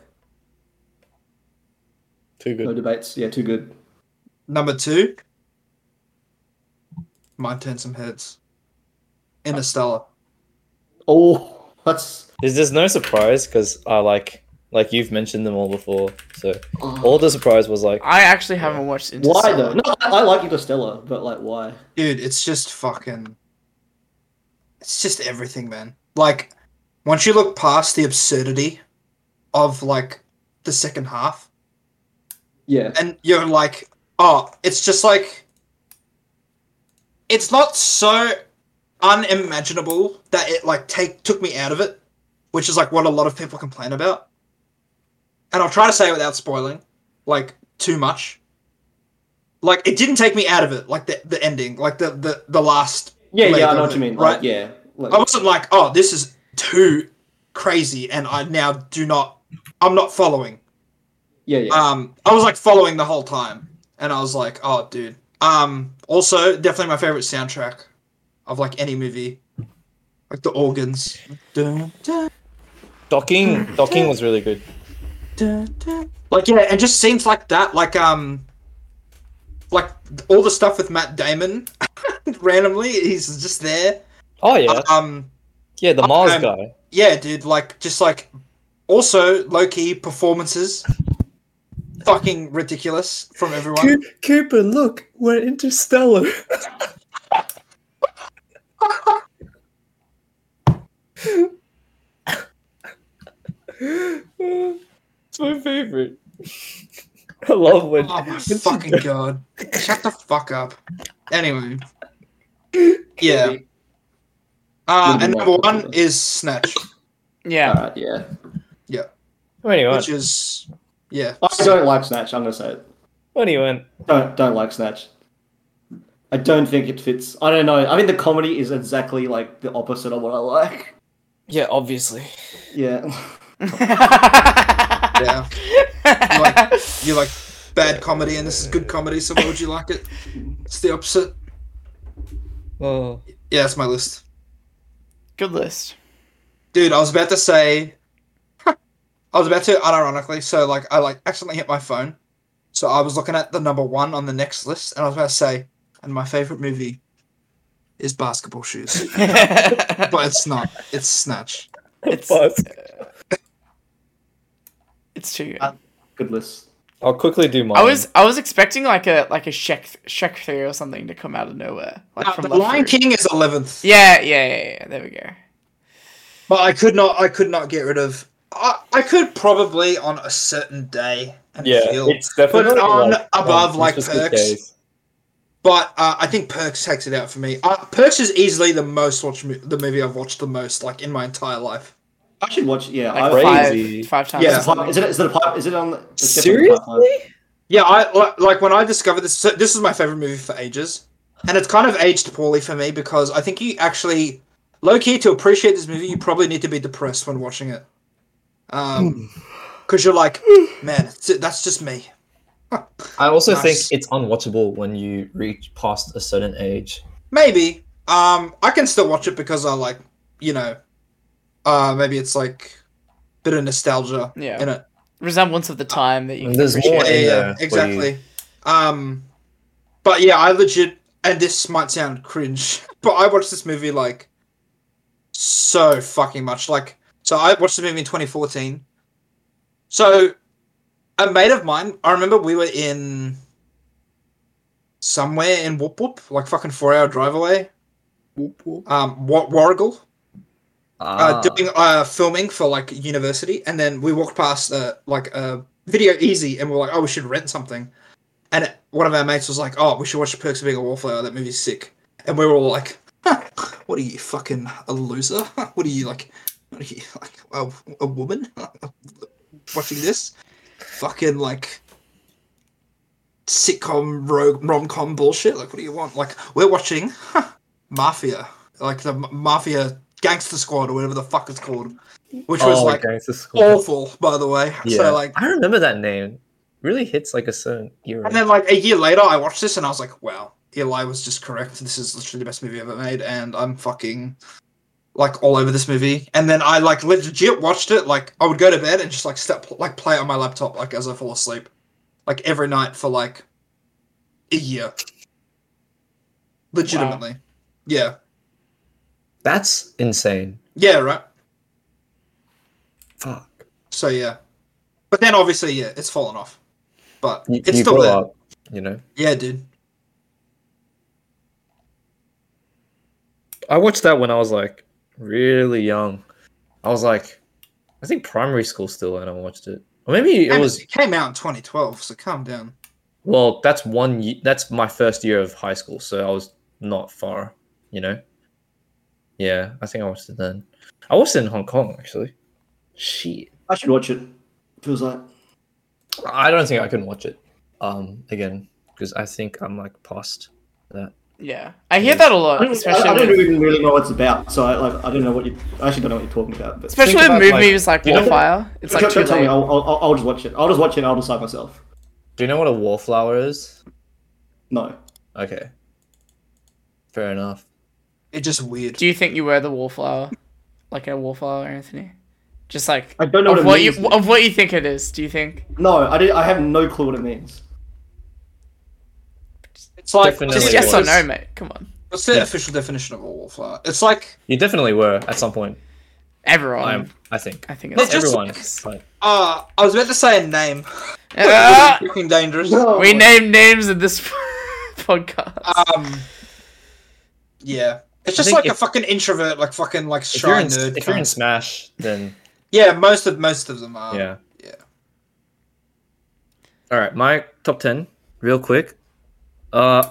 Too no good. debates. Yeah, too good. Number two, might turn some heads. Interstellar. Oh, that's There's, there's no surprise because I like like you've mentioned them all before. So all the surprise was like I actually haven't watched why Interstellar. though. No, I, I like Interstellar, but like why? Dude, it's just fucking. It's just everything, man. Like, once you look past the absurdity of, like, the second half, Yeah, and you're like, oh, it's just like, it's not so unimaginable that it like take took me out of it, which is like what a lot of people complain about. And I'll try to say it without spoiling, like too much. Like it didn't take me out of it, like the the ending, like the the the last. yeah, leg yeah. I of know what it, you mean. right? Like, yeah, like, I wasn't like, oh, this is too crazy, and I now do not. I'm not following yeah, yeah. um i was like following the whole time and i was like oh dude um also definitely my favorite soundtrack of like any movie like the organs Dun, dun, docking. Docking was really good. dun, dun. like yeah and just scenes like that like um like all the stuff with matt damon (laughs) randomly he's just there Oh yeah, um yeah. The Mars um, guy. yeah dude like just like also low-key performances fucking ridiculous from everyone Cooper, look, we're interstellar. it's my favorite. I love when Oh my fucking god. Shut the fuck up. Anyway. Yeah. Uh, and number one is Snatch, Yeah. All right, yeah. When he went, which is. Yeah. I don't like Snatch. I'm gonna say it. when he went, Don't don't like Snatch. I don't think it fits. I don't know. I mean, the comedy is exactly like the opposite of what I like. yeah, obviously. Yeah. (laughs) Uh, (laughs) Yeah. You like, you like bad comedy, and this is good comedy, so why would you like it? It's the opposite. Oh, Yeah, that's my list. Good list. Dude, I was about to say. (laughs) I was about to, unironically, so like I like accidentally hit my phone. So I was looking at the number one on the next list, and I was about to say, and my favorite movie is Basketball Shoes. (laughs) (laughs) it's but it's not. It's Snatch. It's- Buzz. too good. Good list. I'll quickly do mine. I was I was expecting like a like a Shrek Shrek three or something to come out of nowhere. Like Uh, from the left Lion through. King is eleventh, Yeah, yeah, yeah, yeah. There we go. but I could not. I could not get rid of. I, I could probably on a certain day and yeah, feel, it's definitely Put it on like, above, um, like, it's just the perks. case. but uh, I think Perks takes it out for me. Uh, Perks is easily the most watched mo- the movie I've watched the most, like in my entire life. I should watch. Yeah. Like I, Great. five Crazy. five times. Yeah. or something. Is it, is it a pipe? Is it on? the- it's definitely a pipe, Seriously? Yeah, I li- like when I discovered this. So this is my favorite movie for ages, and it's kind of aged poorly for me because I think you actually, low key, to appreciate this movie, you probably need to be depressed when watching it, um, because you're like, man, it's- that's just me. I also Nice. think it's unwatchable when you reach past a certain age. Maybe. Um, I can still watch it because I like, you know, uh, maybe it's like a bit of nostalgia Yeah. in it. Resemblance of the time that you There's appreciate. more Yeah, yeah, in yeah, there for you. exactly. Um, but yeah, I legit and this might sound cringe, (laughs) but I watched this movie like so fucking much. Like, so I watched the movie in 2014. So, a mate of mine, I remember we were in somewhere in Whoop Whoop, like fucking four hour drive away, um, Wa- Warrigal, uh, Ah, doing uh, filming for like university, and then we walked past uh, like uh, Video Easy, and we are like, oh, we should rent something. And one of our mates was like, oh, we should watch The Perks of Being a Wallflower. That movie's sick. And we were all like, huh, what are you fucking a loser? What are you like? What are you like a, a woman watching this? Fucking like sitcom ro- rom com bullshit. Like, what do you want? Like, we're watching huh, Mafia, like the M- Mafia Gangster Squad or whatever the fuck it's called, which was oh, like Gangster Squad. awful, by the way. Yeah. So like, I remember that name. Really hits like a certain era. and then like a year later, I watched this and I was like, wow, Eli was just correct. This is literally the best movie ever made, and I'm fucking like all over this movie. And then I like legit watched it. Like I would go to bed and just like step like play it on my laptop like as I fall asleep, like every night for like a year. Legitimately, yeah, That's insane. yeah, right. Fuck. So yeah, but then obviously yeah, it's fallen off, but You, it's you still grow there. up, you know. Yeah, dude. I watched that when I was like really young. I was like, I think primary school still, and I watched it. Or maybe it Came- was. it came out in 2012, so calm down. Well, that's one. ye- That's my first year of high school, so I was not far. You know. Yeah, I think I watched it then. I watched it in Hong Kong actually. Shit. I should watch it. Feels like I don't think I can watch it. Um, again, because I think I'm like past that. Yeah, I hear that a lot, especially I, I don't with, even really know what it's about, so I, like, I don't know what you. I actually don't know what you're talking about. But especially Think with about, movie like- movies like you know- Warfire. It's like Don't- too don't tell me. late. I'll, I'll, I'll just watch it. I'll just watch it. and I'll decide myself. Do you know what a wallflower is? No. Okay. Fair enough. It's just weird. Do you think you were the wallflower, like a wallflower, Anthony? Just like I don't know of what it what means, you dude. of what you think it is. Do you think? No, I, did, I have no clue what it means. It's like Definitely Just Really yes or was. no, mate. Come on, What's the Yeah. official definition of a wallflower? It's like You definitely were at some point. everyone. I am. I think. I think Well, (laughs) it's just- Everyone. Like, uh I was about to say (laughs) a name. Ah! Fucking dangerous. Oh. we name names in this (laughs) podcast. Ah. Um Yeah. It's just think like a if- fucking introvert, like fucking like if you're shy in, nerd. if you're in cunt. Smash, then Yeah, most of most of them are. Um, yeah. yeah. All right, my top ten, real quick. Uh,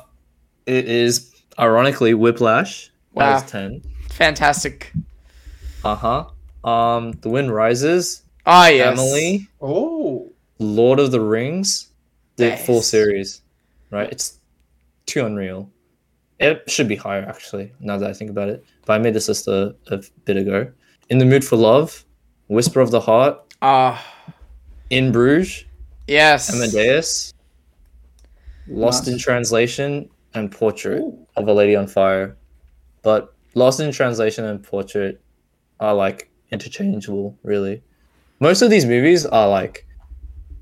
it is ironically Whiplash. That Wow. was ten. Fantastic. Uh huh. Um, The Wind Rises. Ah, yes. Emily. Oh. Lord of the Rings, the full Nice. series, right? It's too unreal. It should be higher actually. Now that I think about it, but I made this list a, a bit ago. In the Mood for Love, Whisper of the Heart, Ah, In Bruges, yes. Amadeus, Lost in Nice. Translation, and Portrait Ooh. of a Lady on Fire. But Lost in Translation and Portrait are like interchangeable, really. Most of these movies are like,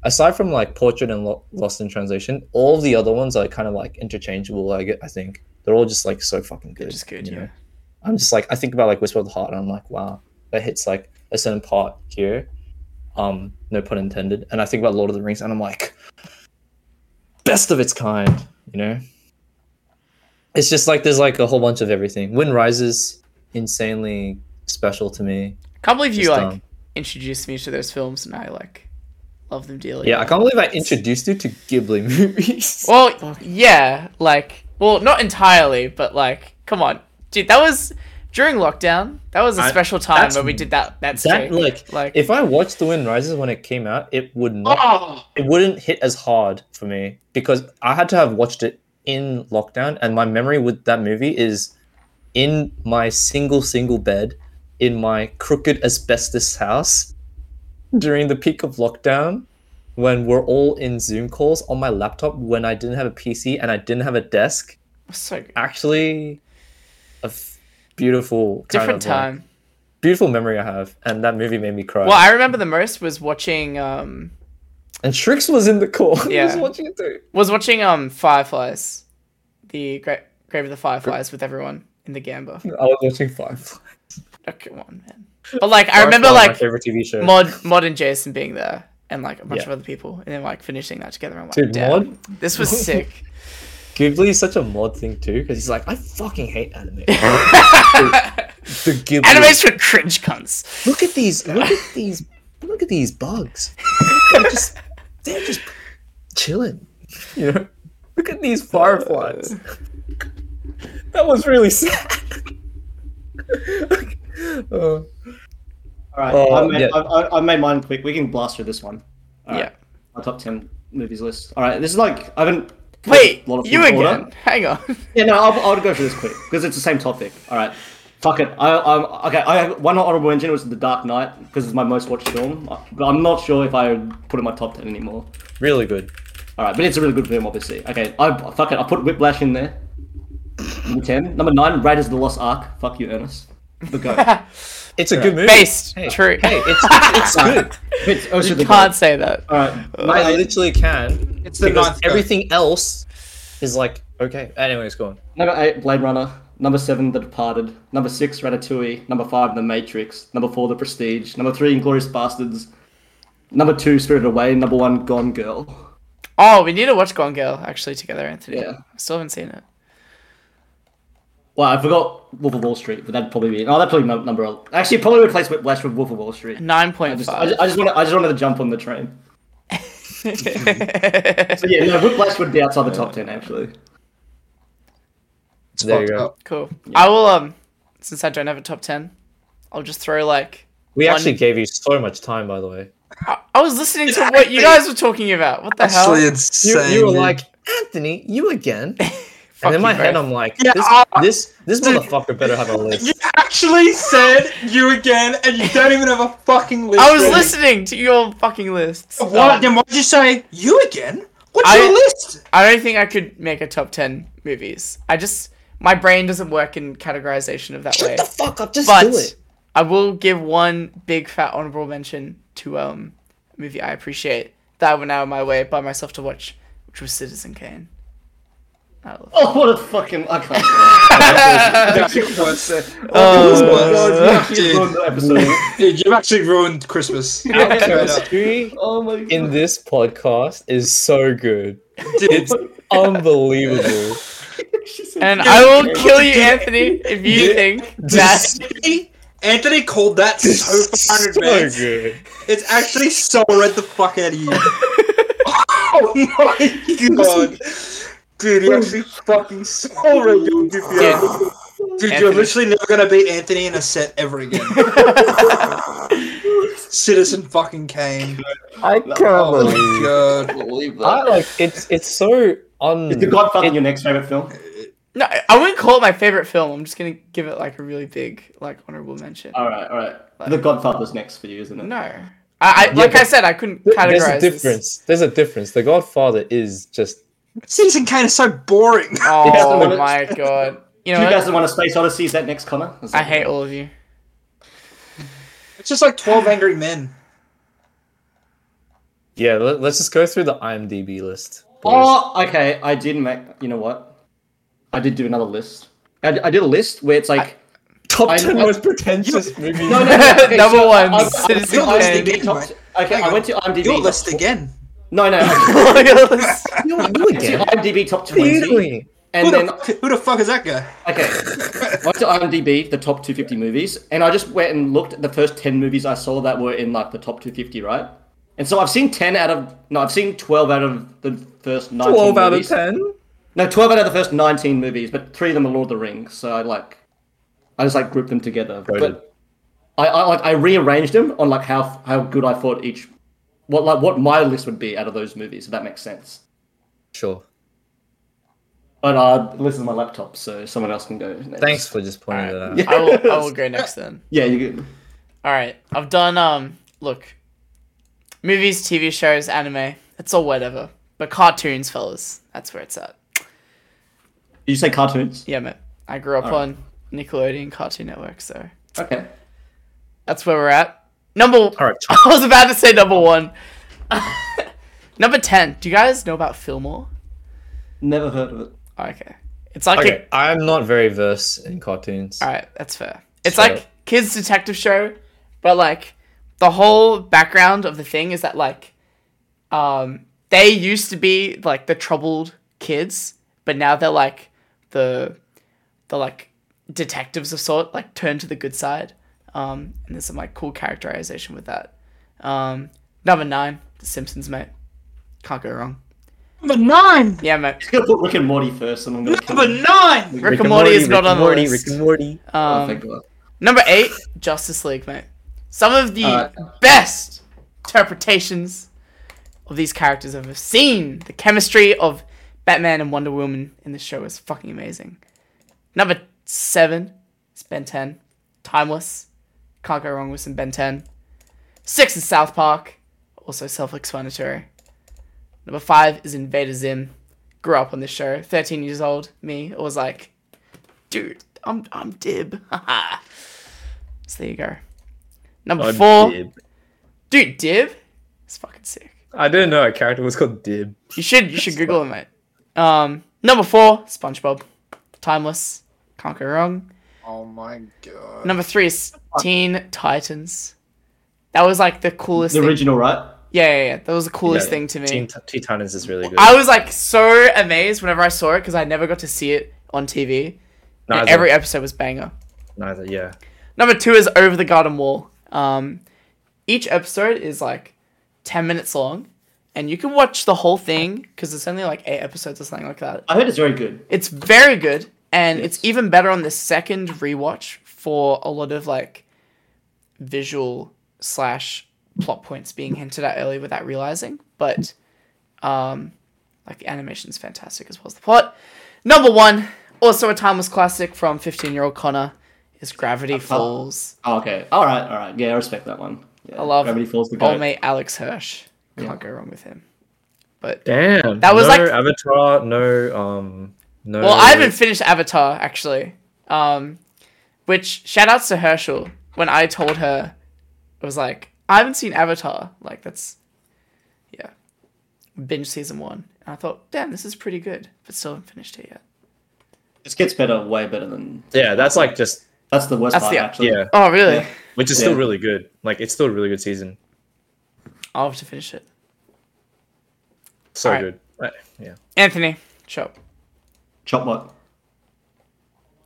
aside from like Portrait and Lo- Lost in Translation, all the other ones are kind of like interchangeable. I get, I think they're all just like so fucking good. Just good, you know? yeah. I'm just like I think about like Whisper of the Heart, and I'm like, wow, that hits like a certain part here. Um, no pun intended. And I think about Lord of the Rings, and I'm like, best of its kind, you know. It's just like there's like a whole bunch of everything. Wind Rises, insanely special to me. Can't believe you Just, like um, introduced me to those films, and I like love them dearly. Yeah, I can't believe I introduced you to Ghibli (laughs) movies. Well, yeah, like, well, not entirely, but like, come on, dude, that was during lockdown. That was a I- special time that's- where we did that. That, that streak. like, like, if I watched The Wind Rises when it came out, it would not Oh it wouldn't hit as hard for me because I had to have watched it in lockdown, and my memory with that movie is in my single single bed in my crooked asbestos house during the peak of lockdown when we're all in Zoom calls on my laptop when I didn't have a PC and I didn't have a desk. so good. Actually, a f- beautiful kind different of, like, time. beautiful memory I have, and that movie made me cry. Well, I remember the most was watching, um, and Trix was in the call. (laughs) he Yeah. was watching it too. was watching um Fireflies, the great Grave of the Fireflies with everyone in the Gamba. I was watching Firefly. Oh, come on, man. But like, I remember Firefly, my like favorite TV show. Mod, Mod and Jason being there, and like a bunch Yeah. of other people, and then like finishing that together. I'm like, Dude, damn, Mod? this (laughs) was sick. Ghibli is such a mod thing too, because he's like, I fucking hate anime. (laughs) the Ghibli. Animes for cringe cunts. Look at these. Look at (laughs) these. Look at these bugs. (laughs) They're just, they're just chilling. You know. Look at these fireflies. that was really sad. (laughs) Uh, All right, Oh, I, made, yeah. I, I, I made mine quick. We can blast through this one. All right, Yeah. my top ten movies list. All right, this is like I haven't. Wait, a lot of you people again? order. Hang (laughs) on. Yeah, no, I'll, I'll go through this quick because it's the same topic. All right, fuck it. I, I'm okay. I one honorable mention was The Dark Knight because it's my most watched film, but I'm not sure if I put it in my top ten anymore. really good. All right, but it's a really good film, obviously. Okay, I fuck it. I put Whiplash in there. Number ten, number nine, Raiders of the Lost Ark. Fuck you, Ernest. But go. It's a good movie. Based, true. Hey, (laughs) (laughs) it's it's, it's good. It's also the Can't say that. All right, I my, literally can It's the because ninth goat. everything else is like okay. Anyways, go on. Number eight, Blade Runner. Number seven, The Departed. Number six, Ratatouille. Number five, The Matrix. Number four, The Prestige. Number three, Inglorious Bastards. Number two, Spirited Away. Number one, Gone Girl. Oh, we need to watch Gone Girl actually together, Anthony. Yeah. I still haven't seen it. Well, I forgot Wolf of Wall Street, but that'd probably be. Oh, that'd probably be number. el- Actually, probably replace Whiplash with Wolf of Wall Street. Nine I point just, I five. just, I just wanna, I just wanted to jump on the train. But yeah, (laughs) no, Whiplash would be outside the top ten actually. It's There you fucked go. up. Cool. I will um since I don't have a top ten, I'll just throw like We One- actually gave you so much time, by the way. I, I was listening to what you guys were talking about. What the hell? Actually, insane. You, you were dude. like, Anthony, you again? Fuck And in my you, head, bro. I'm like, Yeah, this, uh, this, this motherfucker better have a list. You actually said you again, and you don't even have a fucking list. I was ready. listening to your fucking lists. What? Um, Then why did you say you again? What's I- your list? I don't think I could make a top ten movies. I just my brain doesn't work in categorization of that way. Shut the fuck up, just do But (laughs) it. I will give one big fat honorable mention to um a movie I appreciate that I went out of my way by myself to watch, which was Citizen Kane. I love Oh, what a fucking! I can't. Uh, Oh, God, you ruined the episode. Dude, you've actually ruined Christmas. Our Straight up. chemistry Oh my god. in this podcast is so good. (laughs) It's unbelievable. (laughs) (laughs) And I will kill you, Anthony, if you think that. (laughs) Just Anthony called that so so 500 man. good. It's actually so red the fuck out of you. oh my god. Dude, you actually fucking so red your goofy ass. Dude, Dude, you're Anthony. literally never gonna beat Anthony in a set ever again. (laughs) Citizen fucking Kane. (laughs) I can't Oh believe. my god. I like it's it's so un. Is The Godfather your next favorite film? no, I wouldn't call it my favorite film. I'm just gonna give it like a really big, like honorable mention. All right, all right. The Godfather's next for you, isn't it? No, I, I like I but- said, I couldn't There's a categorize. this. difference. There's a difference. The Godfather is just Citizen Kane is so boring. Oh Yeah. my god! You know, Two what? thousand one: A Space Odyssey. Is that next, Connor? Is I that- hate all of you. It's just like 12 Angry Men. yeah. Let, let's just go through the IMDb list. boys. Oh, okay. I did make. You know what? I did do another list. I, I did a list where it's like. Top I- 10 I- most pretentious movies. No, no, (laughs) no, okay, Number one, I- I- Citizen I- I- Kane. IMDb top- Okay, Hang I on. went to IMDb. Your top- list again. No, no. I Look at this. You again? went to IMDb top What are you twenty, doing? Who and then the, fuck, who the fuck is that guy? (laughs) Okay. I went to IMDb, the top 250 movies, and I just went and looked at the first 10 movies I saw that were in like the top 250, right? And so I've seen 10 out of no, I've seen 12 out of the first 19 12 out of movies. 10? No, 12 out of the first 19 movies, but three of them are Lord of the Rings, so I like I just like grouped them together. Goated. But I, I like I rearranged them on like how how good I thought each what like what my list would be out of those movies, if that makes sense. Sure. But uh this is my laptop, so someone else can go next. Thanks for just pointing that out. Yeah. I will. I will go next then. Yeah, you can All right, I've done um look, movies, TV shows, anime. It's all whatever, but cartoons, fellas, that's where it's at. Did you say cartoons? Yeah, mate. I grew up on Nickelodeon Cartoon Network, so Okay. that's where we're at. Number. All right. (laughs) I was about to say number one. (laughs) number ten. Do you guys know about Fillmore? Never heard of it. Oh, okay, It's like a Okay, I'm not very versed in cartoons. All right, that's fair. It's So- like kids detective show, but like the whole background of the thing is that like um they used to be like the troubled kids, but now they're like the the like detectives of sort, like turned to the good side. Um and there's some like cool characterization with that. Um number 9, The Simpsons, mate. Can't go wrong. Number nine. Yeah, mate. I'm gonna put Rick and Morty first, and I'm gonna. kill Number him. nine. Rick, and Morty, is not on the list. Morty. Oh, Um, thank God. Number eight, Justice League, mate. Some of the Uh, best interpretations of these characters I've ever seen. The chemistry of Batman and Wonder Woman in this show is fucking amazing. Number seven is Ben 10. Timeless. Can't go wrong with some Ben 10. Six is South Park. Also self explanatory. Number five is Invader Zim. Grew up on this show. 13 years old, me. I was like, dude, I'm, I'm Dib. (laughs) so there you go. Number four. Dib. Dude, Div? It's fucking sick. I didn't know a character was called Dib. You should you should Google it, mate. Um, number four, SpongeBob, timeless, can't go wrong. Oh my god. Number three is Teen Titans. That was like the coolest. The thing. original, right? Yeah, yeah, yeah. That was the coolest thing to me. Teen, Teen Titans is really good. I was like so amazed whenever I saw it because I never got to see it on TV. And neither, every episode was banger. neither, yeah. Number two is Over the Garden Wall. Um, each episode is like 10 minutes long, and you can watch the whole thing because it's only like eight episodes or something like that. I heard it's very good. It's very good, and it's Yes. even better on the second rewatch for a lot of like visual slash plot points being hinted at early without realizing. But um, like the animation's fantastic as well as the plot. Number one, also a timeless classic from 15 year old Connor, is Gravity Falls. Oh, okay. All right. All right. Yeah, I respect that one. Yeah. I love Gravity Falls. the old goat. mate Alex Hirsch. Can't go wrong with him. But Damn. That was no like- Avatar, no um no Well, I haven't finished Avatar actually. Um, which shout outs to Herschel when I told her, I was like, I haven't seen Avatar. Like that's, yeah, binge season one. And I thought, damn, this is pretty good, but still haven't finished it yet. This gets better, way better than. Yeah, that's like just That's the worst That's part, the- actually. yeah. Oh really? Yeah. Which is Yeah. still really good. Like it's still a really good season. I'll have to finish it. So Alright. good. Right, Yeah. Anthony, chop. Chop what?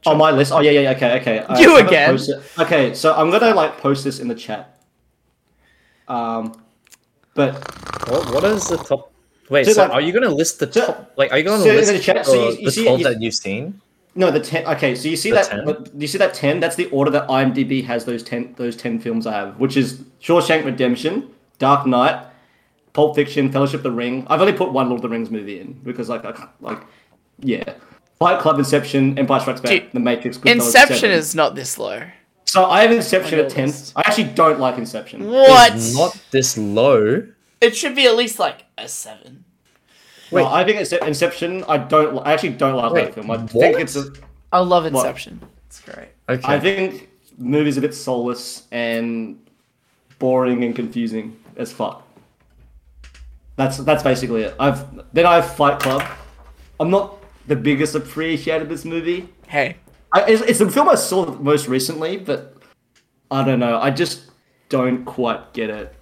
Oh, my list. Oh, yeah, yeah, yeah. Okay, okay. I- You I'm gonna again. post it. Okay, so I'm gonna like post this in the chat. Um, but What what is the top Wait, So, so like- are you gonna list the So- top like are you gonna so in list the chat, so the- you- you the see- top you- that you've seen? no, the ten. Okay, so you see The that 10? but you see that ten. That's the order that IMDb has those ten. Those ten films I have, which is Shawshank Redemption, Dark Knight, Pulp Fiction, Fellowship of the Ring. I've only put one Lord of the Rings movie in because like I can't, like yeah, Fight Club, Inception, Empire Strikes Back, Dude, The Matrix. Goodfellas, Inception Seven. is not this low. So I have Inception your at ten. list. I actually don't like Inception. What? It's not this low. It should be at least like a seven. Wait, I think Incep- Inception. I don't. li- I actually don't like Wait, that film. I what? think it's. A, I love Inception. It's great. Okay. I think the movie's a bit soulless and boring and confusing as fuck. That's that's basically it. I've then I have Fight Club. I'm not the biggest appreciator of this movie. Hey, I, it's, it's the film I saw most recently, but I don't know. I just don't quite get it.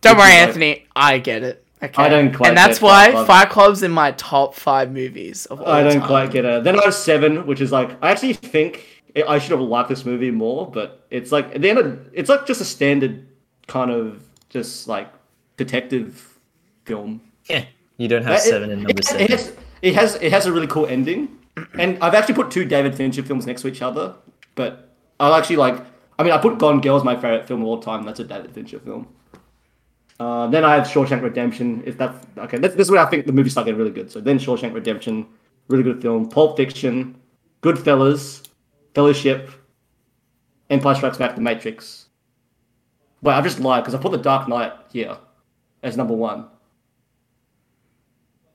Don't worry, Which is like- Anthony. I get it. Okay. I don't quite And that's get why Fight Club. Fire Club's in my top five movies of all I don't time. quite get it. Then I was seven, which is like I actually think I- I should have liked this movie more, but it's like at the end of it's like just a standard kind of just like detective film. Yeah. You don't have It- seven in number it, seven. It has, it has it has a really cool ending, and I've actually put two David Fincher films next to each other, but I actually like. I mean, I put Gone Girl as my favorite film of all time. That's a David Fincher film. Uh, then I have Shawshank Redemption. If that's okay, this, this is where I think the movie started getting really good. So then Shawshank Redemption, really good film. Pulp Fiction, Goodfellas, Fellowship, Empire Strikes Back, The Matrix. Wait, I've just lied because I put The Dark Knight here as number one,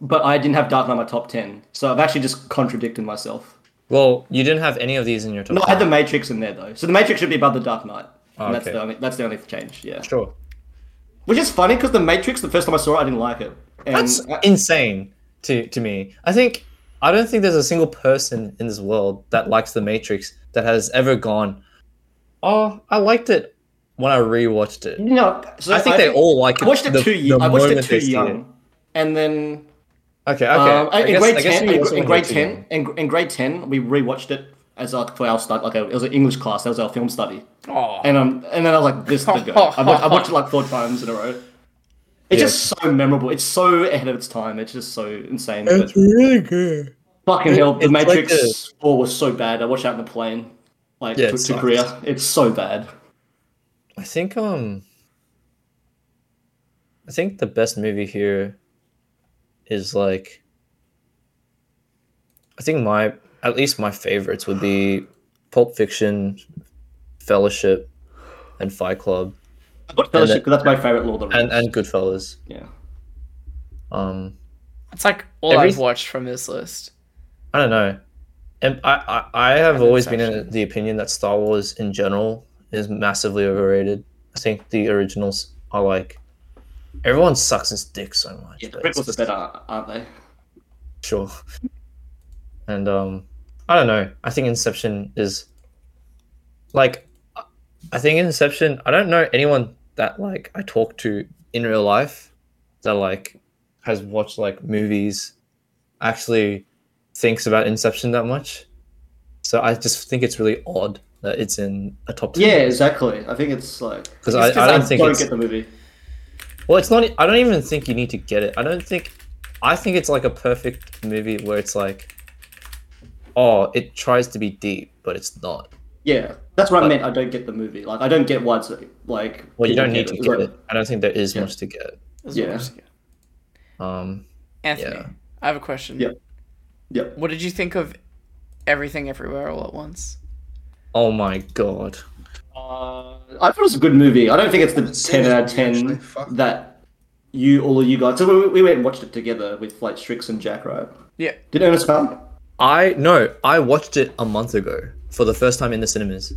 but I didn't have Dark Knight in my top ten. So I've actually just contradicted myself. Well, you didn't have any of these in your top No, I had The five. Matrix in there though. So The Matrix should be above The Dark Knight. Oh, And that's okay. the only that's the only change. Yeah. Sure. Which is funny because The Matrix, the first time I saw it, I didn't like it. And That's I- insane to to me. I think I don't think there's a single person in this world that likes The Matrix that has ever gone, oh, I liked it when I rewatched it. No, so I think they all like I watched it the- too young. the I watched it moment too they see it. young, and then Okay, okay. um, I in guess- grade I guess ten, we in, also in went grade too ten, young. in, in grade ten, we rewatched it as our for our study. Like a, it was an English class. That was our film study. Oh, And um, and then I was like, this did go. I watched, I watched it like four times in a row. It's just so memorable. It's so ahead of its time. It's just so insane. But really good. fucking hell, the it's like Matrix a- score was so bad. I watched that in the plane, like Yeah, it to, to sucks. Korea. It's so bad. I think um I think the best movie here is like I think my at least my favorites would be Pulp Fiction, Fellowship, and Fight Club, I watched Fellowship it- 'cause that's my favorite Lord of the and Rings. and Goodfellas. Yeah. Um, it's like all every- I've watched from this list. I don't know, and I I, I have And always been in Inception. the opinion that Star Wars in general is massively overrated. I think the originals are like everyone sucks his dick so much. Yeah, the but it's prequels are just- better, (laughs) aren't they? sure. And um, I don't know. I think Inception is like, I- I think Inception. I don't know anyone that like I talk to in real life that like has watched like movies actually thinks about Inception that much. So I just think it's really odd that it's in a top ten. Yeah, exactly. I think it's like because it's 'cause I, I don't think it's get the movie. well, it's not. e, I don't even think you need to get it. I don't think. I think it's like a perfect movie where it's like, oh, it tries to be deep, but it's not. Yeah, that's what But- I meant. I don't get the movie. Like I don't get why it's like. Well, you people don't need to It's get like- it. I don't think there is Yeah. much to get. That's what I'm Yeah. just getting. Um, Anthony, Yeah. I have a question. Yeah. Yeah. What did you think of Everything Everywhere All at Once? oh my god, Uh, I thought it was a good movie. I don't think it's the haven't seen ten this out of movie, ten actually. Fuck. that you all of you guys. So we, we went and watched it together with like Strix and Jack, right? Yeah. Did Ernest come? I no, I watched it a month ago for the first time in the cinemas.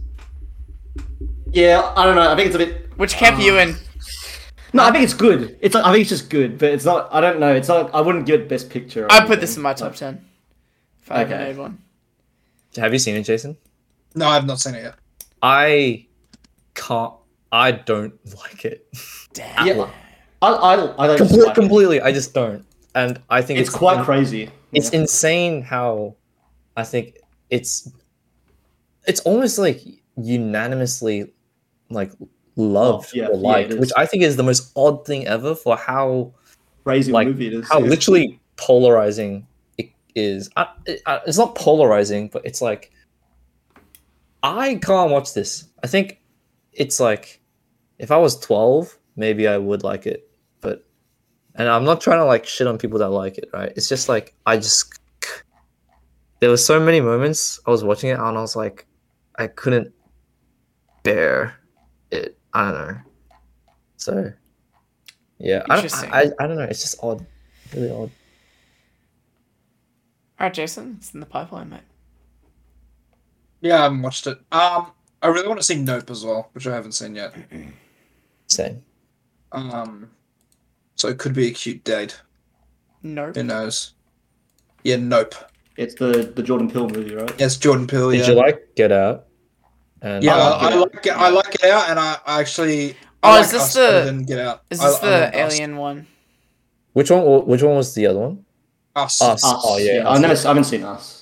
Yeah, I don't know. I think it's a bit. Which camp are you Ah. in? No, I think it's good. It's like, I think it's just good, but it's not. I don't know. It's not. I wouldn't give it best picture. or I put this in my anything. top ten. If I ever Okay. made one. Have you seen it, Jason? No, I've not seen it yet. I can't. I don't (laughs) like it. Damn. Yeah, I I, I don't. Comple- like it. completely. I just don't. And I think It's it's, quite crazy. crazy. it's Yeah. insane how I think it's it's almost like unanimously like loved Yeah, or yeah, liked, it which is. I think is the most odd thing ever for how crazy like, movie. It is. how yeah. literally polarizing it is. I, it, I, it's not polarizing, but it's like I can't watch this. I think it's like if I was twelve, maybe I would like it, but and I'm not trying to like shit on people that like it, right? It's just like I just there were so many moments I was watching it and I was like I couldn't bear it. I don't know. So yeah, I don't, Interesting. I, I don't know. It's just odd, really odd. Alright, Jason, it's in the pipeline, mate. Yeah, I haven't watched it. Um, I really want to see Nope as well, which I haven't seen yet. Same. Um, so it could be a cute date. Nope. Who knows? Yeah, Nope. It's the the Jordan Peele movie, right? Yes, Jordan Peele. Did Yeah, you like Get Out? And yeah. I like I, I like Get Out. it. I like it out, and I, I actually. Oh, I is like this Us better the- than Get Out? Is I- this I the like Us. alien one? which one? wa- Which one was the other one? Us. Us. Us. Oh yeah. I Us. never. I haven't seen Us.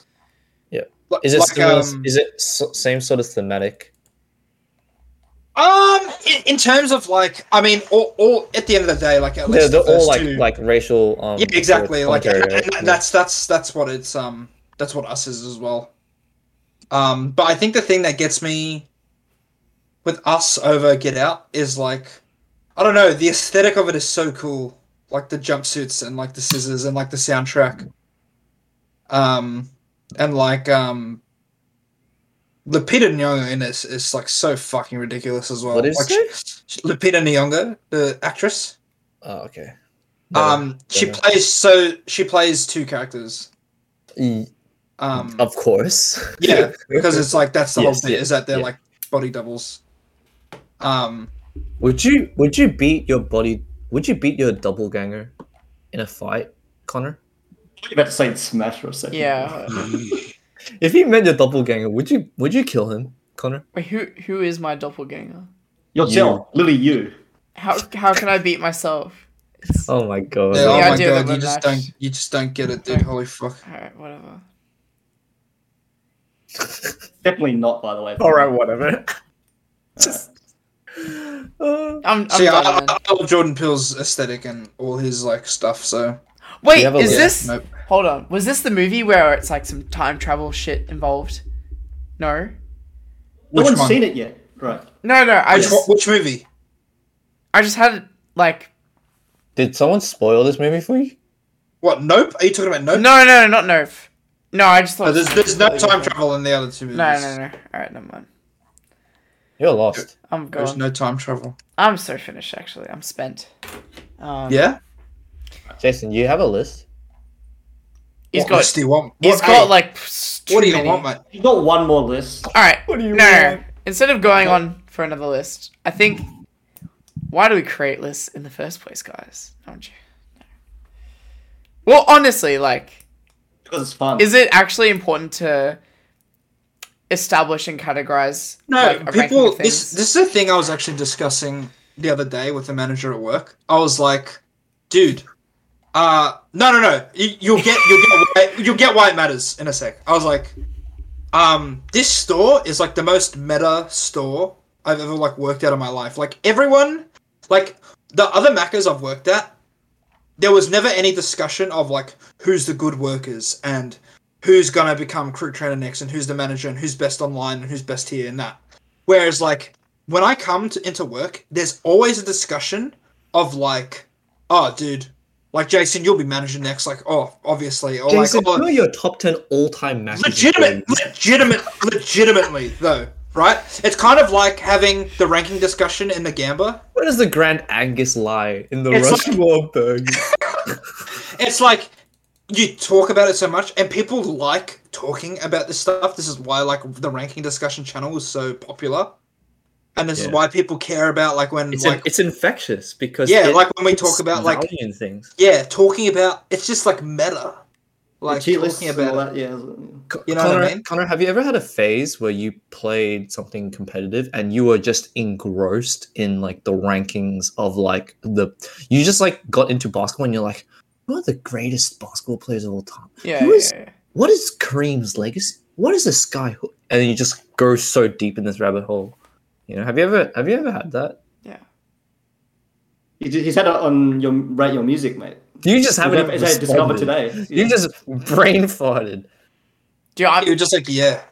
Like- Is it like, similar, um, is it so, same sort of thematic? Um, in, in terms of like, I mean, all, all at the end of the day, like at They're, least the they're all first like two- like racial. Um, yeah, exactly. Like, (laughs) and, commentary, and right? that's that's that's what it's um that's what us is as well. Um, but I think the thing that gets me with us over Get Out is like, I don't know, the aesthetic of it is so cool, like the jumpsuits and like the scissors and like the soundtrack, um, and like um. Lupita Nyong'o in this is like so fucking ridiculous as well. What is like, it? she- Lupita Nyong'o, the actress, Oh, okay. um, she yeah. plays so she plays two characters. Y- Um, Of course. yeah, because it's like that's the Yes, whole thing yeah, is that they're yeah. like body doubles. Um, (laughs) Would you would you beat your body? Would you beat your doppelganger in a fight, Connor? you about to say Smash for a second. Yeah. If he met your doppelganger, would you would you kill him, Connor? Wait, who who is my doppelganger? Yourself, Lily, you. How how can I beat myself? It's, Oh my god. Yeah, oh Yeah, I my do god, remember you that. just don't you just don't get it, dude. Holy fuck. All right, whatever. Definitely not, by (laughs) the way. All right, whatever. Just. Uh, I'm, I'm So yeah, done, I, man. I I love Jordan Peele's aesthetic and all his like stuff. So Wait, have a is look. this? nope. Hold on. Was this the movie where it's like some time travel shit involved? No. No Which one's one? seen it yet. Right. No, no. I Which, just one- which movie? I just had like (laughs) did someone spoil this movie for you? What? Nope. Are you talking about no, Nope? no, no, not Nerve. No, I just thought. No, there's, there's no time travel in the other two movies. No, no, no. All right, never mind. You're lost. I'm There's gone. no time travel. I'm so finished. Actually, I'm spent. Um, Yeah. Jason, you have a list. he's what got. list do you want? He's What- got hey, like. pfft, Too What do you many. want, mate? You got one more list. All right. What do you no, no, no. want? Instead of going on for another list, I think. Why do we create lists in the first place, guys? Don't you? No. Well, honestly, like, Because it's fun. is it actually important to establish and categorize? No, like, a ranking people. of This things? this is a thing I was actually discussing the other day with the manager at work. I was like, dude, uh, no, no, no. You, you'll get you'll get why, (laughs) you'll get why it matters in a sec. I was like, um, this store is like the most meta store I've ever like worked out in my life. Like everyone, like the other Maccas I've worked at, there was never any discussion of like who's the good workers and who's gonna become crew trainer next and who's the manager and who's best online and who's best here and that. Whereas like when I come to into work, there's always a discussion of like, oh dude, like Jason, you'll be manager next. Like oh obviously or Jason, like who oh, are your top ten all-time matches? legitimate, legitimate, legitimately though, right? It's kind of like having the ranking discussion in the Gamba. Where does the Grand Angus lie in the It's Rush like- (laughs) Wahlberg? It's like you talk about it so much, and people like talking about this stuff. This is why like the ranking discussion channel is so popular, and this Yeah. is why people care about like when It's, in- like it's infectious because yeah, it- like when we it's talk about like value in things. yeah, talking about it's just like meta, like Cheat lists talking and all about it. that. Yeah. Co- you know what I Connor, mean? Connor, have you ever had a phase where you played something competitive and you were just engrossed in like the rankings of like the you just like got into basketball and you're like, who are the greatest basketball players of all time? Yeah, Who yeah, is- yeah. What is Kareem's legacy? What is this guy? Who? And you just go so deep in this rabbit hole. You know, have you ever have you ever had that? He did- He's had it on your rate your music, mate. You just Is haven't even that, is that discovered responded. today? You just brain farted. Dude, You're I'm, just like yeah.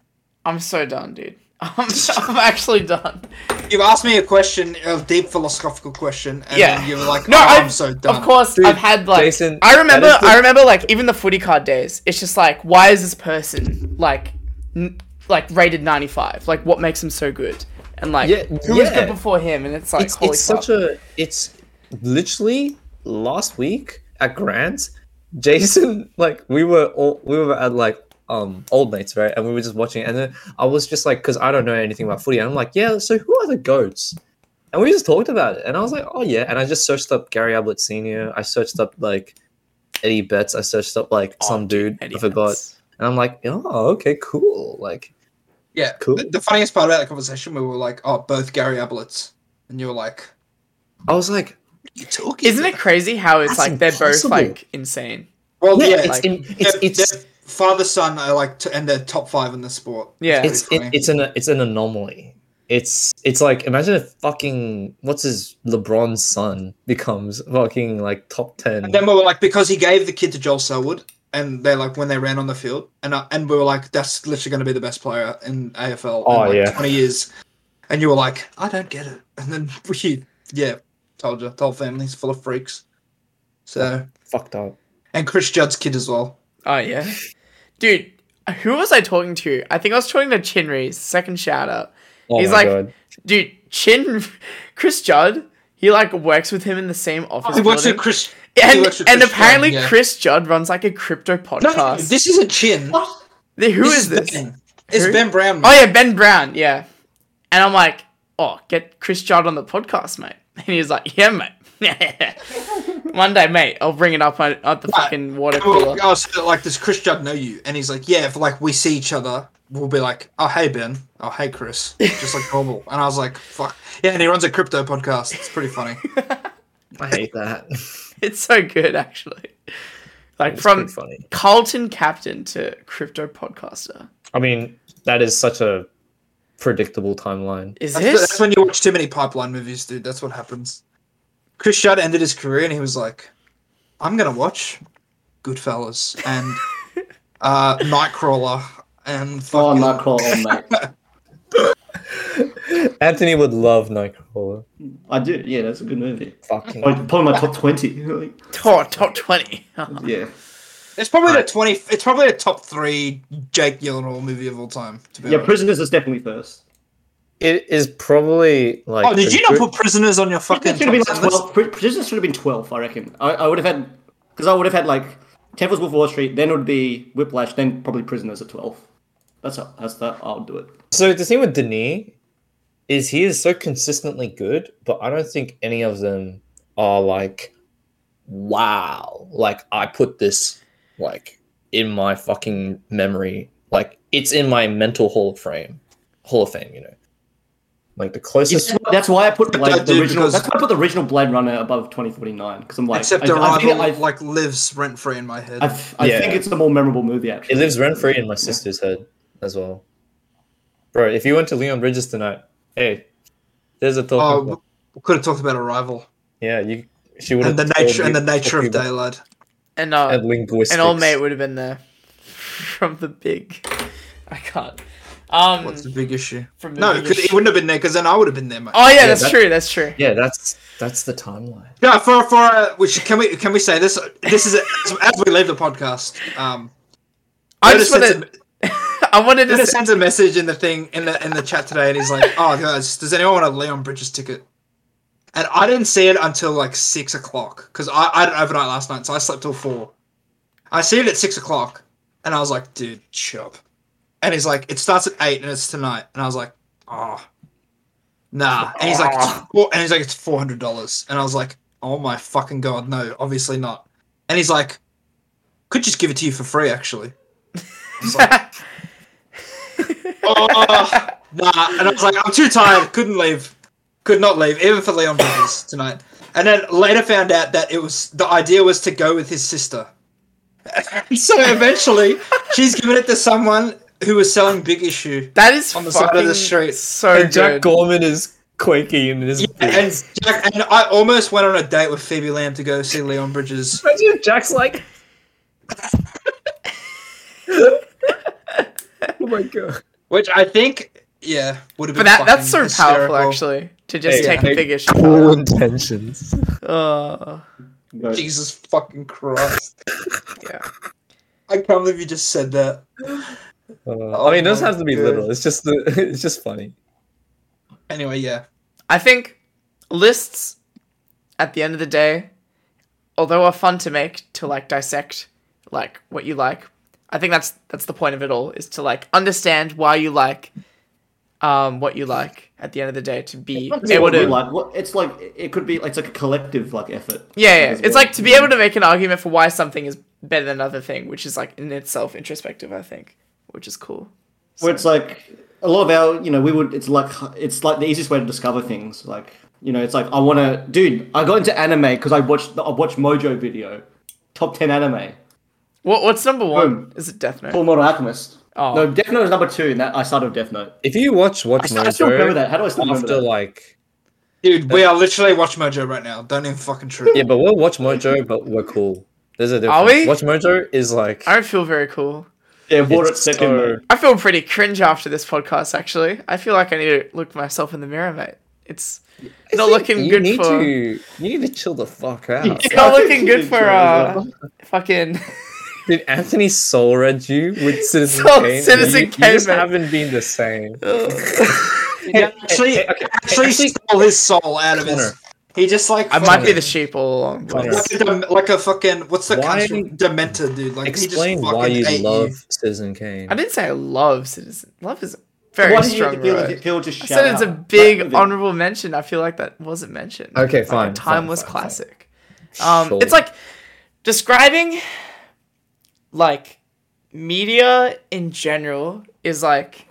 I'm so done, dude. (laughs) I'm, I'm actually done. You asked me a question, a deep philosophical question, and Yeah. then you were like, No, oh, I've- I'm so done. Of course, Dude, I've had like Jason, I remember. that is the- I remember like even the footy card days. It's just like, why is this person like, n- like rated ninety five? Like, what makes him so good? And like, Yeah, who was yeah. good before him? And it's like, it's, holy it's fuck. such a it's literally last week at grant jason (laughs) like we were all we were at like um old mates right and we were just watching it, and then i was just like because i don't know anything about footy and i'm like yeah so who are the goats and we just talked about it and i was like oh yeah and i just searched up gary ablett senior i searched up like eddie betts i searched up like some dude Oh, Eddie i forgot Betts. and i'm like oh okay cool like Yeah. Cool. The, the funniest part about that conversation, we were like, oh, both Gary Ablett's. And you were like, i was like you talking Isn't it crazy how it's That's like they're impossible. both like insane? Well, yeah, yeah. it's, Oh, like- in, it's their, it's their father, son are like, to, and they're top five in the sport. Yeah. it's it, Pretty funny. it's an it's an anomaly. It's it's like imagine if fucking what's his LeBron's son becomes fucking like top ten. And then we were like, because he gave the kid to Joel Selwood, and they like, when they ran on the field, and I, and we were like, that's literally going to be the best player in AFL Oh, in like yeah. 20 years. And you were like, I don't get it. And then (laughs) we, yeah, told you, the whole family's full of freaks. So, Fucked up. and Chris Judd's kid as well. Oh yeah, dude. Who was I talking to? I think I was talking to Chinry. Second shout out. Oh He's my like- god. Dude, Chin, (laughs) Chris Judd, he like works with him in the same office. He works building. with Chris. he and works with and Chris apparently Judd, yeah. Chris Judd runs like a crypto No, no, podcast. this is a chin. What? The- Who This is this? Ben. It's Who? Ben Brown. Oh yeah, Ben Brown. (laughs) Yeah, and I'm like, oh, get Chris Judd on the podcast, mate. (laughs) And he was like, yeah, mate. One day, mate, I'll bring it up at, at the fucking water cooler. (laughs) Well, I was like, does Chris Judd know you? And he's like, yeah. If like we see each other, we'll be like, oh hey Ben, oh hey Chris, just like (laughs) normal. And I was like, fuck. Yeah, and he runs a crypto podcast. It's pretty funny. (laughs) I hate (laughs) that. It's so good, actually. Like It's from pretty funny. Carlton captain to crypto podcaster. I mean, that is such a predictable timeline. Is That's, this? that's when you watch too many pipeline movies, dude. That's what happens. Chris Judd ended his career, and he was like, I'm gonna watch Goodfellas and (laughs) uh, Nightcrawler and Oh, fucking Nightcrawler, mate. Anthony would love Nightcrawler. I do. Yeah, that's a good movie. Fucking Oh, Probably probably my top twenty. (laughs) like, Oh, top 20. yeah. It's probably the twenty. It's probably a top three Jake Gyllenhaal movie of all time. To be Yeah, honest. Prisoners is definitely first. It is probably like. oh, did a you not good- put prisoners on your fucking? Prisoners should have been top like ten list? twelve. Pri- Prisoners should have been twelve, I reckon. I, I would have had because I would have had like Temple's Wolf of Wall Street, then it would be Whiplash, then probably Prisoners at twelve. That's how, that's that. I'll do it. So the thing with Denis is he is so consistently good, but I don't think any of them are like, wow, like I put this like in my fucking memory, like it's in my mental hall of fame, hall of fame, you know. Like the closest, That's why- That's why I put Blade, dude, the original. because- That's why I put the original Blade Runner above 2049 because I'm like, Except I, I, think, Arrival, I, like lives rent free in my head. I, I Yeah. think it's a more memorable movie actually. it lives rent free in my sister's head as well. Bro, if you went to Leon Bridges tonight, hey, there's a thought. oh, we- we could have talked about Arrival yeah, you. She would and the nature and the nature of daylight. (laughs) And, uh, and and linguistics. old mate would have been there (laughs) from the big. I can't. Um, What's the big issue? From the No, big 'cause he issue. wouldn't have been there because then I would have been there, mate. oh, yeah, that's that- true. That's true. Yeah, that's that's the timeline. Yeah, for for uh, which can we can we say this? This is as, as we leave the podcast. Um, I Yoda just sends wanted, I wanted a, to Yoda say, sends a message in the thing in the in the chat today, and he's like, "Oh guys, does anyone want a Leon Bridges ticket?" And I didn't see it until like six o'clock because I I had an overnight last night, so I slept till four. I see it at six o'clock, and I was like, "Dude, chop!" And he's like, "It starts at eight, and it's tonight." And I was like, "Oh, nah." And he's like, it's four, "And he's like, it's four hundred dollars." And I was like, "Oh my fucking god, no, obviously not." And he's like, "Could just give it to you for free, actually." I was like, oh, nah. And I was like, I'm too tired. Couldn't leave. Could not leave, even for Leon Bridges (coughs) tonight. And then later found out that it was the idea was to go with his sister. (laughs) so eventually, she's given it to someone who was selling Big Issue. that is on the side of the fucking street. So And Jack good. Gorman is quaking in his And Jack, and I almost went on a date with Phoebe Lamb to go see (laughs) Leon Bridges. Imagine if (laughs) Jack's like, oh my god. Which I think, yeah, would have been. but that, that's so fucking powerful, hysterical. actually, to just Hey, take hey, a big issue. intentions. Oh, Go. Jesus fucking Christ. yeah. I can't believe you just said that. I mean, it doesn't my have to be God. little. It's just the, (laughs) it's just funny. Anyway, yeah. I think lists at the end of the day, although are fun to make to like dissect like what you like, I think that's that's the point of it all is to like understand why you like um what you like at the end of the day to be It's able what we to like. What- It's like it could be. It's like a collective like effort. yeah, yeah. as It's well. like to be able to make an argument for why something is better than another thing, which is like in itself introspective, I think, which is cool. where it's like a lot of our you know we would it's like it's like the easiest way to discover things like you know it's like i want to dude i got into anime because i watched the i watched mojo video top 10 anime What what's number one? Boom. Is it Death Note? full model alchemist Oh. no death note is number two and that i started with death note If you watch i, Watch st- I still remember Mojo that how do i still remember after that like, Dude, we are literally Watch Mojo right now. Don't even fucking trip. yeah, but we'll watch Mojo, but we're cool. There's a difference. we? Watch Mojo is like I don't feel very cool. yeah water it's second so- mate. I feel pretty cringe after this podcast. Actually, I feel like I need to look myself in the mirror, mate. It's I not think looking you good need for- To, you need to chill the fuck (laughs) out. it's not looking good for uh fucking. Did Anthony soul read you with Citizen Soul- Kane? Citizen you, Kane, you just man. haven't been the same. Yeah, actually, actually, actually- stole his soul out of his. Connor. He just like I might be fucking- the sheep all along. Connor. boys. like a, dem- like a fucking what's the Why- country dementor dude? Like he Explain just fucking why you ate love Citizen Kane. I didn't say I love Citizen. Love is Very Why did you strong appeal? road. Did Appeal just I shout said it's a out? big Like, honorable mention. I feel like that wasn't mentioned. Okay, Like a fine, fine, timeless fine, fine. classic. Um, Sure. It's like describing like media in general is like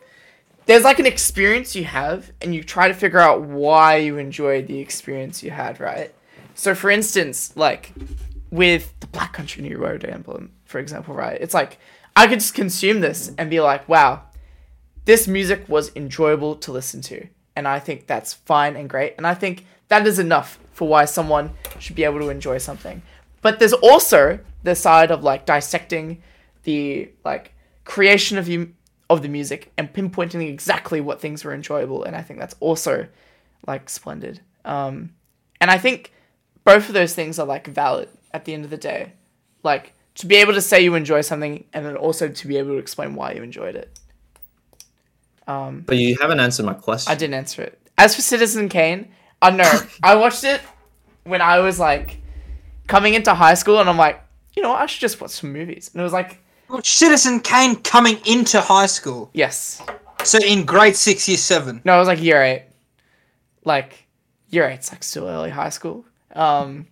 there's like an experience you have and you try to figure out why you enjoyed the experience you had, right? So for instance, like with the Black Country New Road emblem, for example, right? It's like I could just consume this and be like, wow, this music was enjoyable to listen to. And I think that's fine and great. And I think that is enough for why someone should be able to enjoy something. But there's also the side of like dissecting the like creation of you of the music and pinpointing exactly what things were enjoyable. And I think that's also like splendid. Um, and I think both of those things are like valid at the end of the day. Like to be able to say you enjoy something and then also to be able to explain why you enjoyed it. But you haven't answered my question. I didn't answer it. As for Citizen Kane, I (laughs) don't know. I watched it when I was like coming into high school, and I'm like, you know, what? I should just watch some movies. And it was like, Citizen Kane coming into high school. yes. So in grade six, year seven. No, it was like year eight. Like year eight's like still early high school. Um,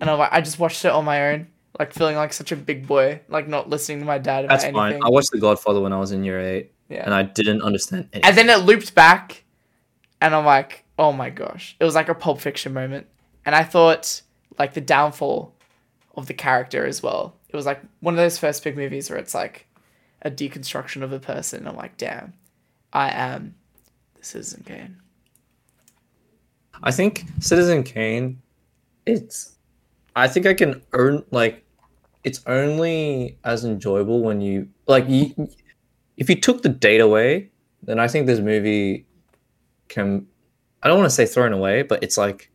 and I'm like, I just watched it on my own, like feeling like such a big boy, like not listening to my dad about That's anything. fine. I watched The Godfather when I was in year eight, Yeah. and I didn't understand anything. And then it looped back, and I'm like, oh my gosh. It was like a Pulp Fiction moment. And I thought, like, the downfall of the character as well. It was like one of those first big movies where it's like a deconstruction of a person. I'm like, damn, I am the Citizen Kane. I think Citizen Kane, it's. I think I can earn like, it's only as enjoyable when you like you, if you took the date away, then I think this movie can. I don't want to say thrown away, but it's like,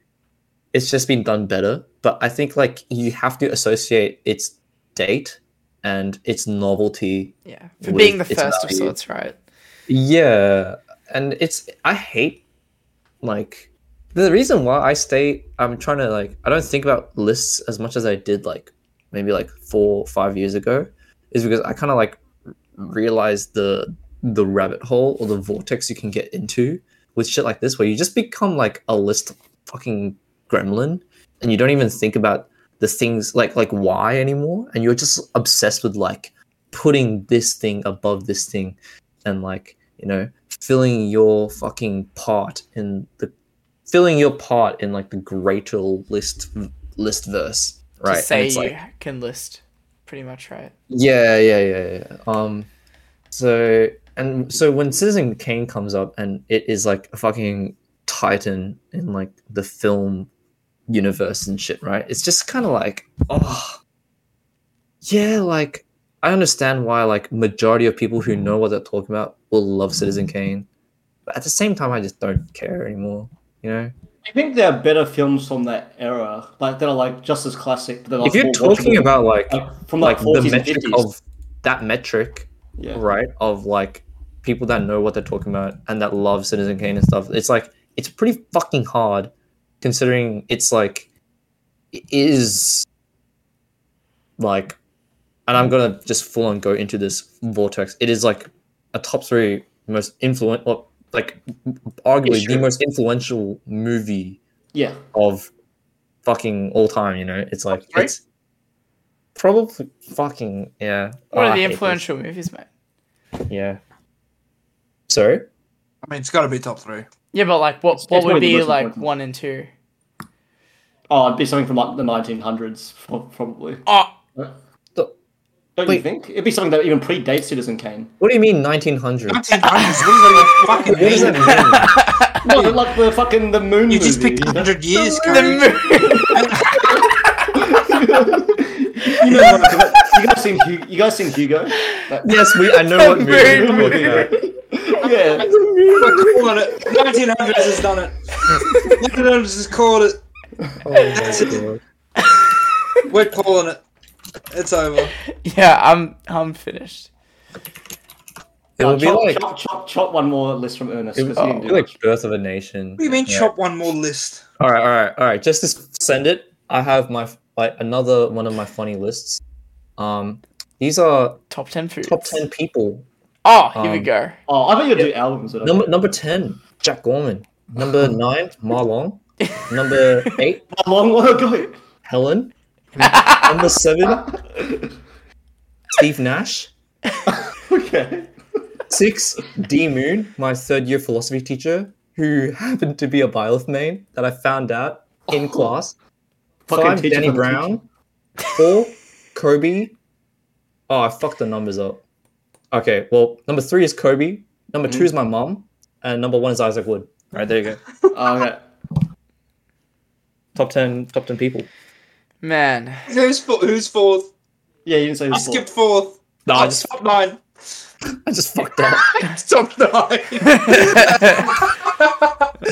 it's just been done better. But I think like you have to associate its date and its novelty Yeah. For With being the its first of value. sorts, right? yeah, and it's I hate like the reason why I stay. I'm trying to like I don't think about lists as much as I did like maybe like four five years ago, is because I kind of like r- realized the the rabbit hole or the vortex you can get into with shit like this, where you just become like a list fucking gremlin, and you don't even think about the things like like why anymore, and you're just obsessed with like putting this thing above this thing and like you know filling your fucking part in the filling your part in like the greater list list verse right To And say it's, you like, can list pretty much, right? yeah, yeah, yeah, yeah. Um, so and so when Citizen Kane comes up and it is like a fucking titan in like the film universe and shit, right? It's just kind of like, oh, yeah, like I understand why like majority of people who know what they're talking about will love Citizen Kane, but at the same time, I just don't care anymore. You know, I think there are better films from that era, like that are like just as classic. But they're, like, if you're more talking watchable. about like like, from like like, the 40s and metric 50s, of that metric yeah. right of like people that know what they're talking about and that love citizen kane and stuff it's like it's pretty fucking hard considering it's like it is like and i'm gonna just full on go into this vortex it is like a top three most influential or like arguably the Sure. most influential movie yeah, of fucking all time you know it's like three? it's probably fucking yeah One Oh, of the I hate this. influential movies, mate. Yeah. Sorry? I mean, it's got to be top three. Yeah, but like, what, what it's would probably the be most like important. one and two? oh, it'd be something from like the 1900s, pro- probably. Oh, (laughs) Don't Wait. you think? It'd be something that even predates Citizen Kane. What do you mean 1900? What does that even fucking What does that mean? mean? No, they're like the fucking the moon. You just movie. picked 100 years, the Cody. moon. you know, you guys seen Hugo? You guys (laughs) seen Hugo? That- yes, we. I know what (laughs) movie Very we're (laughs) talking about. yeah. Called it. 1900s has done it. 1900s has called it. Oh my god. We're calling it. It's over. Yeah, I'm I'm finished. It would be chop, like, Oh, chop, chop, chop one more list from Ernest. it 'cause would he didn't be do like much. Birth of a Nation. What do you mean, Yeah. chop one more list? All right, all right, all right. Just to send it, I have my like another one of my funny lists. Um, These are Top ten foods. top 10 people Oh, here we Um, go. Oh, I bet you'll do albums. Or Number number ten, Jack Gorman. (laughs) Number nine, Ma Long. Number eight, a long while ago. (laughs) (laughs) Helen. Number seven, Steve Nash. okay. Six, D Moon, my third year philosophy teacher, who happened to be a Byleth main that I found out in class. Oh, Fucking Five, teacher Danny from the Brown. (laughs) Four, Kobe. Oh, I fucked the numbers up. Okay, well, number three is Kobe. Number two Mm. is my mom. And number one is Isaac Wood. All right, there you go. Oh, okay. Top 10, top 10 people. Man. Who's fo- who's fourth? Yeah, you didn't say I this. skipped fourth. No, I I just just, top nine. I just fucked up. Top nine.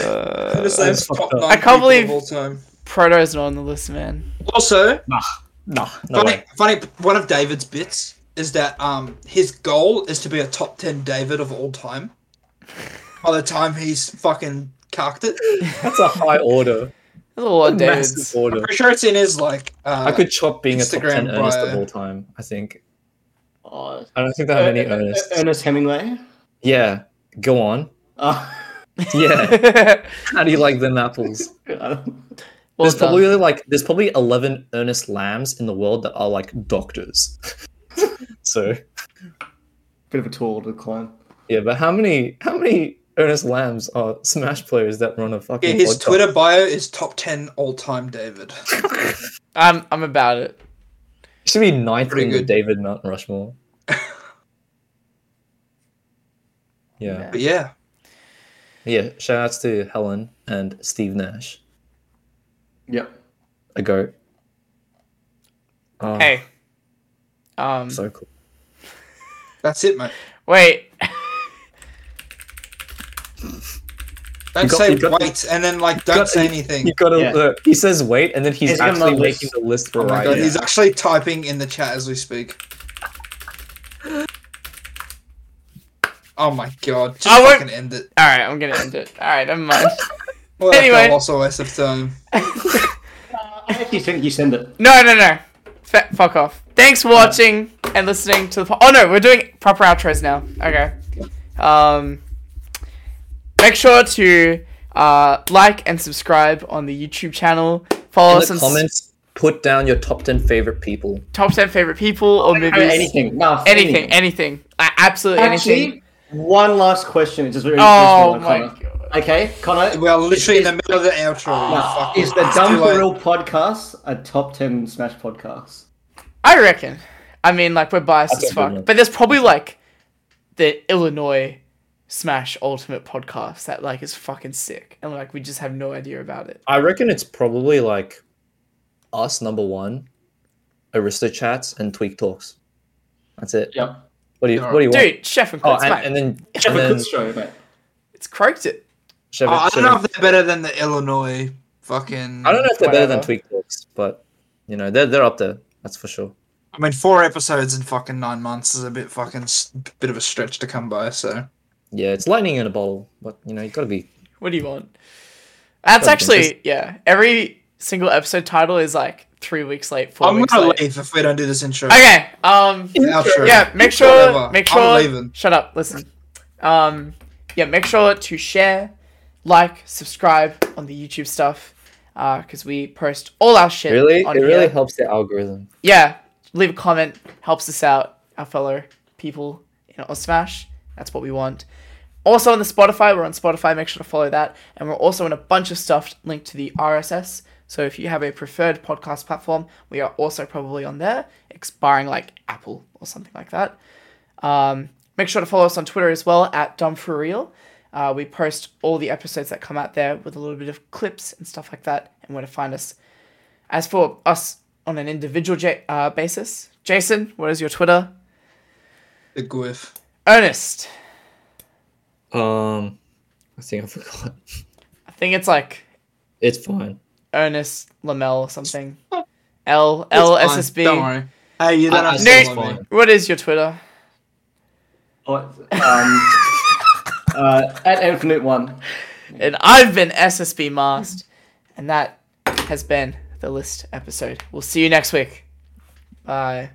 Uh, Ernest Saves fucked top up. nine I can't people of believe- all time. Proto's not on the list, man. Also, Nah, no funny, (laughs) way. funny. One of David's bits is that um his goal is to be a top ten David of all time. By the time he's fucking cocked it, That's a high order. There's a lot of Massive David's. (laughs) order. pretty sure it's in his like. Uh, I could chop being a top Instagram 10 earnest of bio. all time, I think. Oh, I don't think there are many earnests. Ernest Hemingway. Yeah, go (laughs) on. Uh, (laughs) Yeah, well how do you like them apples? I don't- there's done. probably like there's probably eleven earnest lambs in the world that are like doctors. (laughs) so bit of a tall decline. yeah, but how many how many earnest lambs are Smash players that run a fucking yeah, his podcast? Twitter bio is top ten all time David. I'm I'm about it. It should be ninth Pretty in the good. David Mount (laughs) Rushmore. yeah, But yeah, yeah. Shout outs to Helen and Steve Nash, Yep. a goat. Oh, Hey. Um so cool. that's it, mate. wait. Don't You got- say you got- wait, and then like don't got- say anything. You gotta. Yeah. look, he says wait, and then he's, He's got actually another making list. the list for Oh my right. God, now. He's actually typing in the chat as we speak. Oh my god! Just I won't- fucking end it. Alright, I'm gonna end it. Alright, never mind. Well, Anyway. that's also a waste of time. I actually think you send it. No, no, no. F- fuck off. Thanks for watching and listening to the. Po- oh no, we're doing proper outros now. Okay. Um, make sure to uh, like and subscribe on the YouTube channel. Follow in us the on s- comments, put down your top 10 favorite people. top ten favorite people or movies. Anything, Anything. No, anything, Uh, absolutely anything. Actually, one last question. It's just very Oh personal, my Connor. god. Okay, Connor. Well, literally in is- the middle of the outro. Ah, you Nah, fucking- is the it's Dumb too late. for Real podcast a top 10 Smash podcast? I reckon. I mean, like we're biased That's as a good fuck, one. but there's probably like the Illinois Smash Ultimate podcast that like is fucking sick, and like we just have no idea about it. I reckon it's probably like us, number one, Aristochats, and Tweak Talks. That's it. Yep. What do you, what do you want? Dude, Chef and oh, Quits, mate. and, and then, Have and a then good show, mate. it's croaked it. Chevy- Oh, I don't Chevy- know if they're better than the Illinois fucking. I don't know if they're better than Whatever. Tweak Talks, but you know, they're, they're up there. That's for sure. I mean, four episodes in fucking nine months is a bit fucking s- bit of a stretch to come by. So Yeah, it's lightning in a bottle, but you know, you gotta be. What do you want? That's Something, actually yeah. Every single episode title is like three weeks late, 4 I'm weeks gonna late. leave if we don't do this intro. Okay. Um. Outro. Yeah. Make sure. Whatever. Make I'm sure. leaving. Shut up. Listen. Um. Yeah. Make sure to share, like, subscribe on the YouTube stuff, uh, because we post all our shit. Really? On it here. really helps the algorithm. yeah, leave a comment, helps us out, our fellow people in on Smash. That's what we want. Also on the Spotify, we're on Spotify, make sure to follow that. And we're also on a bunch of stuff linked to the RSS. So if you have a preferred podcast platform, we are also probably on there, expiring like Apple or something like that. Um, make sure to follow us on Twitter as well at Dumb for Real. Uh, we post all the episodes that come out there with a little bit of clips and stuff like that, and where to find us. As for us on an individual ja- uh, basis, Jason, what is your Twitter? The Gwiff. Ernest, Um, I think I forgot. I think it's like It's fine. Ernest Lamel or (laughs) something. L L S S B. Don't worry. Hey, you don't I- have I- to it's follow me. fine. What is your Twitter? Oh, um, (laughs) uh, at Infinite One. And I've been SSB Mast, and that has been the list episode. We'll see you next week. Bye.